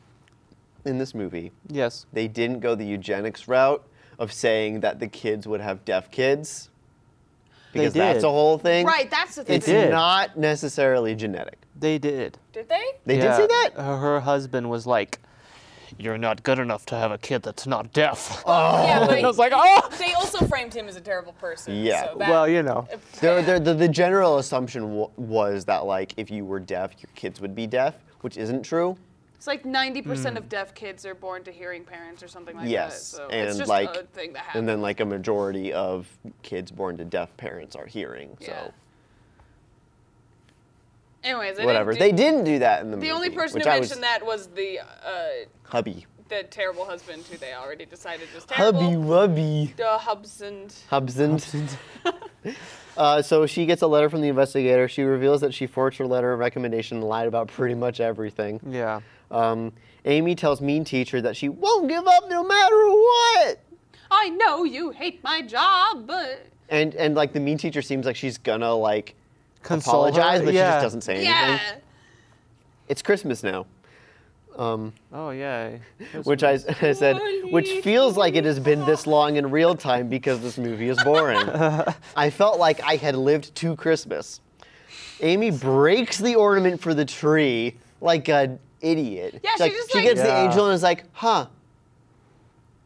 Speaker 3: in this movie,
Speaker 6: yes.
Speaker 3: they didn't go the eugenics route of saying that the kids would have deaf kids.
Speaker 6: They
Speaker 3: Because that's
Speaker 6: did.
Speaker 3: a whole thing.
Speaker 1: "Right, that's the thing."
Speaker 3: It's
Speaker 6: did.
Speaker 3: not necessarily genetic.
Speaker 6: They did.
Speaker 4: Did they?
Speaker 3: They did say
Speaker 6: Yeah,
Speaker 3: that?
Speaker 6: Her, her husband was like, "You're not good enough to have a kid that's not deaf." <laughs>
Speaker 4: Yeah, but
Speaker 3: <laughs>
Speaker 6: I was like, "Oh."
Speaker 4: they also framed him as a terrible person.
Speaker 3: Yeah.
Speaker 4: So that,
Speaker 6: Well, you know.
Speaker 3: There, there, the, the general assumption w- was that like if you were deaf, your kids would be deaf, which isn't true.
Speaker 1: It's like 90% of deaf kids are born to hearing parents or something like that.
Speaker 3: Hmm. yes,
Speaker 1: So
Speaker 3: and
Speaker 1: it's just
Speaker 3: like,
Speaker 1: a thing that happens.
Speaker 3: and then like a majority of kids born to deaf parents are hearing.
Speaker 1: Yeah.
Speaker 3: So
Speaker 1: Anyways, they
Speaker 3: whatever.
Speaker 1: Didn't do-
Speaker 3: they didn't do that in the, movie.
Speaker 4: the only person
Speaker 3: which
Speaker 4: who
Speaker 3: I
Speaker 4: mentioned
Speaker 3: was-
Speaker 4: that was the uh,
Speaker 3: hubby,
Speaker 4: the terrible husband who they already decided was terrible.
Speaker 3: hubby, wubby.
Speaker 4: The Hubson.
Speaker 3: Hubsend. <laughs> uh, so she gets a letter from the investigator. She reveals that she forged her letter of recommendation and lied about pretty much everything.
Speaker 6: Yeah.
Speaker 3: Um, Amy tells mean teacher that she won't give up no matter what.
Speaker 1: I know you hate my job, but
Speaker 3: And and like the mean teacher seems like she's gonna like
Speaker 6: Console her,
Speaker 3: apologize, but she
Speaker 6: yeah.
Speaker 3: just doesn't say anything.
Speaker 1: yeah.
Speaker 3: It's Christmas now. Um,
Speaker 6: Oh yeah.
Speaker 3: which I, <laughs> I said, which feels like it has been this long in real time because this movie is boring.
Speaker 6: <laughs>
Speaker 3: I felt like I had lived two Christmas. Amy breaks the ornament for the tree like an idiot.
Speaker 1: Yeah,
Speaker 3: She's
Speaker 1: she just,
Speaker 3: she
Speaker 1: like-
Speaker 3: gets the
Speaker 6: Yeah.
Speaker 3: angel and is like, huh.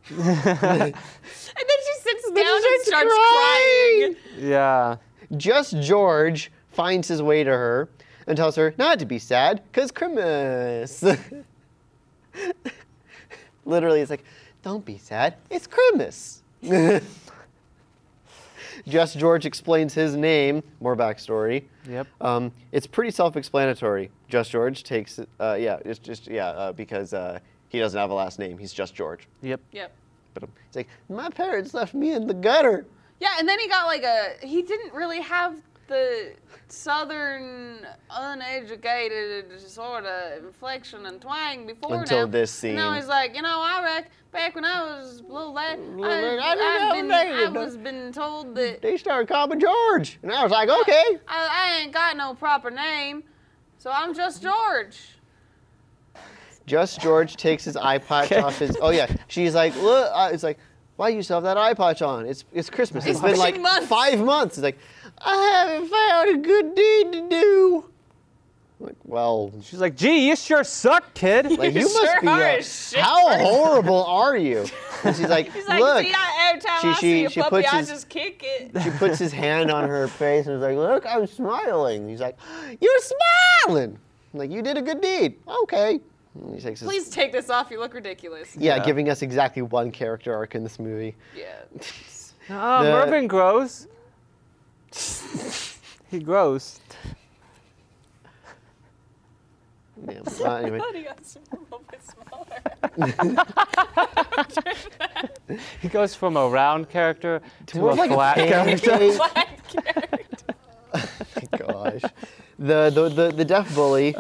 Speaker 1: And then she sits down
Speaker 3: she
Speaker 1: and
Speaker 3: starts
Speaker 1: starts crying.
Speaker 6: <laughs> Yeah.
Speaker 3: Just George finds his way to her and tells her not to be sad because Christmas. <laughs> Literally, it's like, don't be sad, it's Christmas. <laughs> Just George explains his name, more backstory.
Speaker 6: Yep.
Speaker 3: Um, it's pretty self-explanatory. Just George takes, uh, yeah, it's just yeah uh, because uh, he doesn't have a last name. He's just George.
Speaker 6: Yep.
Speaker 1: Yep.
Speaker 3: But um, it's like my parents left me in the gutter.
Speaker 1: Yeah, and then he got like a. He didn't really have the southern uneducated sort of inflection and twang before
Speaker 3: Until
Speaker 1: now.
Speaker 3: this
Speaker 1: And now
Speaker 3: scene.
Speaker 1: he's like, you know, I reckon back when I was a little lad, I,
Speaker 3: lad, I didn't
Speaker 1: I've
Speaker 3: have a
Speaker 1: been,
Speaker 3: name.
Speaker 1: I was been told that
Speaker 3: They started calling me George, and I was like, okay.
Speaker 1: I, I ain't got no proper name, so I'm just George.
Speaker 3: Just George takes his eye patch off his. Oh yeah, she's like, look, uh, it's like, why you still have that eye patch on? It's it's Christmas. it's been
Speaker 1: been
Speaker 3: like
Speaker 1: months."
Speaker 3: five months. It's like, I haven't found a good deed to do. Like, well,
Speaker 6: She's like, gee, you sure suck, kid.
Speaker 3: <laughs> Like you,
Speaker 1: <laughs> sure
Speaker 3: must be.
Speaker 1: are
Speaker 3: a-
Speaker 1: a shit
Speaker 3: how horrible
Speaker 1: <laughs>
Speaker 3: are you? And she's like,
Speaker 1: He's like,
Speaker 3: look.
Speaker 1: see, I, every time
Speaker 3: she-
Speaker 1: I
Speaker 3: she-
Speaker 1: see a
Speaker 3: she
Speaker 1: puppy,
Speaker 3: puts
Speaker 1: I
Speaker 3: his-
Speaker 1: just kick
Speaker 3: <laughs>
Speaker 1: it.
Speaker 3: she puts his hand on her face and is like, look, I'm smiling. He's like, you're smiling. I'm like you did a good deed. Okay. And he takes his,
Speaker 1: Please take this off. You look
Speaker 3: <laughs>
Speaker 1: ridiculous.
Speaker 3: Yeah,
Speaker 6: Yeah.
Speaker 3: giving us exactly one character arc in this movie.
Speaker 1: Yeah.
Speaker 6: Ah,
Speaker 3: The-
Speaker 6: Mervin grows. <laughs> he grows.
Speaker 3: Yeah,
Speaker 1: <laughs>
Speaker 3: uh, anyway.
Speaker 1: he got a little bit smaller.
Speaker 6: He goes from a round character to
Speaker 3: More
Speaker 6: a
Speaker 3: of like a
Speaker 6: flat character.
Speaker 3: pancake. <laughs>
Speaker 1: Black character.
Speaker 3: Gosh. The, the, the, the deaf bully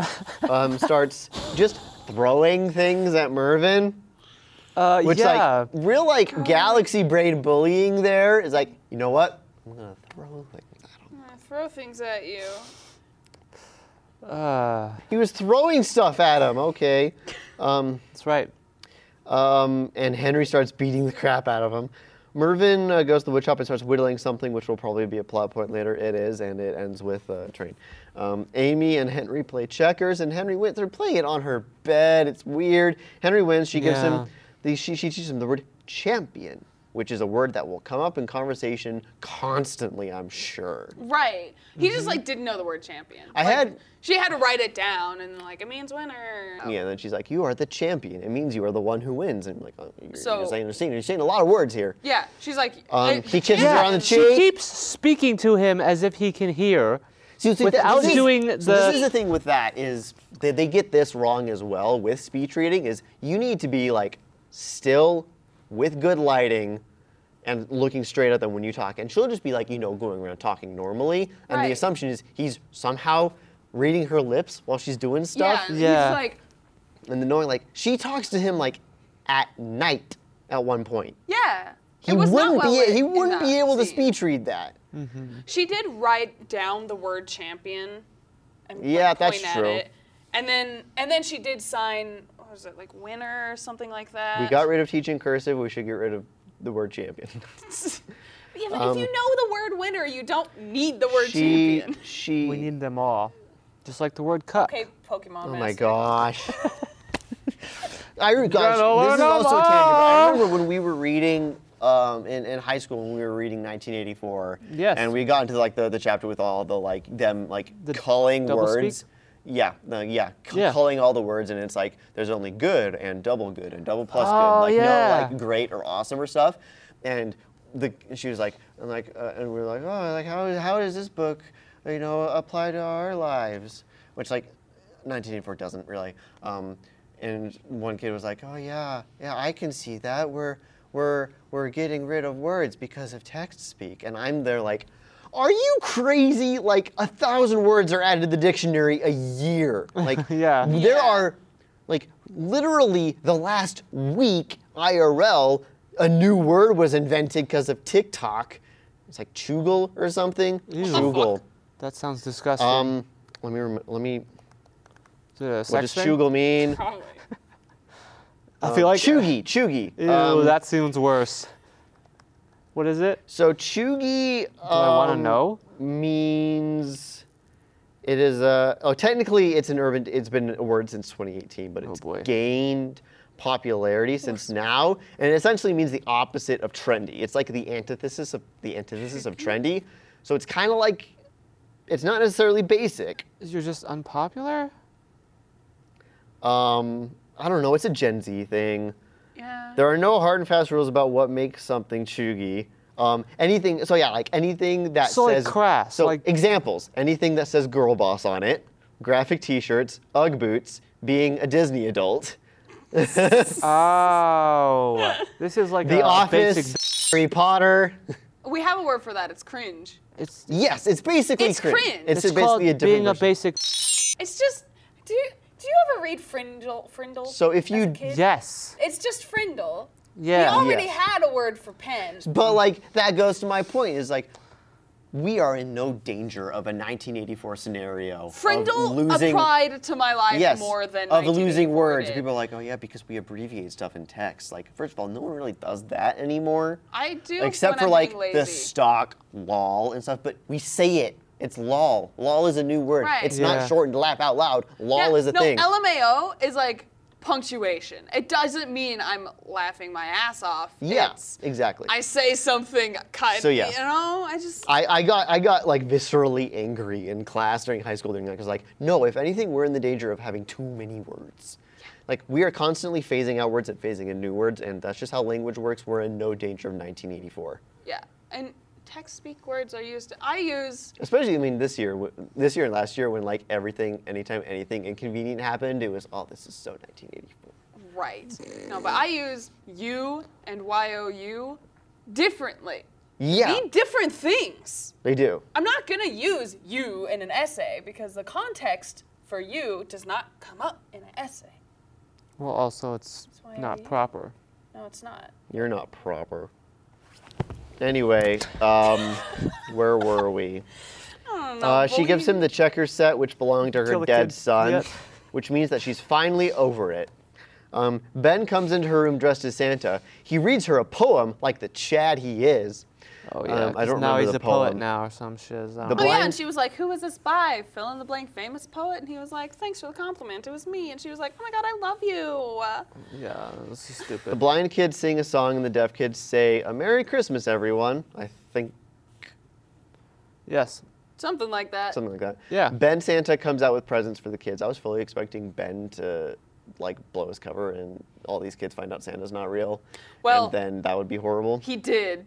Speaker 3: um, starts just throwing things at Mervin. <laughs>
Speaker 6: Uh,
Speaker 3: Which
Speaker 6: yeah.
Speaker 3: like real like galaxy brain bullying there is like, you know what? I'm gonna throw things. I don't-
Speaker 4: I throw things at you.
Speaker 6: uh,
Speaker 3: He was throwing stuff at him, okay. Um,
Speaker 6: that's right.
Speaker 3: um, and Henry starts beating the crap out of him. Mervin uh, goes to the wood shop and starts whittling something, which will probably be a plot point later. It is, and it ends with uh, a train. Um, Amy and Henry play checkers, and Henry wins. They're playing it on her bed. It's weird. Henry wins. She gives
Speaker 6: Yeah.
Speaker 3: him the, she, she teaches him the word champion, which is a word that will come up in conversation constantly, I'm sure.
Speaker 1: Right. He just like didn't know the word champion.
Speaker 3: Mm-hmm. I
Speaker 1: Like,
Speaker 3: had-
Speaker 1: She had to write it down and like it means winner.
Speaker 3: Yeah, and then she's like, "You are the champion. It means you are the one who wins." And I'm like, oh, you're,
Speaker 1: So-
Speaker 3: you're saying you're saying you're saying a lot of words here.
Speaker 1: Yeah. She's like.
Speaker 3: Um,
Speaker 1: I-
Speaker 3: he kisses her on the
Speaker 6: she
Speaker 3: cheek.
Speaker 6: keeps speaking to him as if he can hear.
Speaker 3: So, see, that-
Speaker 6: Without
Speaker 3: this is-
Speaker 6: doing
Speaker 3: so
Speaker 6: the-
Speaker 3: This is the thing with that is they, they get this wrong as well with speech reading is you need to be like still with good lighting and looking straight at them when you talk. And she'll just be like, you know, going around talking normally. And the
Speaker 1: Right.
Speaker 3: assumption is he's somehow reading her lips while she's doing
Speaker 1: yeah.
Speaker 3: stuff.
Speaker 1: and
Speaker 6: Yeah.
Speaker 1: He's like.
Speaker 3: And the knowing like she talks to him like at night at one point.
Speaker 1: Yeah.
Speaker 3: He
Speaker 1: It was not
Speaker 3: wouldn't
Speaker 1: well lit
Speaker 3: be he
Speaker 1: in
Speaker 3: wouldn't
Speaker 1: that
Speaker 3: be able to
Speaker 1: scene.
Speaker 3: speech read that.
Speaker 1: She did write down the word champion. And like,
Speaker 3: Yeah, that's
Speaker 1: point at
Speaker 3: true.
Speaker 1: it. And then and then she did sign. What was it like winner or something like that?
Speaker 3: We
Speaker 1: <laughs>
Speaker 3: got rid of teaching cursive, we should get rid of the word champion. <laughs>
Speaker 1: Yeah, but if you know the word winner, you don't need the word
Speaker 3: Um, she
Speaker 1: champion.
Speaker 3: she
Speaker 6: We need them all, just like the word cup.
Speaker 1: Okay, Pokemon.
Speaker 3: Oh my
Speaker 1: Master.
Speaker 3: gosh. <laughs> I re- gosh,
Speaker 6: learn
Speaker 3: this is
Speaker 6: 'em
Speaker 3: also tangible. I
Speaker 6: all.
Speaker 3: remember when we were reading um, in, in high school when we were reading 1984.
Speaker 6: Yes.
Speaker 3: And we got into like the, the chapter with all the like them like
Speaker 6: The
Speaker 3: culling
Speaker 6: double speak?
Speaker 3: words. Yeah, no, yeah, c-
Speaker 6: Yeah.
Speaker 3: culling all the words, and it's like there's only good and double good and double plus
Speaker 6: Oh,
Speaker 3: good, like
Speaker 6: yeah.
Speaker 3: no like great or awesome or stuff. And the she was like, and like, uh, and we were like, oh, like how how does this book, you know, apply to our lives? Which like, 1984 doesn't really. Um, and one kid was like, oh yeah, yeah, I can see that. We're we're we're getting rid of words because of text speak, and I'm there like. Are you crazy? Like a thousand words are added to the dictionary a year. Like
Speaker 6: Yeah.
Speaker 3: there are like literally the last week IRL a new word was invented because of TikTok. It's like chugle or something. Chugle.
Speaker 6: That sounds disgusting.
Speaker 3: Um, let me rem- let me.
Speaker 6: Is it a
Speaker 3: What
Speaker 6: sex
Speaker 3: does
Speaker 6: thing?
Speaker 3: chugle mean?
Speaker 1: Probably.
Speaker 6: I feel like
Speaker 3: Chugi, chugi.
Speaker 6: Ew,
Speaker 3: Um,
Speaker 6: that sounds worse. What is it?
Speaker 3: So chugi. Do
Speaker 6: I wanna
Speaker 3: Um,
Speaker 6: know?
Speaker 3: Means it is a. Oh, technically, it's an urban. It's been a word since 2018, but it's
Speaker 6: boy.
Speaker 3: gained popularity since now, and it essentially means the opposite of trendy. It's like the antithesis of the antithesis of trendy. So it's kind of like it's not necessarily basic.
Speaker 6: You're just unpopular?
Speaker 3: <laughs> Um, I don't know. It's a Gen Z thing.
Speaker 1: Yeah.
Speaker 3: There are no hard and fast rules about what makes something chuggy. Um, anything. So yeah, like anything that
Speaker 6: So, like,
Speaker 3: says
Speaker 6: crass,
Speaker 3: So
Speaker 6: like-
Speaker 3: examples. Anything that says "girl boss" on it. Graphic T-shirts, UGG boots, being a Disney adult, <laughs>
Speaker 6: Uh, Oh. this is like
Speaker 3: The
Speaker 6: a
Speaker 3: Office,
Speaker 6: basic.
Speaker 3: Harry Potter.
Speaker 1: We have a word for that. It's cringe.
Speaker 6: It's,
Speaker 3: Yes, it's basically
Speaker 1: It's
Speaker 3: cringe.
Speaker 1: cringe.
Speaker 3: It's,
Speaker 6: it's called
Speaker 3: basically a different
Speaker 6: being a
Speaker 3: version.
Speaker 6: basic.
Speaker 8: It's just do you, do you ever read Frindle? Frindle.
Speaker 3: So if you-
Speaker 8: as a kid?
Speaker 6: Yes.
Speaker 8: It's just Frindle. We
Speaker 6: Yeah.
Speaker 8: already
Speaker 3: Yes.
Speaker 8: had a word for pen.
Speaker 3: But like that goes to my point is like we are in no danger of a 1984 scenario of
Speaker 1: Frindle
Speaker 3: losing
Speaker 1: applied to my life
Speaker 3: yes
Speaker 1: more than
Speaker 3: of losing
Speaker 1: 1984
Speaker 3: words.
Speaker 1: did.
Speaker 3: People are like, oh yeah, because we abbreviate stuff in text. Like first of all, no one really does that anymore.
Speaker 1: I do.
Speaker 3: except
Speaker 1: when
Speaker 3: for
Speaker 1: I'm
Speaker 3: like
Speaker 1: being
Speaker 3: the
Speaker 1: lazy.
Speaker 3: stock lol and stuff. But we say it. It's lol. Lol is a new word.
Speaker 1: Right.
Speaker 3: It's
Speaker 6: Yeah.
Speaker 3: not shortened. Laugh out loud. Lol
Speaker 1: Yeah,
Speaker 3: is a
Speaker 1: no,
Speaker 3: thing.
Speaker 1: LMAO is like punctuation. It doesn't mean I'm laughing my ass off.
Speaker 3: yeah,
Speaker 1: It's-
Speaker 3: exactly.
Speaker 1: I say something kind of,
Speaker 3: So, yeah.
Speaker 1: you know, I just,
Speaker 3: I, I got I got like viscerally angry in class during high school during that because like no if anything we're in the danger of having too many words, like we are constantly phasing out words and phasing in new words and that's just how language works. We're in no danger of 1984,
Speaker 1: yeah. And text speak words are used, I use,
Speaker 3: especially I mean this year w- this year and last year when like everything anytime anything inconvenient happened it was oh this is so 1984.
Speaker 1: right.
Speaker 3: Mm.
Speaker 1: No, but I use you and YOU differently.
Speaker 3: Yeah,
Speaker 1: Mean different things.
Speaker 3: they do.
Speaker 8: I'm not gonna use you in an essay because the context for you does not come up in an essay.
Speaker 6: Well, also, it's
Speaker 8: why I
Speaker 6: not
Speaker 8: read.
Speaker 6: proper.
Speaker 8: No, it's not.
Speaker 3: You're not proper. Anyway, um, where were we? uh, she gives him the checker set, which belonged to
Speaker 6: Kill
Speaker 3: her
Speaker 6: the
Speaker 3: dead
Speaker 6: kid.
Speaker 3: son,
Speaker 6: Yep.
Speaker 3: which means that she's finally over it. Um, ben comes into her room dressed as Santa. He reads her a poem, like the Chad he is.
Speaker 6: Oh,
Speaker 3: Um,
Speaker 6: yeah.
Speaker 3: I
Speaker 6: 'cause
Speaker 3: don't
Speaker 6: now
Speaker 3: remember
Speaker 6: he's
Speaker 3: the
Speaker 6: a poet
Speaker 3: poem.
Speaker 6: now or some shit. I don't
Speaker 3: The
Speaker 6: know.
Speaker 1: Oh yeah,
Speaker 3: Blind-
Speaker 1: and she was like, "Who was this by?" Fill in the blank, famous poet, and he was like, "Thanks for the compliment. It was me." And she was like, "Oh my god, I love you."
Speaker 6: Yeah, this is
Speaker 3: The
Speaker 6: stupid.
Speaker 3: blind kids sing a song, and the deaf kids say, "A Merry Christmas, everyone." I think
Speaker 6: yes.
Speaker 1: Something like that.
Speaker 3: <laughs> something like that.
Speaker 6: Yeah.
Speaker 3: Ben Santa comes out with presents for the kids. I was fully expecting Ben to like blow his cover, and all these kids find out Santa's not real.
Speaker 1: Well-
Speaker 3: and then that would be horrible.
Speaker 1: He did.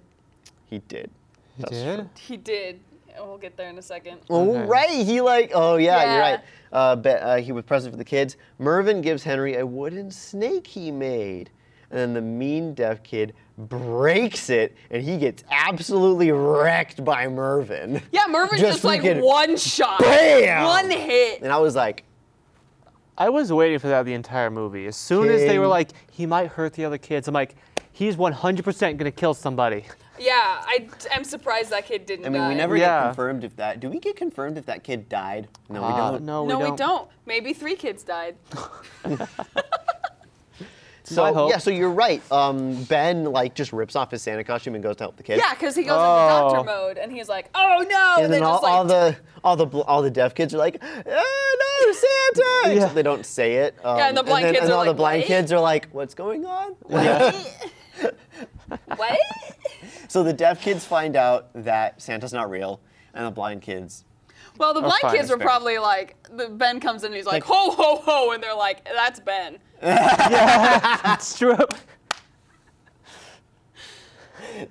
Speaker 3: He did.
Speaker 6: He
Speaker 3: That's
Speaker 6: did?
Speaker 3: true.
Speaker 8: He did. We'll get there in a second.
Speaker 3: Oh
Speaker 6: Okay.
Speaker 3: right, he like oh yeah, you're
Speaker 1: Yeah.
Speaker 3: right. Uh, but uh, he was present for the kids. Mervin gives Henry a wooden snake he made, and then the mean deaf kid breaks it, and he gets absolutely wrecked by Mervin.
Speaker 1: Yeah, Mervin's
Speaker 3: <laughs> Just
Speaker 1: just, like
Speaker 3: freaking
Speaker 1: one shot,
Speaker 3: Bam!
Speaker 1: one hit.
Speaker 3: And I was like,
Speaker 6: I was waiting for that the entire movie. As soon as they were
Speaker 3: King.
Speaker 6: like, he might hurt the other kids, I'm like, he's 100% gonna kill somebody.
Speaker 8: Yeah, I am surprised that kid didn't
Speaker 3: I mean,
Speaker 8: die.
Speaker 3: we never
Speaker 6: Yeah.
Speaker 3: get confirmed if that. Do we get confirmed if that kid died? No, we
Speaker 6: Uh,
Speaker 3: don't.
Speaker 6: No, we
Speaker 1: no,
Speaker 6: don't.
Speaker 1: we
Speaker 6: <laughs>
Speaker 1: don't. Maybe three kids died.
Speaker 3: So
Speaker 6: my hope.
Speaker 3: yeah, so you're right. Um, ben like just rips off his Santa costume and goes to help the kids.
Speaker 1: Yeah, because he goes
Speaker 6: Oh.
Speaker 1: into
Speaker 8: Doctor
Speaker 1: doctor mode.
Speaker 8: mode, and he's like, "Oh no!"
Speaker 3: and then
Speaker 8: they're
Speaker 3: all,
Speaker 8: just like,
Speaker 1: <laughs>
Speaker 3: all the all the bl- all the deaf kids are like, oh, "No, Santa!"
Speaker 6: Yeah.
Speaker 3: Except they don't say it. Um,
Speaker 1: and the blind
Speaker 3: then,
Speaker 1: kids
Speaker 3: and
Speaker 1: are
Speaker 3: all the
Speaker 1: like,
Speaker 3: blind
Speaker 1: "What?"
Speaker 3: kids are like, "What's going <laughs> on?"
Speaker 8: "What?"
Speaker 3: so the deaf kids find out that Santa's not real, and the blind kids.
Speaker 1: Well, the blind
Speaker 6: fine,
Speaker 1: kids were
Speaker 6: fair.
Speaker 1: probably like, the Ben comes in and he's like, "Ho ho ho," and they're like, "That's Ben."
Speaker 6: It's true.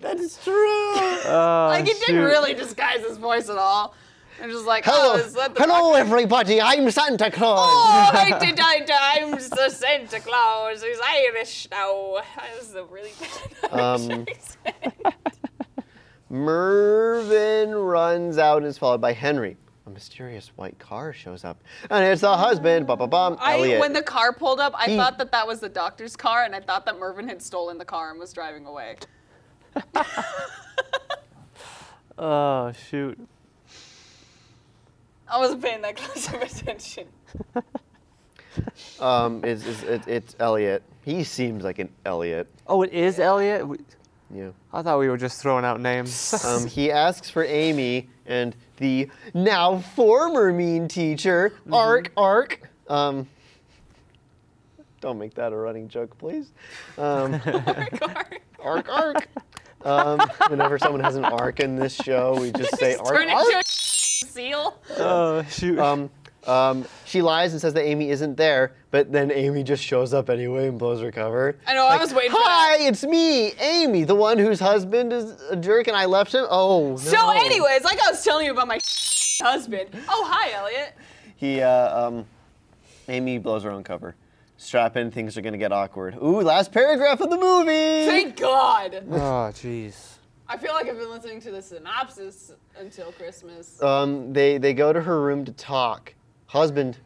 Speaker 3: That Oh, is <laughs> true.
Speaker 1: like he
Speaker 6: shoot.
Speaker 1: didn't really disguise his voice at all. They're just like, "Oh,
Speaker 3: hello,
Speaker 1: is that the
Speaker 3: <laughs> hello, everybody. I'm Santa Claus.
Speaker 1: Oh, I did, I did. I'm the Santa Claus. He's Irish now. <laughs> That was a really bad
Speaker 3: <laughs> Um,
Speaker 1: accent.
Speaker 3: Mervin runs out and is followed by Henry. A mysterious white car shows up, and it's the husband. Ba ba bum.
Speaker 1: I,
Speaker 3: Elliot.
Speaker 1: when the car pulled up, I
Speaker 3: He-
Speaker 1: thought that that was the doctor's car, and I thought that Mervin had stolen the car and was driving away.
Speaker 6: Oh, shoot.
Speaker 8: I wasn't paying that close of
Speaker 1: <laughs>
Speaker 8: attention.
Speaker 3: um, is, is it, it's Elliot. He seems like an Elliot.
Speaker 6: Oh, it is Elliot? We-
Speaker 3: Yeah.
Speaker 6: I thought we were just throwing out names.
Speaker 3: Um, he asks for Amy and the now former mean teacher,
Speaker 1: Mm-hmm.
Speaker 3: Ark Ark. Um, don't make that a running joke, please.
Speaker 1: <laughs>
Speaker 3: Um, <laughs>
Speaker 1: <laughs>
Speaker 3: ark Ark. Um, whenever someone has an arc in this show, we just say arc,
Speaker 1: Turn it
Speaker 3: arc.
Speaker 1: to seal.
Speaker 6: <laughs> Oh shoot.
Speaker 3: Um, um, she lies and says that Amy isn't there, but then Amy just shows up anyway and blows her cover.
Speaker 1: I know, I was waiting for
Speaker 3: Hi,
Speaker 1: that."
Speaker 3: it's me, Amy, the one whose husband is a jerk and I left him. Oh, no.
Speaker 1: So, anyways, like I was telling you about my <laughs> husband. Oh, hi, Elliot.
Speaker 3: He, uh, um, Amy blows her own cover. Strap in, things are gonna get awkward. Ooh, last paragraph of the movie! <laughs>
Speaker 1: Thank God.
Speaker 6: <laughs> oh jeez.
Speaker 1: I feel like I've been listening to the synopsis until Christmas.
Speaker 3: um, they they go to her room to talk. Husband,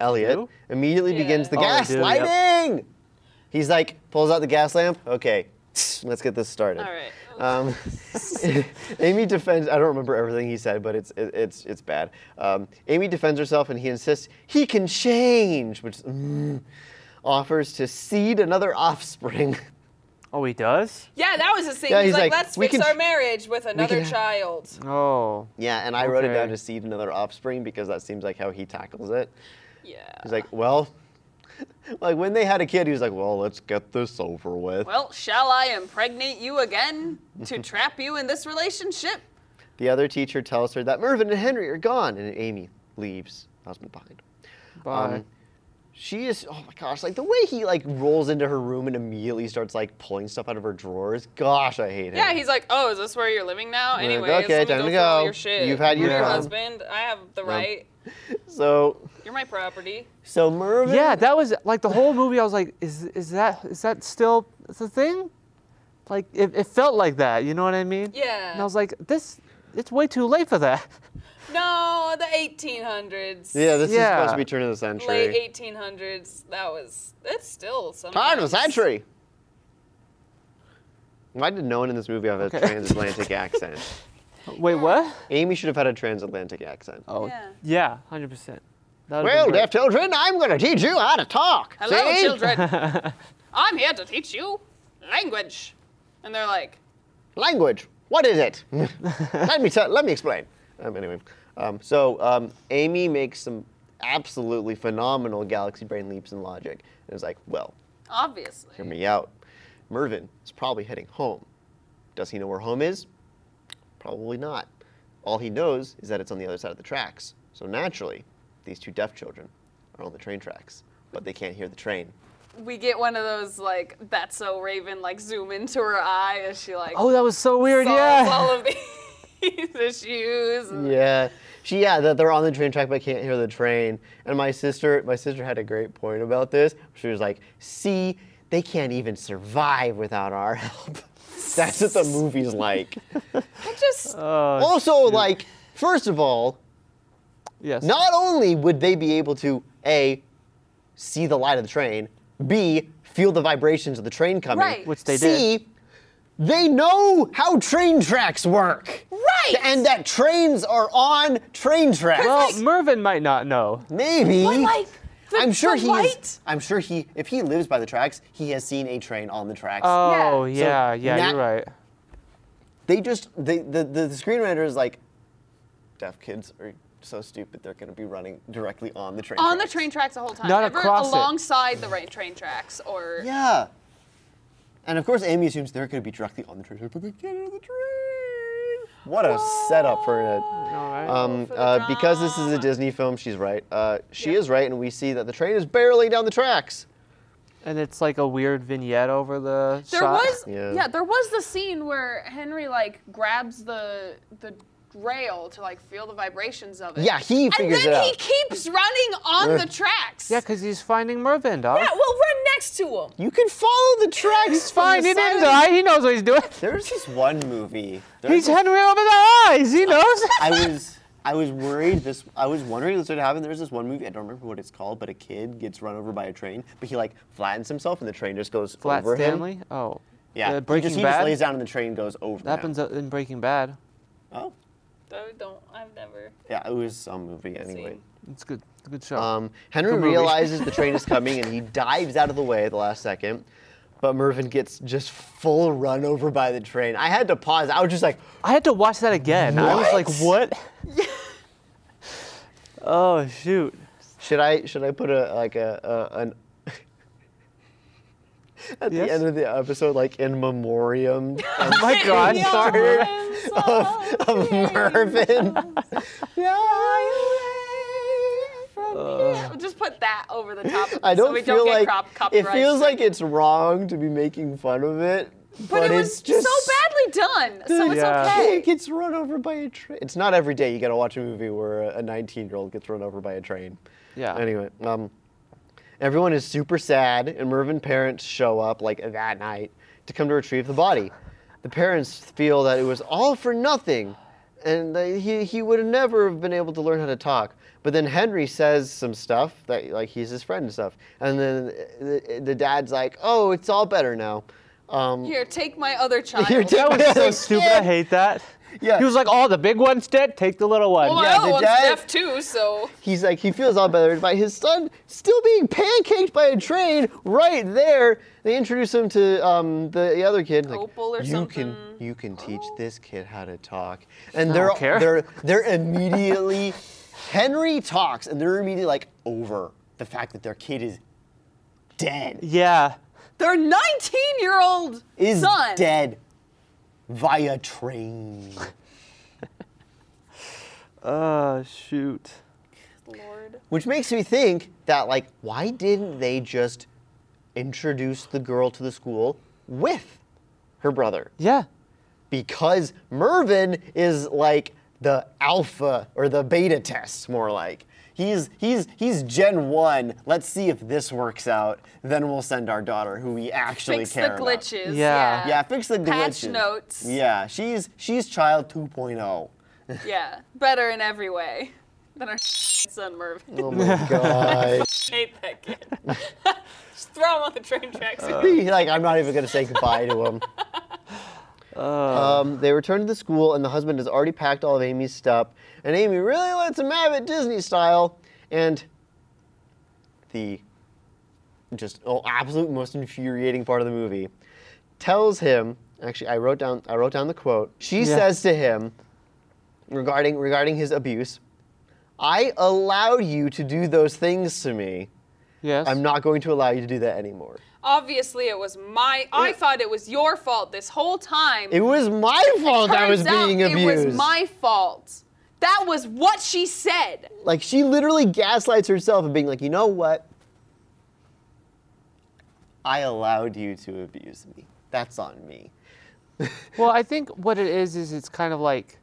Speaker 3: Elliot,
Speaker 6: Who?
Speaker 3: immediately begins the
Speaker 6: Oh, I do, yep.
Speaker 3: gaslighting. He's like, pulls out the gas lamp. Okay, let's get this started.
Speaker 1: All right.
Speaker 3: Um, <laughs> Amy defends. I don't remember everything he said, but it's it, it's it's bad. Um, Amy defends herself, and he insists he can change, which mm, offers to seed another offspring. <laughs>
Speaker 6: Oh, he does.
Speaker 8: Yeah, that was his thing.
Speaker 3: Yeah,
Speaker 8: he's,
Speaker 3: he's
Speaker 8: like,
Speaker 3: like,
Speaker 8: let's
Speaker 3: "We
Speaker 8: fix
Speaker 3: can-
Speaker 8: our marriage with another
Speaker 3: can-
Speaker 8: child.
Speaker 6: Oh.
Speaker 3: Yeah, and I wrote it down
Speaker 6: Okay.
Speaker 3: to seed another offspring because that seems like how he tackles it.
Speaker 1: Yeah.
Speaker 3: He's like, well, <laughs> like when they had a kid, he was like, well, let's get this over with.
Speaker 1: Well, shall I impregnate you again
Speaker 3: <laughs>
Speaker 1: to trap you in this relationship?
Speaker 3: The other teacher tells her that Mervyn and Henry are gone, and Amy leaves husband behind.
Speaker 6: Bye.
Speaker 3: she is, oh my gosh, like the way he like rolls into her room and immediately starts like pulling stuff out of her drawers. Gosh, I hate him.
Speaker 1: Yeah, he's like, oh, is this where you're living now?
Speaker 3: Like,
Speaker 1: Anyway,
Speaker 3: okay,
Speaker 1: let me go
Speaker 3: time to
Speaker 1: through all
Speaker 3: go.
Speaker 1: your shit.
Speaker 3: You've had your
Speaker 1: You're
Speaker 3: fun.
Speaker 1: husband. I have the right.
Speaker 3: So,
Speaker 1: You're my property.
Speaker 3: so Mervyn.
Speaker 6: Yeah, that was like the whole movie. I was like, is is that is that still the thing? Like it, it felt like that. You know what I mean?
Speaker 8: Yeah.
Speaker 6: And I was like, this. It's way too late for that. <laughs>
Speaker 8: No, the 1800s.
Speaker 3: Yeah, this
Speaker 6: Yeah.
Speaker 3: is supposed to be turn of the century.
Speaker 8: Late 1800s. That was. It's still something.
Speaker 3: Turn of the century. Why did no one in this movie have a
Speaker 6: Okay. <laughs>
Speaker 3: transatlantic accent?
Speaker 6: Wait, what?
Speaker 3: Amy should have had a transatlantic accent.
Speaker 6: Oh.
Speaker 1: Yeah.
Speaker 6: Yeah, hundred percent.
Speaker 3: Well, deaf children, I'm going to teach you how to talk.
Speaker 1: Hello,
Speaker 3: See?
Speaker 1: children.
Speaker 3: <laughs>
Speaker 1: I'm here to teach you language. And they're like,
Speaker 3: Language. What is it? let me tell, let me explain. Um, anyway, um, so um, Amy makes some absolutely phenomenal galaxy brain leaps in logic, and it's like, well,
Speaker 1: obviously.
Speaker 3: hear me out. Mervin is probably heading home. Does he know where home is? Probably not. All he knows is that it's on the other side of the tracks. So naturally, these two deaf children are on the train tracks, but they can't hear the train.
Speaker 1: We get one of those, like, that's so Raven, like, zoom into her eye as she, like,
Speaker 6: Oh, that was so weird.
Speaker 1: solves
Speaker 6: yeah.
Speaker 1: all of these issues. And
Speaker 3: Yeah. She yeah, that they're on the train track but can't hear the train. And my sister my sister had a great point about this. She was like, see, they can't even survive without our help. <laughs> That's what the movie's
Speaker 6: <laughs>
Speaker 3: like.
Speaker 8: I just.
Speaker 6: Oh,
Speaker 3: Also, like, first of all,
Speaker 6: yes.
Speaker 3: not only would they be able to A, see the light of the train, B, feel the vibrations of the train coming.
Speaker 1: Right.
Speaker 6: Which they
Speaker 3: C, They know how train tracks work.
Speaker 1: Right!
Speaker 3: And that trains are on train tracks.
Speaker 6: Well, Mervin might not know.
Speaker 3: Maybe.
Speaker 1: But, like, the-
Speaker 3: I'm sure
Speaker 1: the
Speaker 3: he.
Speaker 1: light-
Speaker 3: Is, I'm sure he. If he lives by the tracks, he has seen a train on the tracks.
Speaker 6: Oh,
Speaker 3: So
Speaker 6: yeah, yeah,
Speaker 3: that-
Speaker 6: you're right.
Speaker 3: they just. They, the, the the screenwriter is like, deaf kids are so stupid. They're going to be running directly on the train.
Speaker 1: on the
Speaker 3: tracks."
Speaker 1: train tracks the whole time.
Speaker 6: Not
Speaker 1: Never
Speaker 6: across it.
Speaker 1: alongside the right train tracks or
Speaker 3: Yeah. And of course, Amy assumes they're going to be directly on the train, tracks, but they can't hear the train. What a setup for it.
Speaker 6: All right.
Speaker 3: Um, uh, because this is a Disney film, she's right. Uh, she is right, and we see that the train is barreling down the tracks.
Speaker 6: and it's like a weird vignette over the
Speaker 1: There
Speaker 6: shot.
Speaker 1: was
Speaker 3: Yeah.
Speaker 1: yeah. there was the scene where Henry like grabs the the rail to like feel the vibrations of it.
Speaker 3: Yeah, he
Speaker 1: and
Speaker 3: figures
Speaker 1: then
Speaker 3: it out.
Speaker 1: he keeps running on
Speaker 3: Uh.
Speaker 1: the tracks.
Speaker 6: Yeah, because he's finding Mervin, dog.
Speaker 8: Yeah, well, run next to him.
Speaker 3: You can follow the tracks.
Speaker 6: <laughs> He's fine. He
Speaker 3: from the
Speaker 6: didn't
Speaker 3: side of
Speaker 6: die. He knows what
Speaker 3: <laughs>
Speaker 6: he's doing.
Speaker 3: the- There's this one movie. there's
Speaker 6: He's
Speaker 3: this-
Speaker 6: Henry over the eyes. He
Speaker 3: <laughs>
Speaker 6: knows. <laughs>
Speaker 3: I was I was worried this I was wondering this would happen. There's this one movie, I don't remember what it's called, but a kid gets run over by a train, but he like flattens himself and the train just goes
Speaker 6: Flat
Speaker 3: over
Speaker 6: Stanley.
Speaker 3: him.
Speaker 6: Oh.
Speaker 3: Yeah.
Speaker 6: Uh,
Speaker 3: he
Speaker 6: Breaking
Speaker 3: just, he
Speaker 6: Bad.
Speaker 3: just lays down and the train goes over.
Speaker 6: that happens
Speaker 3: him.
Speaker 6: uh, in Breaking Bad.
Speaker 3: Oh.
Speaker 8: I don't. I've never.
Speaker 3: Yeah, it was some movie anyway.
Speaker 6: It's good. Good show.
Speaker 3: Um, Henry
Speaker 6: Good movie.
Speaker 3: realizes the
Speaker 6: <laughs>
Speaker 3: train is coming and he dives out of the way at the last second. But Mervin gets just full run over by the train. I had to pause. I was just like,
Speaker 6: I had to watch that again. I was like, what? oh shoot.
Speaker 3: Should I should I put a like a, a an <laughs> at
Speaker 6: Yes?
Speaker 3: the end of the episode, like
Speaker 1: <laughs>
Speaker 3: in memoriam
Speaker 6: Oh my Oh, gosh. <laughs>
Speaker 3: of, of
Speaker 1: <laughs>
Speaker 3: <laughs> Mervin.
Speaker 1: Yeah, <laughs> just put that over the top. Of
Speaker 3: I
Speaker 1: it so
Speaker 3: don't
Speaker 1: we
Speaker 3: feel
Speaker 1: don't
Speaker 3: like
Speaker 1: get crop,
Speaker 3: it
Speaker 1: copyright
Speaker 3: feels
Speaker 1: struck.
Speaker 3: like it's wrong to be making fun of it, but,
Speaker 1: But, it was
Speaker 3: it's just
Speaker 1: so badly done, so it's
Speaker 6: Yeah.
Speaker 3: Hey,
Speaker 1: okay.
Speaker 3: it <laughs> gets run over by a train. It's not every day you gotta watch a movie where a 19 year old gets run over by a train.
Speaker 6: Yeah.
Speaker 3: Anyway, um, everyone is super sad, and Mervin parents show up like that night to come to retrieve the body. The parents feel that it was all for nothing, and that he he would have never have been able to learn how to talk. But then Henry says some stuff that like he's his friend and stuff, and then the, the dad's like, "Oh, it's all better now." Um,
Speaker 1: Here, take my
Speaker 3: <laughs>
Speaker 1: other child.
Speaker 3: Here, take-
Speaker 6: That was so stupid. I hate that.
Speaker 3: Yeah.
Speaker 6: He was like, oh, the big one's dead. Take the little one.
Speaker 1: well,
Speaker 3: yeah,
Speaker 1: my other
Speaker 3: the
Speaker 1: one's
Speaker 3: dad-
Speaker 1: deaf too, so
Speaker 3: he's like he feels all better by his son still being pancaked by a train right there. They introduce him to um, the, the other kid. Like,
Speaker 1: Opal or
Speaker 3: you can
Speaker 1: something." Oh.
Speaker 3: you can teach this kid how to talk, and they're
Speaker 6: care.
Speaker 3: they're they're immediately Henry talks, and they're immediately like over the fact that their kid is dead
Speaker 6: Yeah.
Speaker 1: their 19-year-old
Speaker 3: is
Speaker 1: son.
Speaker 3: dead via train.
Speaker 6: Oh, shoot.
Speaker 1: Lord.
Speaker 3: Which makes me think that, like, why didn't they just introduce the girl to the school with her brother?
Speaker 6: Yeah.
Speaker 3: Because Mervin is like the alpha or the beta test, more like. He's he's he's Gen One. Let's see if this works out. Then we'll send our daughter, who we actually
Speaker 1: Fix the
Speaker 3: care about.
Speaker 1: glitches.
Speaker 6: Yeah.
Speaker 1: Yeah.
Speaker 3: Yeah, fix the
Speaker 1: Patch
Speaker 3: glitches.
Speaker 1: notes.
Speaker 3: Yeah, she's she's child oh. 2.0.
Speaker 1: Yeah. Better in every way than our <laughs> son Mervin.
Speaker 3: Oh <laughs> my god.
Speaker 8: hate that kid.
Speaker 3: <laughs>
Speaker 8: Just throw him on the train tracks.
Speaker 3: Uh. like I'm not even gonna say goodbye to him. Um, they return to the school, and the husband has already packed all of Amy's stuff, and Amy really lets him have it Disney style. And the just oh, absolute most infuriating part of the movie tells him. Actually, I wrote down I wrote down the quote. She
Speaker 6: Yeah.
Speaker 3: says to him regarding regarding his abuse, "I allowed you to do those things to me.
Speaker 6: Yes.
Speaker 3: I'm not going to allow you to do that anymore."
Speaker 1: Obviously, it was my. I thought it was your fault this whole time.
Speaker 3: It was my fault I was
Speaker 1: Turns out
Speaker 3: being abused.
Speaker 1: It was my fault. That was what she said.
Speaker 3: like she literally gaslights herself and being like, you know what? I allowed you to abuse me. That's on me.
Speaker 6: Well, I think what it is is it's kind of like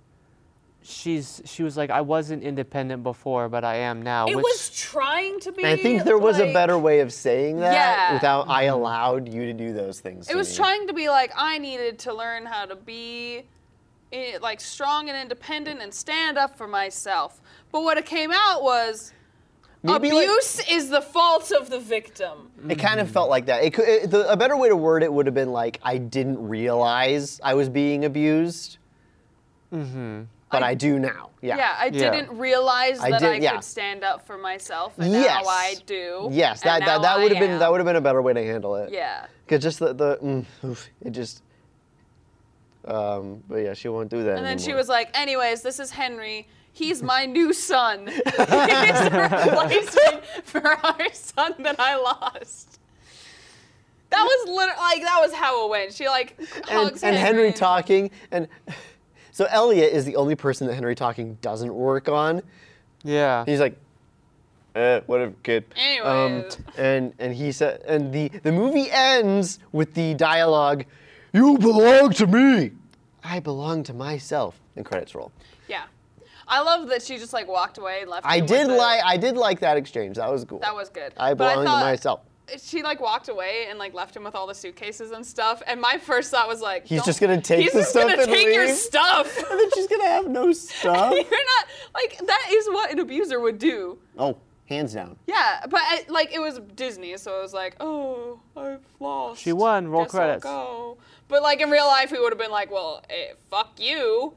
Speaker 6: she's she was like I wasn't independent before, but I am now.
Speaker 8: It
Speaker 6: which,
Speaker 8: was trying to be.
Speaker 3: And I think there was a
Speaker 8: like-
Speaker 3: better way of saying that
Speaker 1: Yeah.
Speaker 3: without I allowed you to do those things.
Speaker 1: It
Speaker 3: to
Speaker 1: was
Speaker 3: me."
Speaker 1: trying to be like I needed to learn how to be eh, like strong and independent and stand up for myself. But what it came out was
Speaker 3: Maybe, like-
Speaker 1: abuse is the fault of the victim.
Speaker 3: It kind of felt like that. It, could- it, the, a better way to word it would have been like, I didn't realize I was being abused, but I, do now. Yeah.
Speaker 1: Yeah, I
Speaker 6: Yeah.
Speaker 1: didn't realize
Speaker 3: I
Speaker 1: that
Speaker 3: did-
Speaker 1: I
Speaker 3: yeah.
Speaker 1: could stand up for myself, and
Speaker 3: Yes.
Speaker 1: now I do.
Speaker 3: Yes,
Speaker 1: and
Speaker 3: that, that,
Speaker 1: now
Speaker 3: that
Speaker 1: I
Speaker 3: would have been
Speaker 1: am.
Speaker 3: that would have been a better way to handle it.
Speaker 1: Yeah.
Speaker 3: Cause just the the mm, oof, it just. Um, but yeah, she won't do that.
Speaker 1: And then she
Speaker 3: anymore.
Speaker 1: was like, anyways, this is Henry. He's my new son. <laughs> He's the replacement for our son that I lost. That was literally like that was how it went. She like
Speaker 3: and,
Speaker 1: hugs
Speaker 3: and
Speaker 1: Henry.
Speaker 3: Henry talking, and <laughs> so Elliot is the only person that Henry talking doesn't work on.
Speaker 6: yeah.
Speaker 3: He's like, eh, whatever, kid.
Speaker 1: Anyway.
Speaker 3: and and he said, and the the movie ends with the dialogue, "You belong to me, I belong to myself." And credits roll.
Speaker 1: Yeah, I love that she just like walked away and left.
Speaker 3: I
Speaker 1: him with
Speaker 3: did
Speaker 1: the-
Speaker 3: like I did like that exchange. That was cool.
Speaker 1: That was good.
Speaker 3: I
Speaker 1: But I
Speaker 3: belong
Speaker 1: thought-
Speaker 3: to myself.
Speaker 1: She like walked away and like left him with all the suitcases and stuff. And my first thought was like,
Speaker 3: He's
Speaker 1: "Don't-
Speaker 3: just gonna take
Speaker 1: he's
Speaker 3: the
Speaker 1: just
Speaker 3: stuff
Speaker 1: gonna
Speaker 3: and
Speaker 1: take your
Speaker 3: leave."
Speaker 1: stuff.
Speaker 3: <laughs> and then she's gonna
Speaker 1: <laughs>
Speaker 3: have no stuff.
Speaker 1: You're not like that is what an abuser would do.
Speaker 3: oh, hands down.
Speaker 1: Yeah, but I, like it was Disney, so it was like, oh, I've lost.
Speaker 6: She won. Roll
Speaker 1: Guess I'll
Speaker 6: credits.
Speaker 1: go. But like in real life, we would have been like, well, eh, fuck you.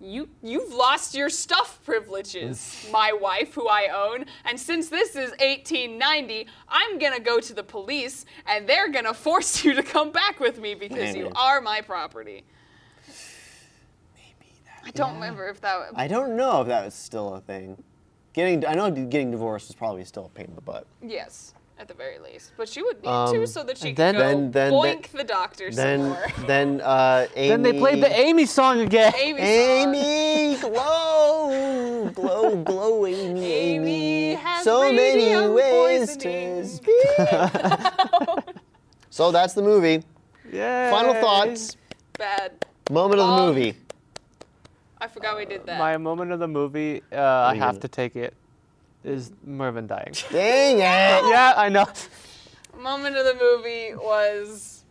Speaker 1: You you've lost your stuff privileges,
Speaker 6: <laughs>
Speaker 1: my wife, who I own, and since this is 1890, I'm gonna go to the police, and they're gonna <laughs> force you to come back with me because you
Speaker 3: Man.
Speaker 1: are my
Speaker 6: <sighs>
Speaker 1: property. I don't remember if that.
Speaker 3: I don't know if that was still a thing. Getting, I know getting divorced was probably still a pain in the butt.
Speaker 1: yes, at the very least. But she would need
Speaker 3: Um,
Speaker 1: to so that she
Speaker 6: and
Speaker 1: can
Speaker 6: then-
Speaker 1: go
Speaker 3: Then- then- then-
Speaker 1: boink the doctor
Speaker 3: Then, <laughs>
Speaker 1: somewhere.
Speaker 3: then, uh, Amy.
Speaker 6: Then they played the Amy song again.
Speaker 1: Amy, song.
Speaker 3: Amy, glow, glow, glowing Amy.
Speaker 1: has
Speaker 3: so many
Speaker 1: radium
Speaker 3: ways
Speaker 1: poisoning.
Speaker 3: to speak. <laughs> so that's the movie. Final
Speaker 6: <laughs> Yay.
Speaker 3: thoughts.
Speaker 1: <laughs> bad.
Speaker 3: Moment of the
Speaker 1: Bonk.
Speaker 3: movie.
Speaker 1: I forgot we did that.
Speaker 6: My moment of the movie, uh, I
Speaker 3: you
Speaker 6: have
Speaker 3: gonna-
Speaker 6: to take it, is
Speaker 1: <laughs>
Speaker 6: Mervin dying.
Speaker 3: Dang it.
Speaker 6: yeah, I know.
Speaker 1: moment of the movie was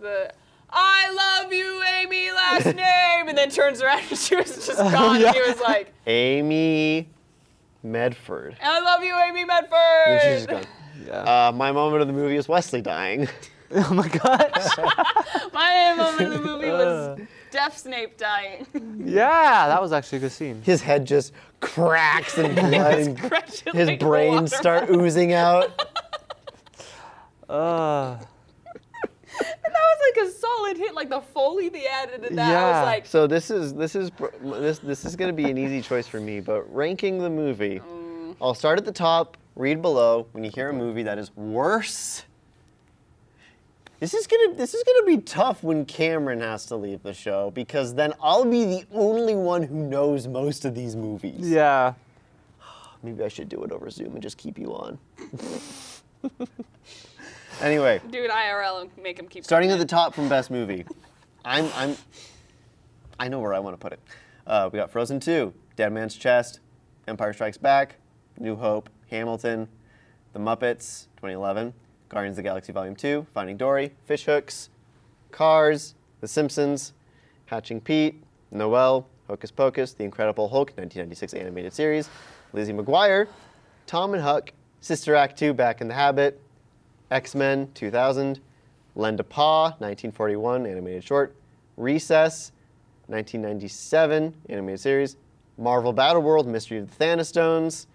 Speaker 1: the I love you, Amy, last
Speaker 3: <laughs>
Speaker 1: name, and then turns around and she was just gone.
Speaker 6: yeah.
Speaker 1: And he was
Speaker 3: <laughs>
Speaker 1: like,
Speaker 3: Amy Medford.
Speaker 1: I love you, Amy
Speaker 3: And
Speaker 1: Medford.
Speaker 3: she's just gone. Uh, my moment of the movie is Wesley dying.
Speaker 6: <laughs>
Speaker 3: <laughs>
Speaker 6: Oh my gosh.
Speaker 1: <laughs> My
Speaker 3: <laughs>
Speaker 1: moment of the movie was
Speaker 3: Uh.
Speaker 1: Deaf Snape dying. <laughs>
Speaker 6: yeah, that was actually a good scene.
Speaker 3: His head just cracks and blood and
Speaker 1: Crashing
Speaker 3: <laughs> his
Speaker 1: like a
Speaker 3: brains
Speaker 1: watermelon.
Speaker 3: start oozing out.
Speaker 6: Uh,
Speaker 1: That was like a solid hit, like the foley they added to that. I
Speaker 6: Yeah.
Speaker 1: was like,
Speaker 3: <laughs> So this is this is pr- this this is gonna be an easy choice for me. But ranking the movie, I'll start at the top, read below. When you hear a movie that is worse, this is gonna this is gonna be tough when Cameron has to leave the show because then I'll be the only one who knows most of these movies.
Speaker 6: yeah.
Speaker 3: Maybe I should do it over Zoom and just keep you on. <laughs> anyway,
Speaker 1: dude, IRL and make him keep
Speaker 3: starting
Speaker 1: doing
Speaker 3: at the top from best movie, I'm I'm I know where I want to put it. Uh, we got Frozen 2, Dead Man's Chest, Empire Strikes Back, New Hope, Hamilton, The Muppets, 2011, Guardians of the Galaxy Volume 2, Finding Dory, Fishhooks, Cars, The Simpsons, Hatching Pete, Noel, Hocus Pocus, The Incredible Hulk, 1996 animated series, Lizzie McGuire, Tom and Huck, Sister Act 2, Back in the Habit, X Men 2000, Lend a Paw 1941, animated short, Recess 1997, animated series, Marvel Battle World, Mystery of the Thanos Stones,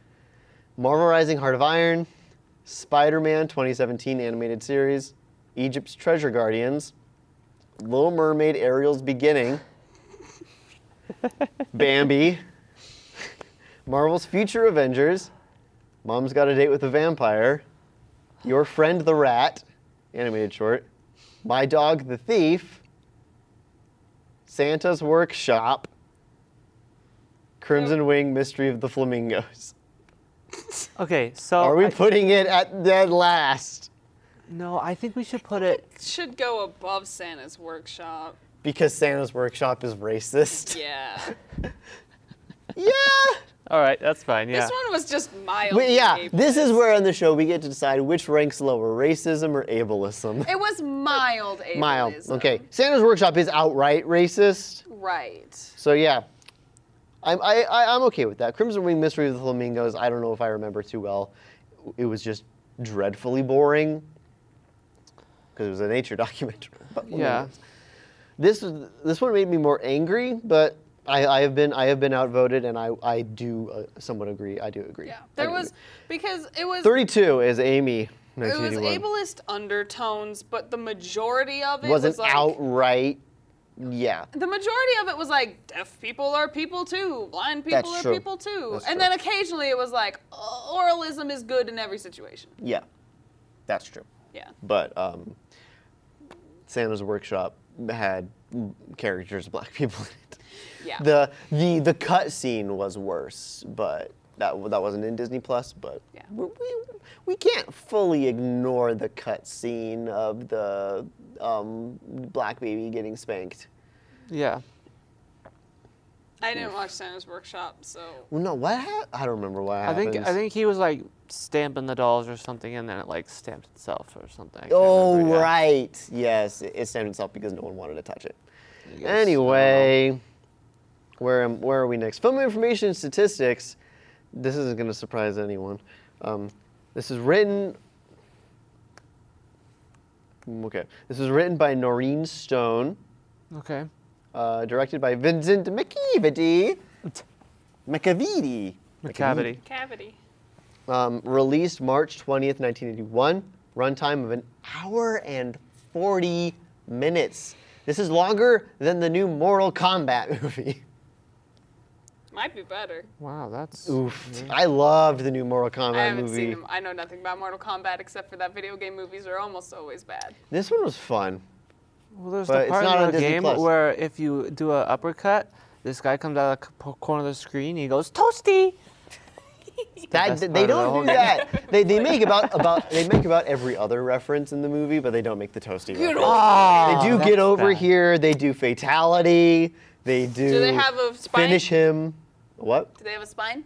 Speaker 3: Marvel Rising Heart of Iron, Spider Man 2017, animated series, Egypt's Treasure Guardians, Little Mermaid Ariel's Beginning, Bambi, Marvel's Future Avengers, Mom's Got a Date with a Vampire. Your Friend the Rat, animated short. My Dog the Thief. Santa's Workshop.
Speaker 1: Oh.
Speaker 3: Crimson Wing Mystery of the Flamingos.
Speaker 6: Okay,
Speaker 1: Oh,
Speaker 6: so.
Speaker 3: Are we
Speaker 6: I-
Speaker 3: putting it at dead last?
Speaker 6: no, I think we should put it.
Speaker 1: it. Should go above Santa's workshop.
Speaker 3: <laughs> Because Santa's Workshop is racist?
Speaker 1: Yeah.
Speaker 3: <laughs> Yeah!
Speaker 6: All right, that's fine. Yeah.
Speaker 1: This one was just mild.
Speaker 3: But yeah, this is where on the show we get to decide which ranks lower racism or
Speaker 1: <laughs>
Speaker 3: ableism.
Speaker 1: It was mild ableism.
Speaker 3: Mild. Okay. Santa's Workshop is outright racist.
Speaker 1: Right.
Speaker 3: So yeah, I'm I, I, I'm okay with that. Crimson Wing Mystery of the Flamingos. I don't know if I remember too well. It was just dreadfully boring because it was a nature <laughs> documentary. about
Speaker 6: yeah.
Speaker 3: flamingos. This was- this one made me more angry, but. I, I have been I have been outvoted, and I I do uh, somewhat agree. I do agree.
Speaker 1: Yeah.
Speaker 3: I
Speaker 1: There
Speaker 3: do
Speaker 1: was
Speaker 3: agree.
Speaker 1: because it was
Speaker 3: 32 is Amy.
Speaker 1: it was
Speaker 3: 1981.
Speaker 1: ableist undertones, but the majority of it
Speaker 3: Wasn't
Speaker 1: was like
Speaker 3: outright. Yeah.
Speaker 1: the majority of it was like deaf people are people too, blind people
Speaker 3: That's
Speaker 1: are
Speaker 3: true.
Speaker 1: people too,
Speaker 3: That's
Speaker 1: and
Speaker 3: true.
Speaker 1: then occasionally it was like "Oh, oralism is good in every situation.
Speaker 3: Yeah. That's true.
Speaker 1: Yeah.
Speaker 3: but um, Santa's workshop had characters of black <laughs> people in it.
Speaker 1: Yeah.
Speaker 3: The the the cut scene was worse, but that that wasn't in Disney Plus. But
Speaker 1: Yeah.
Speaker 3: we, we we can't fully ignore the cut scene of the um, black baby getting spanked.
Speaker 6: Yeah.
Speaker 1: I didn't watch Santa's workshop, so
Speaker 3: Well, no, what hap- I don't remember what
Speaker 6: I
Speaker 3: happened.
Speaker 6: think I think he was like stamping the dolls or something, and then it like stamped itself or something. I can't
Speaker 3: Oh
Speaker 6: remember, yeah.
Speaker 3: right, yes, it, it stamped itself because no one wanted to touch it.
Speaker 6: I guess, I don't know.
Speaker 3: Anyway, where am, where are we next? Film information statistics. This isn't going to surprise anyone. Um, this is written. Mm, Okay, this is written by Noreen Stone,
Speaker 6: Okay.
Speaker 3: uh, directed by Vincent McCavity. McCavity.
Speaker 6: McCavity.
Speaker 1: cavity.
Speaker 3: Um, released March 20th, 1981. Runtime of an hour and 40 <laughs> minutes. This is longer than the new Mortal Kombat movie.
Speaker 1: Might be better.
Speaker 6: Wow, that's
Speaker 3: Oof. I loved the new Mortal Kombat
Speaker 1: I haven't
Speaker 3: movie.
Speaker 1: seen them. I know nothing about Mortal Kombat except for that video game movies are almost always bad.
Speaker 3: This one was fun.
Speaker 6: Well, there's
Speaker 3: But
Speaker 6: the
Speaker 3: it's
Speaker 6: part
Speaker 3: not
Speaker 6: in
Speaker 3: on
Speaker 6: the
Speaker 3: Disney
Speaker 6: game
Speaker 3: Plus.
Speaker 6: where if you do an uppercut, this guy comes out of the c- po- corner of the screen. He goes toasty.
Speaker 3: That
Speaker 6: best
Speaker 3: they
Speaker 6: part of the
Speaker 3: don't
Speaker 6: whole
Speaker 3: do
Speaker 6: game. <laughs>
Speaker 3: that. They, they make about about they make about every other reference in the movie, but they don't make the toasty. reference.
Speaker 6: Oh,
Speaker 3: they do
Speaker 6: that's
Speaker 3: get over
Speaker 6: bad.
Speaker 3: here. They do fatality. They do.
Speaker 1: Do they have a spine?
Speaker 3: finish him? What?
Speaker 1: Do they have a spine?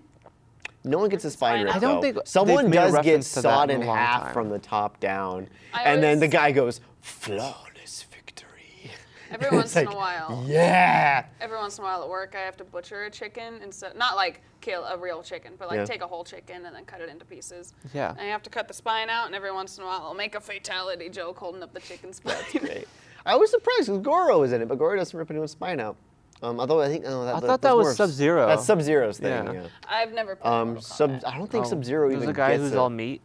Speaker 3: No one gets a spine
Speaker 1: Spine.
Speaker 3: rip.
Speaker 1: I
Speaker 6: don't
Speaker 3: though.
Speaker 6: think they've
Speaker 3: someone
Speaker 6: made a
Speaker 3: does get
Speaker 6: reference to that
Speaker 3: sawed
Speaker 6: in
Speaker 3: in
Speaker 6: a long
Speaker 3: half
Speaker 6: time.
Speaker 3: from the top down,
Speaker 1: I
Speaker 3: and then the
Speaker 1: always-
Speaker 3: guy goes flawless victory.
Speaker 1: <laughs> Every
Speaker 3: It's
Speaker 1: once in
Speaker 3: like,
Speaker 1: a while.
Speaker 3: Yeah.
Speaker 1: Every once in a while at work, I have to butcher a chicken instead, not like kill a real chicken, but like
Speaker 3: Yeah.
Speaker 1: take a whole chicken and then cut it into pieces.
Speaker 6: Yeah.
Speaker 1: And I have to cut the spine out, and every once in a while, I'll make a fatality joke holding up the chicken spine.
Speaker 3: Great. I was surprised because Goro was in it, but Goro doesn't rip anyone's spine out. Um, although I think oh, that,
Speaker 6: I
Speaker 3: that-
Speaker 6: thought
Speaker 3: that's
Speaker 6: that was
Speaker 3: more of-
Speaker 6: Sub-Zero.
Speaker 3: That's Sub Zero's thing.
Speaker 6: Yeah. Oh,
Speaker 3: Yeah.
Speaker 1: <laughs> I've never played
Speaker 3: Um,
Speaker 1: Mortal
Speaker 3: Sub.
Speaker 1: Kombat.
Speaker 3: I don't think Sub Zero
Speaker 6: There's
Speaker 3: even
Speaker 6: a guy
Speaker 3: gets
Speaker 6: who's
Speaker 3: it.
Speaker 6: all meat.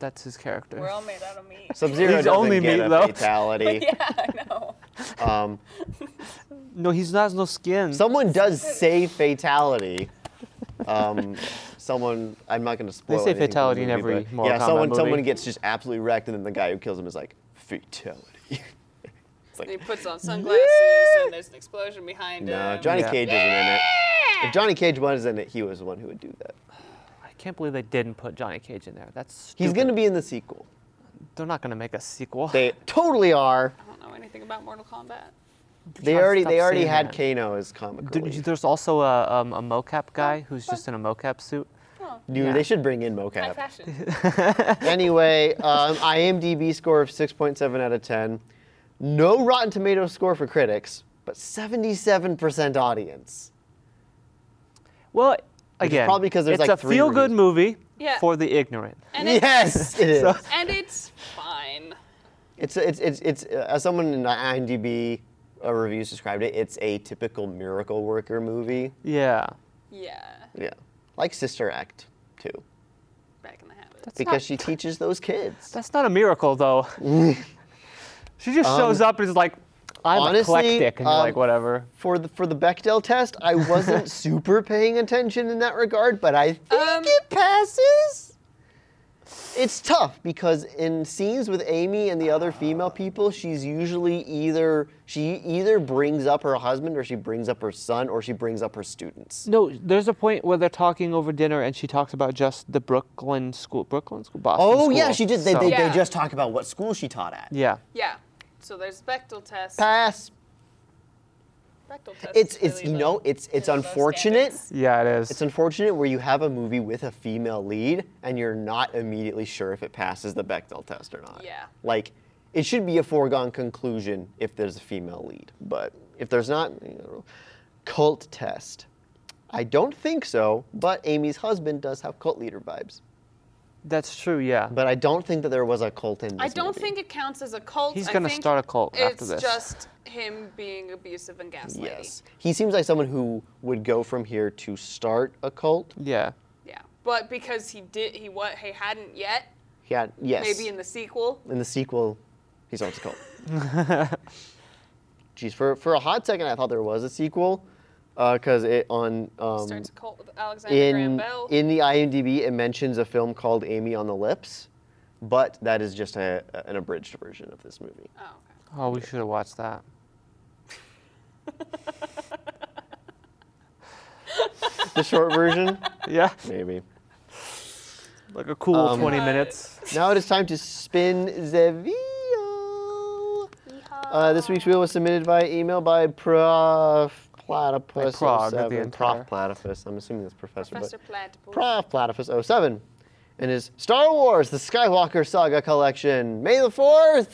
Speaker 6: That's his character.
Speaker 8: We're all made out of meat.
Speaker 1: <laughs>
Speaker 3: Sub Zero
Speaker 6: <laughs> He's
Speaker 3: doesn't
Speaker 6: only
Speaker 3: get
Speaker 6: meat,
Speaker 3: a
Speaker 6: though. <laughs>
Speaker 3: fatality.
Speaker 8: yeah, I know.
Speaker 3: um,
Speaker 6: no, he's not has no skin.
Speaker 3: someone does say fatality. Um, someone. I'm not going to spoil.
Speaker 6: say
Speaker 3: anything from the
Speaker 6: fatality in
Speaker 3: movie,
Speaker 6: every
Speaker 3: but
Speaker 6: Mortal
Speaker 3: Yeah,
Speaker 6: Kombat
Speaker 3: someone
Speaker 6: movie.
Speaker 3: someone gets just absolutely wrecked, and then the guy who kills him is like fatality. <laughs> it's
Speaker 1: And he
Speaker 3: like
Speaker 1: puts on sunglasses, and there's an explosion behind
Speaker 3: no,
Speaker 1: him.
Speaker 3: Johnny
Speaker 6: Yeah.
Speaker 3: Cage isn't in it. If Johnny Cage was in it, he was the one who would do that.
Speaker 6: I can't believe they didn't put Johnny Cage in there. That's stupid.
Speaker 3: He's going to be in the sequel.
Speaker 6: They're not gonna make a sequel.
Speaker 3: They totally are.
Speaker 1: I don't know anything about Mortal Kombat.
Speaker 3: They
Speaker 6: John,
Speaker 3: already
Speaker 6: stop
Speaker 3: they already
Speaker 6: saying
Speaker 3: had
Speaker 6: that.
Speaker 3: Kano as comic
Speaker 6: Dude,
Speaker 3: relief.
Speaker 6: there's also a, um, a mocap guy who's just in a mocap suit.
Speaker 3: Dude,
Speaker 6: yeah.
Speaker 3: they should bring in mocap.
Speaker 8: Fashion.
Speaker 3: <laughs> anyway, um, IMDb score of 6.7 out of 10. No Rotten Tomato score for critics, but 77% audience.
Speaker 6: Well,
Speaker 3: is
Speaker 6: again,
Speaker 3: probably 'cause there's,
Speaker 6: it's
Speaker 3: like,
Speaker 6: a
Speaker 3: three
Speaker 6: feel-good
Speaker 3: reviews.
Speaker 6: movie
Speaker 1: Yeah.
Speaker 6: for the ignorant.
Speaker 1: And it's,
Speaker 3: Yes,
Speaker 1: <laughs>
Speaker 3: it is.
Speaker 1: and it's fine.
Speaker 3: It's it's it's it's uh, as someone in IMDb uh, reviews described it. It's a typical miracle worker movie.
Speaker 6: Yeah,
Speaker 1: Yeah.
Speaker 3: Yeah, like Sister Act too,
Speaker 1: Back in the habit.
Speaker 3: because
Speaker 6: not-
Speaker 3: she teaches those kids.
Speaker 6: that's not a miracle though. <laughs> Um, she just shows up and is like, "I'm
Speaker 3: honestly,
Speaker 6: eclectic," and you're like,
Speaker 3: um,
Speaker 6: "Whatever."
Speaker 3: for the for the Bechdel test, I
Speaker 1: <laughs>
Speaker 3: wasn't super paying attention in that regard, but I think
Speaker 1: Um,
Speaker 3: it passes. It's tough because in scenes with Amy and the other female people, she's usually either she either brings up her husband or she brings up her son or she brings up her students.
Speaker 1: Mm.
Speaker 6: No, there's a point where they're talking over dinner, and she talks about just the Brooklyn school, Brooklyn school, Boston
Speaker 3: Oh
Speaker 6: school.
Speaker 3: yeah, she did. They,
Speaker 6: So-
Speaker 3: they,
Speaker 1: Yeah.
Speaker 3: they just talk about what school she taught at.
Speaker 6: yeah.
Speaker 1: Yeah. So there's Bechtel test.
Speaker 3: Pass.
Speaker 1: Bechtel test.
Speaker 3: It's
Speaker 1: is
Speaker 3: it's
Speaker 1: really
Speaker 3: you
Speaker 1: low.
Speaker 3: know it's it's
Speaker 8: low
Speaker 3: unfortunate.
Speaker 8: standards.
Speaker 6: Yeah, it is.
Speaker 3: It's unfortunate where you have a movie with a female lead and you're not immediately sure if it passes the Bechdel test or not.
Speaker 1: Yeah.
Speaker 3: Like, it should be a foregone conclusion if there's a female lead, but if there's not, you know, cult test. I don't think so, but Amy's husband does have cult leader vibes.
Speaker 6: That's true. Yeah.
Speaker 3: But I don't think that there was a cult in this
Speaker 1: I don't
Speaker 3: movie.
Speaker 1: think it counts as a cult.
Speaker 6: He's
Speaker 1: I
Speaker 6: gonna
Speaker 1: think
Speaker 6: start a cult after this.
Speaker 1: It's just him being abusive and gaslighting.
Speaker 3: Yes. He seems like someone who would go from here to start a cult.
Speaker 6: yeah. <laughs>
Speaker 1: Yeah. But because he did, he what he hadn't yet.
Speaker 3: Yeah, yes.
Speaker 1: Maybe in the sequel.
Speaker 3: in the sequel, he starts a cult. Jeez, for, for a hot second, I thought there was a sequel, because it on um,
Speaker 1: starts a cult with Alexander Graham
Speaker 3: in <laughs>
Speaker 1: Bell.
Speaker 3: in the IMDb it mentions a film called Amy on the Lips, but that is just a, a- an abridged version of this movie.
Speaker 1: <laughs> oh, okay.
Speaker 6: Oh, we should have watched that.
Speaker 3: The short version,
Speaker 6: Yeah.
Speaker 3: maybe.
Speaker 6: Like a cool 20 minutes.
Speaker 3: Now it is time to spin the wheel. Uh, this week's wheel was submitted via email by Prof. Platypus.
Speaker 6: By Prague, the
Speaker 3: 07.
Speaker 6: entire-
Speaker 3: Prof. Platypus. I'm assuming that's Professor. but-
Speaker 1: Professor Platypus.
Speaker 3: Prof. Platypus 07 and his Star Wars The Skywalker Saga Collection, May the 4th.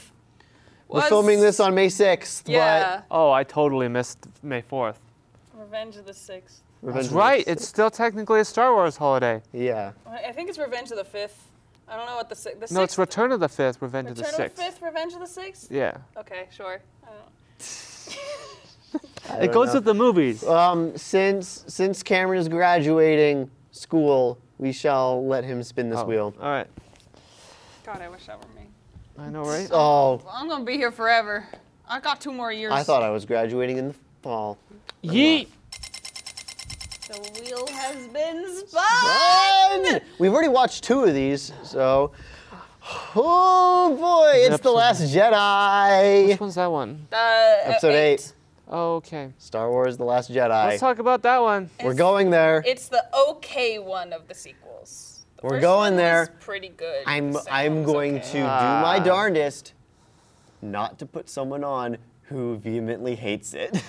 Speaker 3: We're
Speaker 1: Was-
Speaker 3: filming this on May 6th,
Speaker 1: Yeah.
Speaker 6: Oh, I totally missed May 4th.
Speaker 8: Revenge of the Sixth.
Speaker 3: but Revenge
Speaker 6: That's
Speaker 3: of the
Speaker 6: right.
Speaker 3: Sith-
Speaker 6: It's still technically a Star Wars holiday.
Speaker 3: yeah.
Speaker 8: I I think it's Revenge of the Fifth. I don't know what the sixth. The
Speaker 6: No, it's
Speaker 8: sixth-
Speaker 6: Return of the Fifth, Revenge of the
Speaker 8: Return of
Speaker 6: Sixth.
Speaker 8: the Fifth. Revenge of the Sixth.
Speaker 6: Yeah.
Speaker 1: Okay, sure.
Speaker 8: I don't-
Speaker 6: It goes with the movies.
Speaker 3: Um, since since Cameron is graduating school, we shall let him spin this
Speaker 6: Oh,
Speaker 3: wheel.
Speaker 6: All right.
Speaker 1: God, I wish that were me.
Speaker 6: I know, right?
Speaker 3: Oh,
Speaker 1: I'm gonna be here forever. I got two more years.
Speaker 3: I thought I was graduating in the fall.
Speaker 6: Yeet.
Speaker 1: The wheel has been spun.
Speaker 3: Fun! We've already watched two of these, so. Oh boy, it's The Last
Speaker 6: Which
Speaker 3: Jedi!
Speaker 6: one's that one?
Speaker 1: Uh,
Speaker 3: Episode 8.
Speaker 6: Oh, okay.
Speaker 3: Star Wars The Last Jedi.
Speaker 6: Let's talk about that one.
Speaker 3: We're going there.
Speaker 8: It's the okay one of the sequels. The
Speaker 3: We're
Speaker 8: first
Speaker 3: going
Speaker 8: one was
Speaker 3: there.
Speaker 8: pretty good.
Speaker 3: I'm
Speaker 8: The second one
Speaker 3: I'm
Speaker 8: was
Speaker 3: going
Speaker 8: okay.
Speaker 3: to do my darndest not to put someone on who vehemently hates <laughs> it.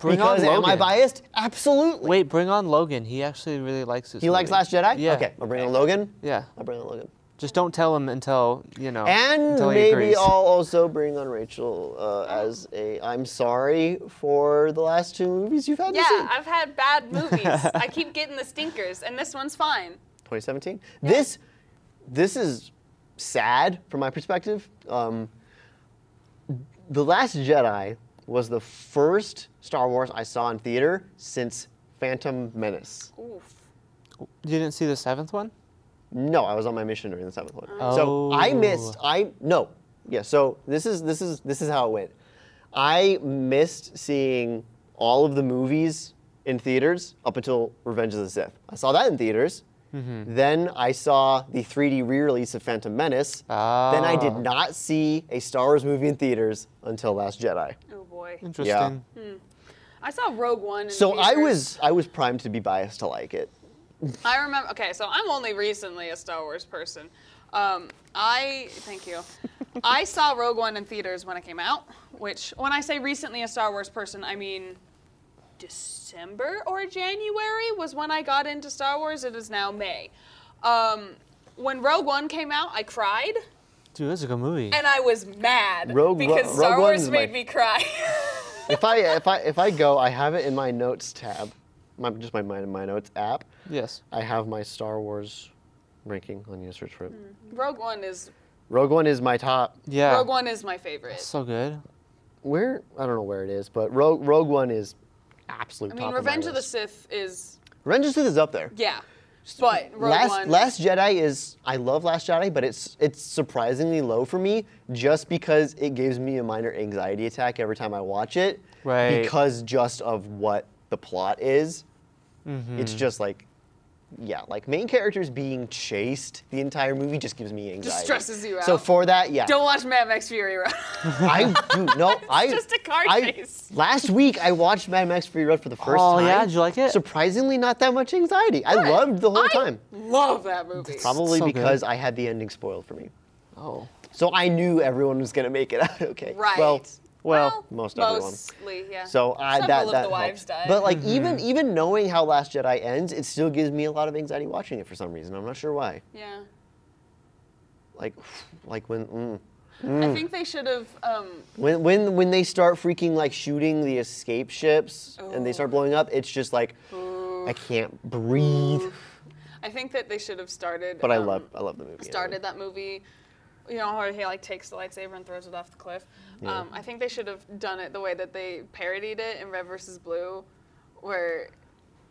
Speaker 6: Bring on
Speaker 3: because am I
Speaker 6: Logan.
Speaker 3: biased? Absolutely.
Speaker 6: Wait, bring on Logan. He actually really likes this.
Speaker 3: He likes
Speaker 6: movie.
Speaker 3: Last Jedi?
Speaker 6: Yeah.
Speaker 3: Okay, I'll bring on Logan.
Speaker 6: Yeah.
Speaker 3: I'll bring on Logan.
Speaker 6: Just don't tell him until you know.
Speaker 3: And
Speaker 6: until he
Speaker 3: maybe
Speaker 6: agrees.
Speaker 3: I'll also bring on Rachel uh, as a I'm sorry for the last two movies you've had to see.
Speaker 4: Yeah, I've had
Speaker 3: <laughs>
Speaker 4: bad movies. I keep getting the stinkers, and this one's fine.
Speaker 3: 2017. This this is sad from my perspective. Um, the Last Jedi was the first Star Wars I saw in theater since Phantom Menace.
Speaker 6: You didn't see the seventh one?
Speaker 3: No, I was on my mission during the seventh one. So I missed. I no. Yeah. So this is this is this is how it went. I missed seeing all of the movies in theaters up until Revenge of the Sith. I saw that in theaters. Then I saw the 3D re-release of Phantom Menace. Then I did
Speaker 6: Ah.
Speaker 3: not see a Star Wars movie in theaters until Last Jedi.
Speaker 1: Oh boy.
Speaker 6: Interesting.
Speaker 1: I saw Rogue One. In
Speaker 3: Mm. So I
Speaker 1: theaters.
Speaker 3: was I was primed to be biased to like it.
Speaker 1: I remember. Okay, so I'm only recently a Star Wars person. Um, I thank you.
Speaker 3: <laughs>
Speaker 1: I saw Rogue One in theaters when it came out. Which, when I say recently a Star Wars person, I mean December or January was when I got into Star Wars. It is now May. Um, when Rogue One came out, I cried
Speaker 6: Dude, that's a good movie.
Speaker 1: and I was mad.
Speaker 3: Rogue,
Speaker 8: Because
Speaker 3: Rogue
Speaker 8: Star
Speaker 3: One
Speaker 8: Wars
Speaker 3: is
Speaker 8: made
Speaker 3: my
Speaker 8: me cry.
Speaker 3: if I if I if I go, I have it in my notes tab, my, just my my my notes app.
Speaker 6: Yes.
Speaker 3: I have my Star Wars ranking on user trip.
Speaker 1: <laughs> Hmm. Rogue One is
Speaker 3: Rogue One is my top.
Speaker 6: Yeah.
Speaker 1: Rogue One is my favorite.
Speaker 6: So good.
Speaker 3: Where I don't know where it is, but Rogue Rogue One is absolute.
Speaker 1: I mean, Revenge of the Sith is
Speaker 3: Revenge of the Sith is up there.
Speaker 1: yeah, but Rogue
Speaker 3: Last
Speaker 1: One.
Speaker 3: Last Jedi is I love Last Jedi, but it's it's surprisingly low for me just because it gives me a minor anxiety attack every time I watch it.
Speaker 6: Right.
Speaker 3: Because just of what the plot is. It's just like yeah, like main characters being chased the entire movie just gives me anxiety.
Speaker 1: stresses you
Speaker 3: So
Speaker 1: out.
Speaker 3: for that, yeah.
Speaker 1: don't watch Mad Max Fury Road.
Speaker 3: I dude, no, I
Speaker 1: just a car
Speaker 3: I-
Speaker 1: chase.
Speaker 3: Last week I watched Mad Max Free Road for the first
Speaker 6: Oh,
Speaker 3: time.
Speaker 6: yeah? Did you like it?
Speaker 3: Surprisingly not that much anxiety. I <laughs> loved the whole time.
Speaker 1: Love that movie.
Speaker 3: Probably
Speaker 6: So good.
Speaker 3: because I had the ending spoiled for me.
Speaker 6: Oh.
Speaker 3: So I knew everyone was gonna make it <laughs> out okay.
Speaker 1: Right.
Speaker 3: Well,
Speaker 6: Well,
Speaker 3: most everyone.
Speaker 1: Mostly, yeah.
Speaker 3: So I, that
Speaker 8: of
Speaker 3: that
Speaker 8: the wives
Speaker 3: helped.
Speaker 8: died.
Speaker 3: But like
Speaker 6: Mm-hmm.
Speaker 3: even even knowing how Last Jedi ends, it still gives me a lot of anxiety watching it for some reason. I'm not sure why.
Speaker 1: yeah.
Speaker 3: Like <sighs> like when mm,
Speaker 1: I think they should have. Um,
Speaker 3: When, when when they start freaking like shooting the escape ships and they
Speaker 6: Oh.
Speaker 3: start blowing up, it's just like I can't breathe.
Speaker 1: I think that they should have started.
Speaker 3: But I
Speaker 1: um,
Speaker 3: love uh, I love the movie. anyway.
Speaker 1: started that movie. You know how he like takes the lightsaber and throws it off the cliff. Um, I think they should have done it the way that they parodied it in Red versus Blue, where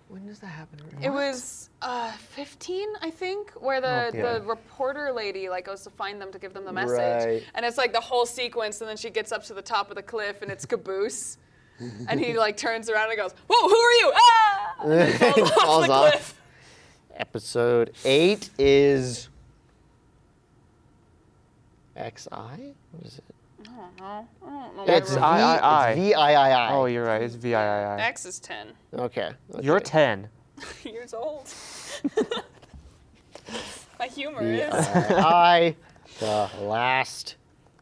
Speaker 6: When does that happen?
Speaker 1: it was uh, 15, I think, where the,
Speaker 6: Oh,
Speaker 1: the reporter lady like goes to find them to give them the message,
Speaker 3: Right.
Speaker 1: and it's like the whole sequence, and then she gets up to the top of the cliff, and it's
Speaker 3: <laughs>
Speaker 1: Caboose, and he like turns around and goes, "Whoa, who are you?" Ah! And then
Speaker 3: <laughs>
Speaker 1: falls off
Speaker 3: Falls
Speaker 1: the
Speaker 3: off.
Speaker 1: cliff.
Speaker 3: Episode eight is X I. What is it?
Speaker 6: It's I I I.
Speaker 3: V I I I.
Speaker 6: Oh, you're right. It's V I I I.
Speaker 1: X is 10
Speaker 3: okay.
Speaker 6: You're
Speaker 3: okay.
Speaker 6: ten.
Speaker 1: <laughs>
Speaker 6: <laughs>
Speaker 1: years
Speaker 3: <laughs>
Speaker 1: old.
Speaker 8: My humor is.
Speaker 3: I, the last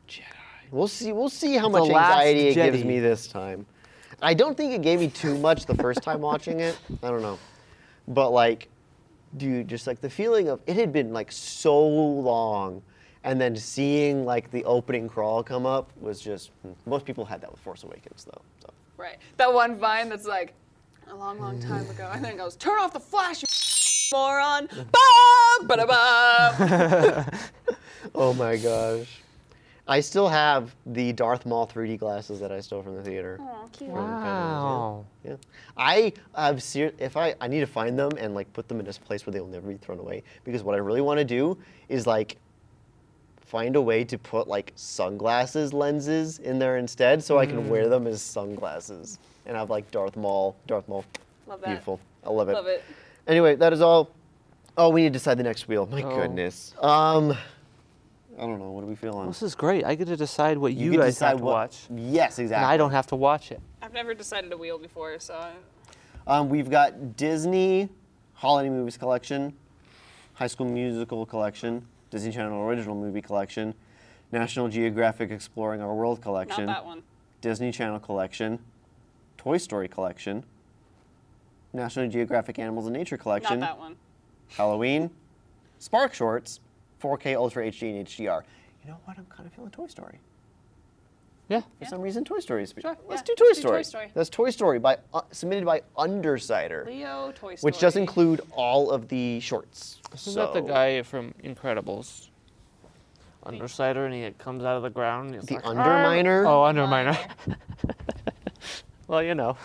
Speaker 3: Jedi. We'll see. We'll see how much
Speaker 6: last
Speaker 3: anxiety it gives
Speaker 6: Jedi.
Speaker 3: me this time. I don't think it gave me too much the first time watching it. I don't know, but like, dude, just like the feeling of it had been like so long, and then seeing like the opening crawl come up was just. Most people had that with Force Awakens though. So.
Speaker 1: Right. That one vine that's like, a long, long time ago. And then it goes, turn off the flash, you <laughs> moron. Ba ba
Speaker 6: <laughs>
Speaker 1: ba
Speaker 3: Oh my gosh. I still have the Darth Maul 3D glasses that I stole from the theater. From Phantom Menace, yeah.
Speaker 6: Wow.
Speaker 3: Yeah. I have ser- if I I need to find them and like put them in this place where they will never be thrown away because what I really want to do is like find a way to put like sunglasses lenses in there
Speaker 1: Mm.
Speaker 3: instead so I can wear them as sunglasses and have like Darth Maul Darth Maul
Speaker 1: Love that.
Speaker 3: beautiful I love it.
Speaker 1: Love it.
Speaker 3: Anyway, that is all. Oh, we need to decide the next wheel. My
Speaker 1: Oh.
Speaker 3: goodness. Um, I don't know. What do we feel on?
Speaker 6: This is great. I get to decide what you,
Speaker 3: get
Speaker 6: guys
Speaker 3: decide
Speaker 6: have to
Speaker 3: what-
Speaker 6: watch,
Speaker 3: Yes, exactly.
Speaker 6: and I don't have to watch it.
Speaker 1: I've never decided a wheel before, so I-
Speaker 3: Um, we've got Disney Holiday Movies Collection, High School Musical Collection, Disney Channel Original Movie Collection, National Geographic Exploring Our World
Speaker 1: not
Speaker 3: Collection,
Speaker 1: that one.
Speaker 3: Disney Channel Collection, Toy Story Collection, National Geographic Animals and Nature Collection,
Speaker 1: Not that one.
Speaker 3: Halloween, Spark Shorts, 4K Ultra HD and HDR. You know what? I'm kind of feeling Toy Story.
Speaker 6: Yeah.
Speaker 3: For some reason, Toy Story. is- Let's
Speaker 1: yeah,
Speaker 3: do Toy
Speaker 1: let's do
Speaker 3: Story.
Speaker 1: Toy Story.
Speaker 3: That's Toy Story by uh, submitted by Undersider
Speaker 1: Leo Toy Story.
Speaker 3: which does include all of the shorts.
Speaker 6: Isn't that the
Speaker 3: So,
Speaker 6: guy from Incredibles? Undersider, and he comes out of the ground. And he's
Speaker 3: The
Speaker 6: like,
Speaker 3: Underminer.
Speaker 6: Oh, <laughs> Underminer. well, you know.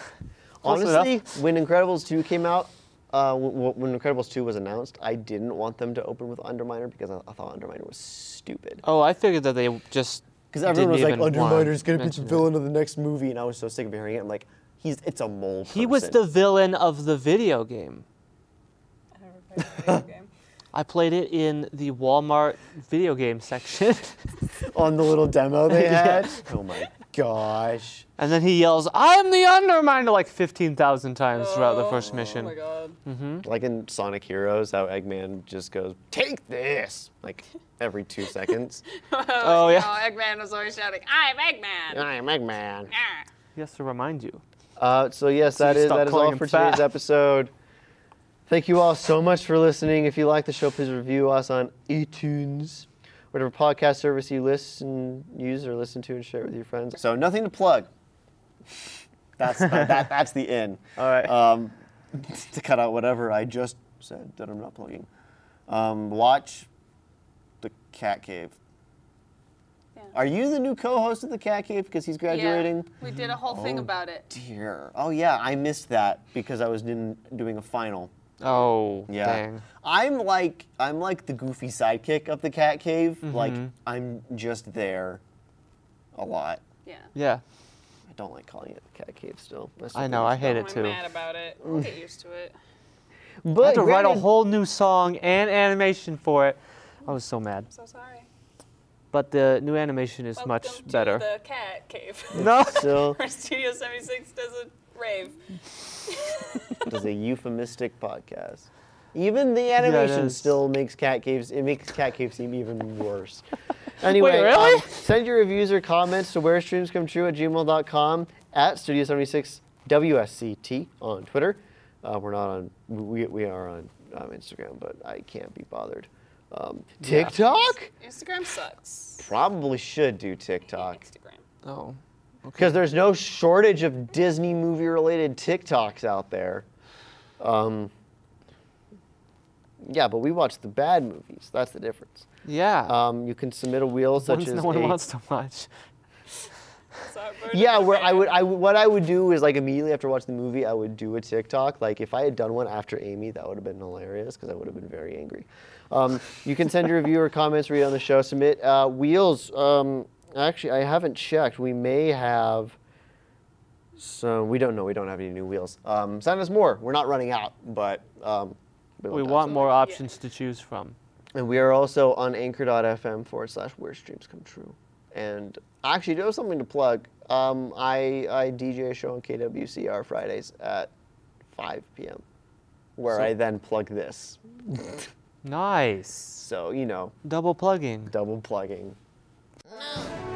Speaker 6: Close enough.
Speaker 3: Honestly, when Incredibles 2 came out, uh, w- w- when Incredibles 2 was announced, I didn't want them to open with Underminer because I, I thought Underminer was stupid.
Speaker 6: Oh, I figured that they just.
Speaker 3: Because everyone was like,
Speaker 6: didn't even want
Speaker 3: Underminer's going to be
Speaker 6: mention
Speaker 3: the
Speaker 6: it.
Speaker 3: villain of the next movie, and I was so sick of hearing it. I'm like, he's it's a mole.
Speaker 6: He was the
Speaker 3: person.
Speaker 6: villain of the video game.
Speaker 8: I never played a video game.
Speaker 6: I played it in the Walmart video game section, <laughs>
Speaker 3: on the little demo they
Speaker 6: Yeah.
Speaker 3: had. Oh my gosh.
Speaker 6: and then he yells, "I'm the Underminer!" like 15,000 times throughout the
Speaker 8: Oh
Speaker 6: first
Speaker 8: my
Speaker 6: mission. <laughs>
Speaker 8: god.
Speaker 6: Hmm?
Speaker 3: Like in Sonic Heroes, how Eggman just goes, "Take this!" like every two
Speaker 6: <laughs>
Speaker 3: seconds.
Speaker 6: Oh,
Speaker 1: <laughs> Oh,
Speaker 6: yeah.
Speaker 1: Eggman was always shouting, "I'm Eggman!"
Speaker 3: I am Eggman.
Speaker 1: Ah.
Speaker 6: He has to remind you.
Speaker 3: Uh, so yes, that
Speaker 6: you
Speaker 3: is
Speaker 6: stop
Speaker 3: that is
Speaker 6: calling
Speaker 3: all
Speaker 6: him
Speaker 3: for
Speaker 6: fat.
Speaker 3: today's episode. Thank you all so much for listening. If you like the show, please review us on iTunes, whatever podcast service you listen, use, or listen to, and share it with your friends. So nothing to plug. That's that, that's the end.
Speaker 6: All right.
Speaker 3: Um, <laughs> to cut out whatever I just said that I'm not plugging. Um, watch the Cat Cave. Are you the new co-host of the Cat Cave because he's graduating?
Speaker 1: We did a whole thing
Speaker 3: Oh.
Speaker 1: about it.
Speaker 3: Dear. Oh yeah, I missed that because I was doing doing a final.
Speaker 6: Oh,
Speaker 3: Yeah.
Speaker 6: dang.
Speaker 3: I'm like I'm like the goofy sidekick of the cat cave.
Speaker 6: Mm-hmm.
Speaker 3: Like I'm just there a lot.
Speaker 1: Yeah.
Speaker 6: Yeah,
Speaker 3: I don't like calling it the cat cave still.
Speaker 6: I know. I hate it
Speaker 1: I'm
Speaker 6: too.
Speaker 1: mad about it. We'll get used to it.
Speaker 3: But
Speaker 6: I had to write a
Speaker 3: granted-
Speaker 6: whole <laughs> new song and animation for it. I was so mad.
Speaker 8: So sorry.
Speaker 6: But the new animation is much
Speaker 8: Welcome to
Speaker 6: better.
Speaker 8: The cat
Speaker 1: <laughs>
Speaker 8: cave.
Speaker 3: <laughs>
Speaker 6: <laughs> No.
Speaker 3: still
Speaker 8: Where Studio 76 does a rave.
Speaker 3: it is a euphemistic podcast. Even the animation
Speaker 6: is.
Speaker 3: still makes cat caves. It makes cat caves seem even <laughs> worse. Anyway,
Speaker 6: really?
Speaker 3: um, send your reviews or comments to where streams come true at gmail.com at studio 76 WSCT on Twitter. Uh, we're not on, we, we are on um, Instagram, but I can't be bothered. Um, TikTok?
Speaker 1: Instagram sucks.
Speaker 3: Probably should do TikTok
Speaker 1: Instagram.
Speaker 6: Oh.
Speaker 3: because there's no shortage of Disney movie related TikToks out there. Um, yeah, but we watch the bad movies. That's the difference.
Speaker 6: Yeah.
Speaker 3: Um, you can submit a wheel such
Speaker 6: Ones
Speaker 3: as
Speaker 6: no one
Speaker 3: a-
Speaker 6: wants to watch.
Speaker 3: yeah, where I would, I would, what I would do is like immediately after watching the movie, I would do a TikTok. Like if I had done one after Amy, that would have been hilarious because I would have been very angry. Um, you can send your review or comments, read on the show, submit uh, wheels. Um, actually, I haven't checked. We may have. So we don't know. We don't have any new wheels. Um, send us more. We're not running out, but um,
Speaker 6: We
Speaker 3: have
Speaker 6: want
Speaker 3: some.
Speaker 6: more options to choose from.
Speaker 3: And we are also on anchor.fm forward slash where streams come true. And I actually do have something to plug. Um, I, I DJ a show on KWCR Fridays at 5 p.m., where I then plug this.
Speaker 6: Nice.
Speaker 3: So, you know,
Speaker 6: Double plugging.
Speaker 3: double plugging.
Speaker 5: No.